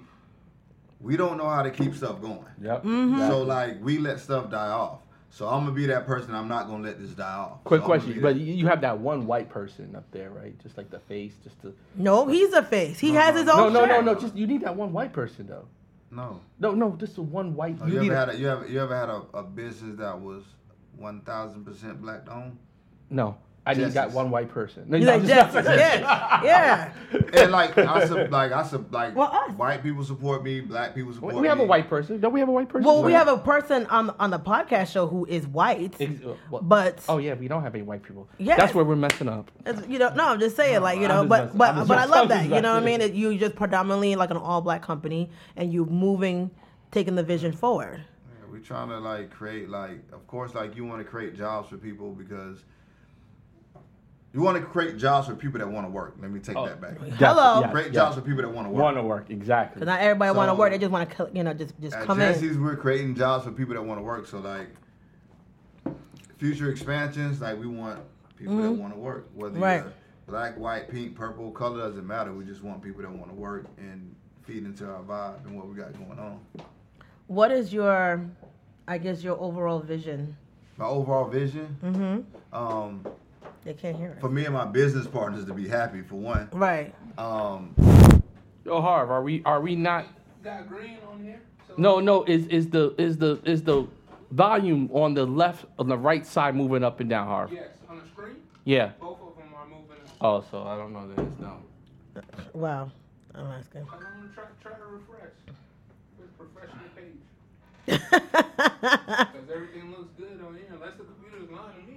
[SPEAKER 3] we don't know how to keep stuff going.
[SPEAKER 2] Yep.
[SPEAKER 4] Mm-hmm.
[SPEAKER 3] So like we let stuff die off. So I'm gonna be that person. I'm not gonna let this die off.
[SPEAKER 2] Quick
[SPEAKER 3] So I'm gonna
[SPEAKER 2] question,
[SPEAKER 3] be
[SPEAKER 2] but
[SPEAKER 3] that-
[SPEAKER 2] you you have that one white person up there, right? Just like the face, just the.
[SPEAKER 4] no he's a face he has his own
[SPEAKER 2] No, no, no,
[SPEAKER 4] shirt.
[SPEAKER 2] no. Just you need that one white person though.
[SPEAKER 3] no.
[SPEAKER 2] No, no, just the one white.
[SPEAKER 3] Oh,
[SPEAKER 2] you
[SPEAKER 3] you,
[SPEAKER 2] need
[SPEAKER 3] ever
[SPEAKER 2] a-
[SPEAKER 3] had a, you ever you ever had a, a business that was one thousand percent black owned?
[SPEAKER 2] no. I need that
[SPEAKER 3] Justice.
[SPEAKER 2] one white person. No,
[SPEAKER 4] he's
[SPEAKER 2] no, [laughs]
[SPEAKER 4] like
[SPEAKER 2] just-
[SPEAKER 4] yes yes yeah
[SPEAKER 3] And like I sub, [laughs] like I sub, like
[SPEAKER 4] Well, us.
[SPEAKER 3] white people support me, black people
[SPEAKER 2] We
[SPEAKER 3] support me.
[SPEAKER 2] we have a white person. Don't we have a white person?
[SPEAKER 4] well we have a person on on the podcast show who is white
[SPEAKER 2] Ex- uh, what-
[SPEAKER 4] but
[SPEAKER 2] Oh yeah, we don't have any white people.
[SPEAKER 4] Yes.
[SPEAKER 2] That's where we're messing up.
[SPEAKER 4] It's- you know, no, I'm just saying, like you
[SPEAKER 2] I'm
[SPEAKER 4] know,
[SPEAKER 2] just messing-
[SPEAKER 4] but but
[SPEAKER 2] I'm just
[SPEAKER 4] but I
[SPEAKER 2] messing-
[SPEAKER 4] love
[SPEAKER 2] I'm
[SPEAKER 4] that.
[SPEAKER 2] just
[SPEAKER 4] You know what I
[SPEAKER 2] messing.
[SPEAKER 4] mean? That you just predominantly like an all black company, and you moving, taking the vision forward.
[SPEAKER 3] Yeah, we're trying to like create like of course like you want to create jobs for people because you want to create jobs for people that want to work. Let me take
[SPEAKER 2] Oh,
[SPEAKER 3] that back.
[SPEAKER 4] Hello.
[SPEAKER 2] yeah,
[SPEAKER 3] Create
[SPEAKER 2] yeah.
[SPEAKER 3] jobs for people that want to work.
[SPEAKER 2] Want to work exactly?
[SPEAKER 4] Cause not everybody want to
[SPEAKER 3] So-
[SPEAKER 4] work; they just want to, you know, just just
[SPEAKER 3] At
[SPEAKER 4] come in.
[SPEAKER 3] Jesse's, we're creating jobs for people that want to work. So like future expansions, like we want people that want to work. Whether
[SPEAKER 4] Mm-hmm. Right.
[SPEAKER 3] you're black, white, pink, purple, color doesn't matter. We just want people that want to work and feed into our vibe and what we got going on.
[SPEAKER 4] What is your, I guess, your overall vision?
[SPEAKER 3] My overall vision,
[SPEAKER 4] Mm-hmm.
[SPEAKER 3] um,
[SPEAKER 4] They can't hear it.
[SPEAKER 3] for me and my business partners to be happy for one.
[SPEAKER 4] Right.
[SPEAKER 3] Um,
[SPEAKER 2] Yo, Harv, are we are we not?
[SPEAKER 6] Got green on here? So-
[SPEAKER 2] No, no. Is is the is the is the volume on the left on the right side moving up and down, Harv?
[SPEAKER 6] Yes, on the screen,
[SPEAKER 2] Yeah.
[SPEAKER 6] both of them are moving. up.
[SPEAKER 2] Oh, so I don't know that it's down.
[SPEAKER 4] Wow. I'm [laughs] asking.
[SPEAKER 6] I'm gonna try, try to refresh with professional page. Cause everything looks good on here, unless the computer's lying to me.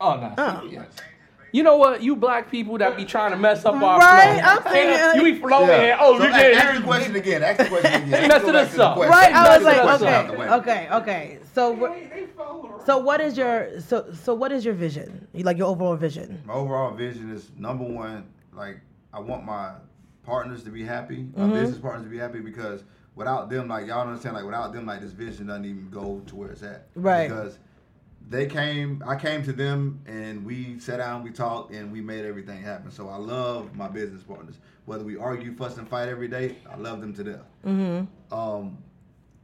[SPEAKER 2] Oh no.
[SPEAKER 4] Oh.
[SPEAKER 2] yeah. You know what? You black people that be trying to mess up our
[SPEAKER 4] Right,
[SPEAKER 2] flow.
[SPEAKER 4] I'm thinking-
[SPEAKER 2] you be flowing.
[SPEAKER 3] yeah.
[SPEAKER 2] here. Oh,
[SPEAKER 3] So
[SPEAKER 2] you
[SPEAKER 3] a-
[SPEAKER 2] can't
[SPEAKER 3] ask
[SPEAKER 2] hear
[SPEAKER 3] the
[SPEAKER 2] me.
[SPEAKER 3] question again. Ask the
[SPEAKER 2] [laughs]
[SPEAKER 3] question again.
[SPEAKER 2] You
[SPEAKER 3] Let's
[SPEAKER 2] messing
[SPEAKER 3] go back to
[SPEAKER 2] us
[SPEAKER 3] the
[SPEAKER 2] up.
[SPEAKER 3] question.
[SPEAKER 4] right. I
[SPEAKER 2] That's
[SPEAKER 4] was like,
[SPEAKER 2] the question.
[SPEAKER 4] okay, okay, okay. So, what-
[SPEAKER 6] They follow
[SPEAKER 4] so what is your so so what is your vision? Like your overall vision?
[SPEAKER 3] My overall vision is number one, like I want my partners to be happy, my business partners to be happy because without them, like y'all don't understand, like without them, like this vision doesn't even go to where it's at.
[SPEAKER 4] Right.
[SPEAKER 3] Because they came, I came to them, and we sat down, we talked, and we made everything happen. So I love my business partners. Whether we argue, fuss, and fight every day, I love them to death. Um,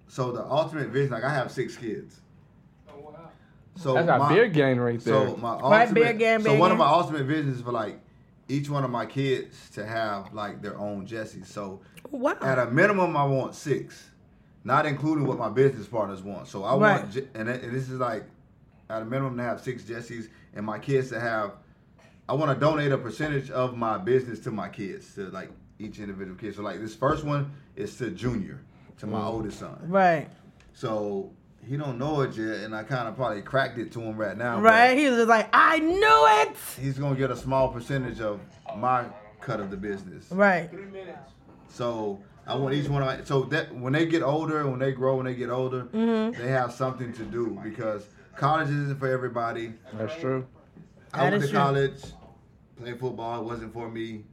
[SPEAKER 3] so the ultimate vision, like I have six kids.
[SPEAKER 6] Oh, wow.
[SPEAKER 3] So
[SPEAKER 2] That's our
[SPEAKER 3] my-
[SPEAKER 2] beer gang right there.
[SPEAKER 3] so my
[SPEAKER 4] Right,
[SPEAKER 3] ultimate,
[SPEAKER 4] big game,
[SPEAKER 3] so
[SPEAKER 4] big
[SPEAKER 3] one of
[SPEAKER 4] game.
[SPEAKER 3] my ultimate visions is for like each one of my kids to have like their own Jesse. So
[SPEAKER 4] Wow.
[SPEAKER 3] at a minimum, I want six, not including what my business partners want. So I
[SPEAKER 4] Right.
[SPEAKER 3] want, Je- and, it- and this is like at a minimum to have six Jessies, and my kids to have. I want to donate a percentage of my business to my kids, to like each individual kid. So like this first one is to Junior, to my oldest son.
[SPEAKER 4] Right.
[SPEAKER 3] So he don't know it yet, and I kind of probably cracked it to him right now. but-
[SPEAKER 4] Right. He was just like, I knew it.
[SPEAKER 3] he's gonna get a small percentage of my cut of the business.
[SPEAKER 4] Right.
[SPEAKER 6] Three minutes.
[SPEAKER 3] So I want each one of my, so that when they get older, when they grow, when they get older,
[SPEAKER 4] Mm-hmm.
[SPEAKER 3] they have something to do because college isn't for everybody.
[SPEAKER 2] That's true.
[SPEAKER 3] I
[SPEAKER 4] That
[SPEAKER 3] went
[SPEAKER 4] is
[SPEAKER 3] to
[SPEAKER 4] true.
[SPEAKER 3] college, played football, it wasn't for me.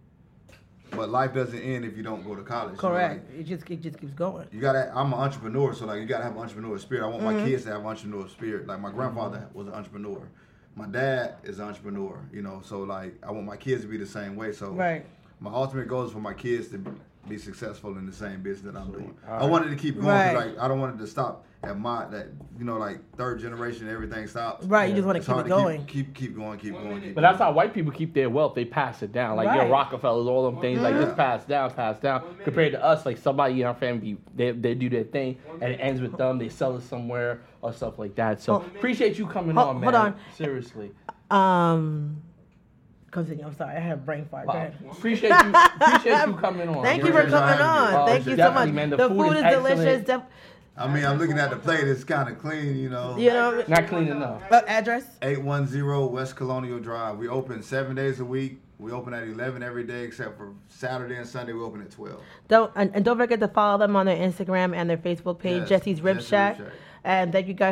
[SPEAKER 3] But life doesn't end if you don't go to college. you know,
[SPEAKER 4] Correct.
[SPEAKER 3] like,
[SPEAKER 4] It just it just keeps going.
[SPEAKER 3] you gotta i'm an entrepreneur so like you gotta have an entrepreneur spirit i want
[SPEAKER 4] Mm-hmm.
[SPEAKER 3] my kids to have entrepreneur spirit like my grandfather was an entrepreneur my dad is an entrepreneur you know so like i want my kids to be the same way so
[SPEAKER 4] Right.
[SPEAKER 3] my ultimate goal is for my kids to be- be successful in the same business that i'm doing i wanted to keep going 'cause,
[SPEAKER 4] Right.
[SPEAKER 3] like i don't want it to stop at my that you know like third generation everything stops
[SPEAKER 4] Right. You just want
[SPEAKER 3] It's
[SPEAKER 4] to keep
[SPEAKER 3] hard
[SPEAKER 4] it going.
[SPEAKER 3] keep, keep keep going keep
[SPEAKER 6] One
[SPEAKER 3] going
[SPEAKER 6] minute.
[SPEAKER 3] keep
[SPEAKER 2] But that's
[SPEAKER 3] going.
[SPEAKER 2] how white people keep their wealth. They pass it down. Like
[SPEAKER 4] Right. Mm-hmm.
[SPEAKER 2] your Rockefellers, all them things like this
[SPEAKER 3] Yeah.
[SPEAKER 2] passed down, passed down.
[SPEAKER 6] One minute.
[SPEAKER 2] Compared to us, like somebody in our family, they, they do their thing
[SPEAKER 6] One
[SPEAKER 2] and it
[SPEAKER 6] minute.
[SPEAKER 2] ends with them. They sell it somewhere or stuff like that. So
[SPEAKER 4] Oh. Hold-
[SPEAKER 2] appreciate you coming
[SPEAKER 4] Hold-
[SPEAKER 2] on, man.
[SPEAKER 4] hold on.
[SPEAKER 2] Seriously.
[SPEAKER 4] Um, continue. I'm sorry, I had a brain fart. Go
[SPEAKER 2] Wow.
[SPEAKER 4] ahead.
[SPEAKER 2] Appreciate you. Appreciate
[SPEAKER 4] [laughs]
[SPEAKER 2] you coming on.
[SPEAKER 4] Thank you
[SPEAKER 3] You're
[SPEAKER 4] for coming
[SPEAKER 3] trying
[SPEAKER 4] on.
[SPEAKER 3] to-
[SPEAKER 2] Oh,
[SPEAKER 4] Thank you so
[SPEAKER 2] definitely,
[SPEAKER 4] much.
[SPEAKER 2] man.
[SPEAKER 4] the,
[SPEAKER 2] The
[SPEAKER 4] food,
[SPEAKER 2] food
[SPEAKER 4] is,
[SPEAKER 2] is
[SPEAKER 4] delicious.
[SPEAKER 2] excellent.
[SPEAKER 4] Def-
[SPEAKER 3] I mean, I'm looking at the plate. It's kind of clean, you know.
[SPEAKER 4] you know,
[SPEAKER 2] Not clean enough.
[SPEAKER 4] uh, address.
[SPEAKER 3] 810 West Colonial Drive. We open seven days a week. We open at 11 every day except for Saturday and Sunday. We open at 12.
[SPEAKER 4] Don't and, and don't forget to follow them on their Instagram and their Facebook page,
[SPEAKER 3] Yes,
[SPEAKER 4] Jesse's Rib
[SPEAKER 3] Jesse's
[SPEAKER 4] Shack.
[SPEAKER 3] Rib Shack.
[SPEAKER 4] And thank you guys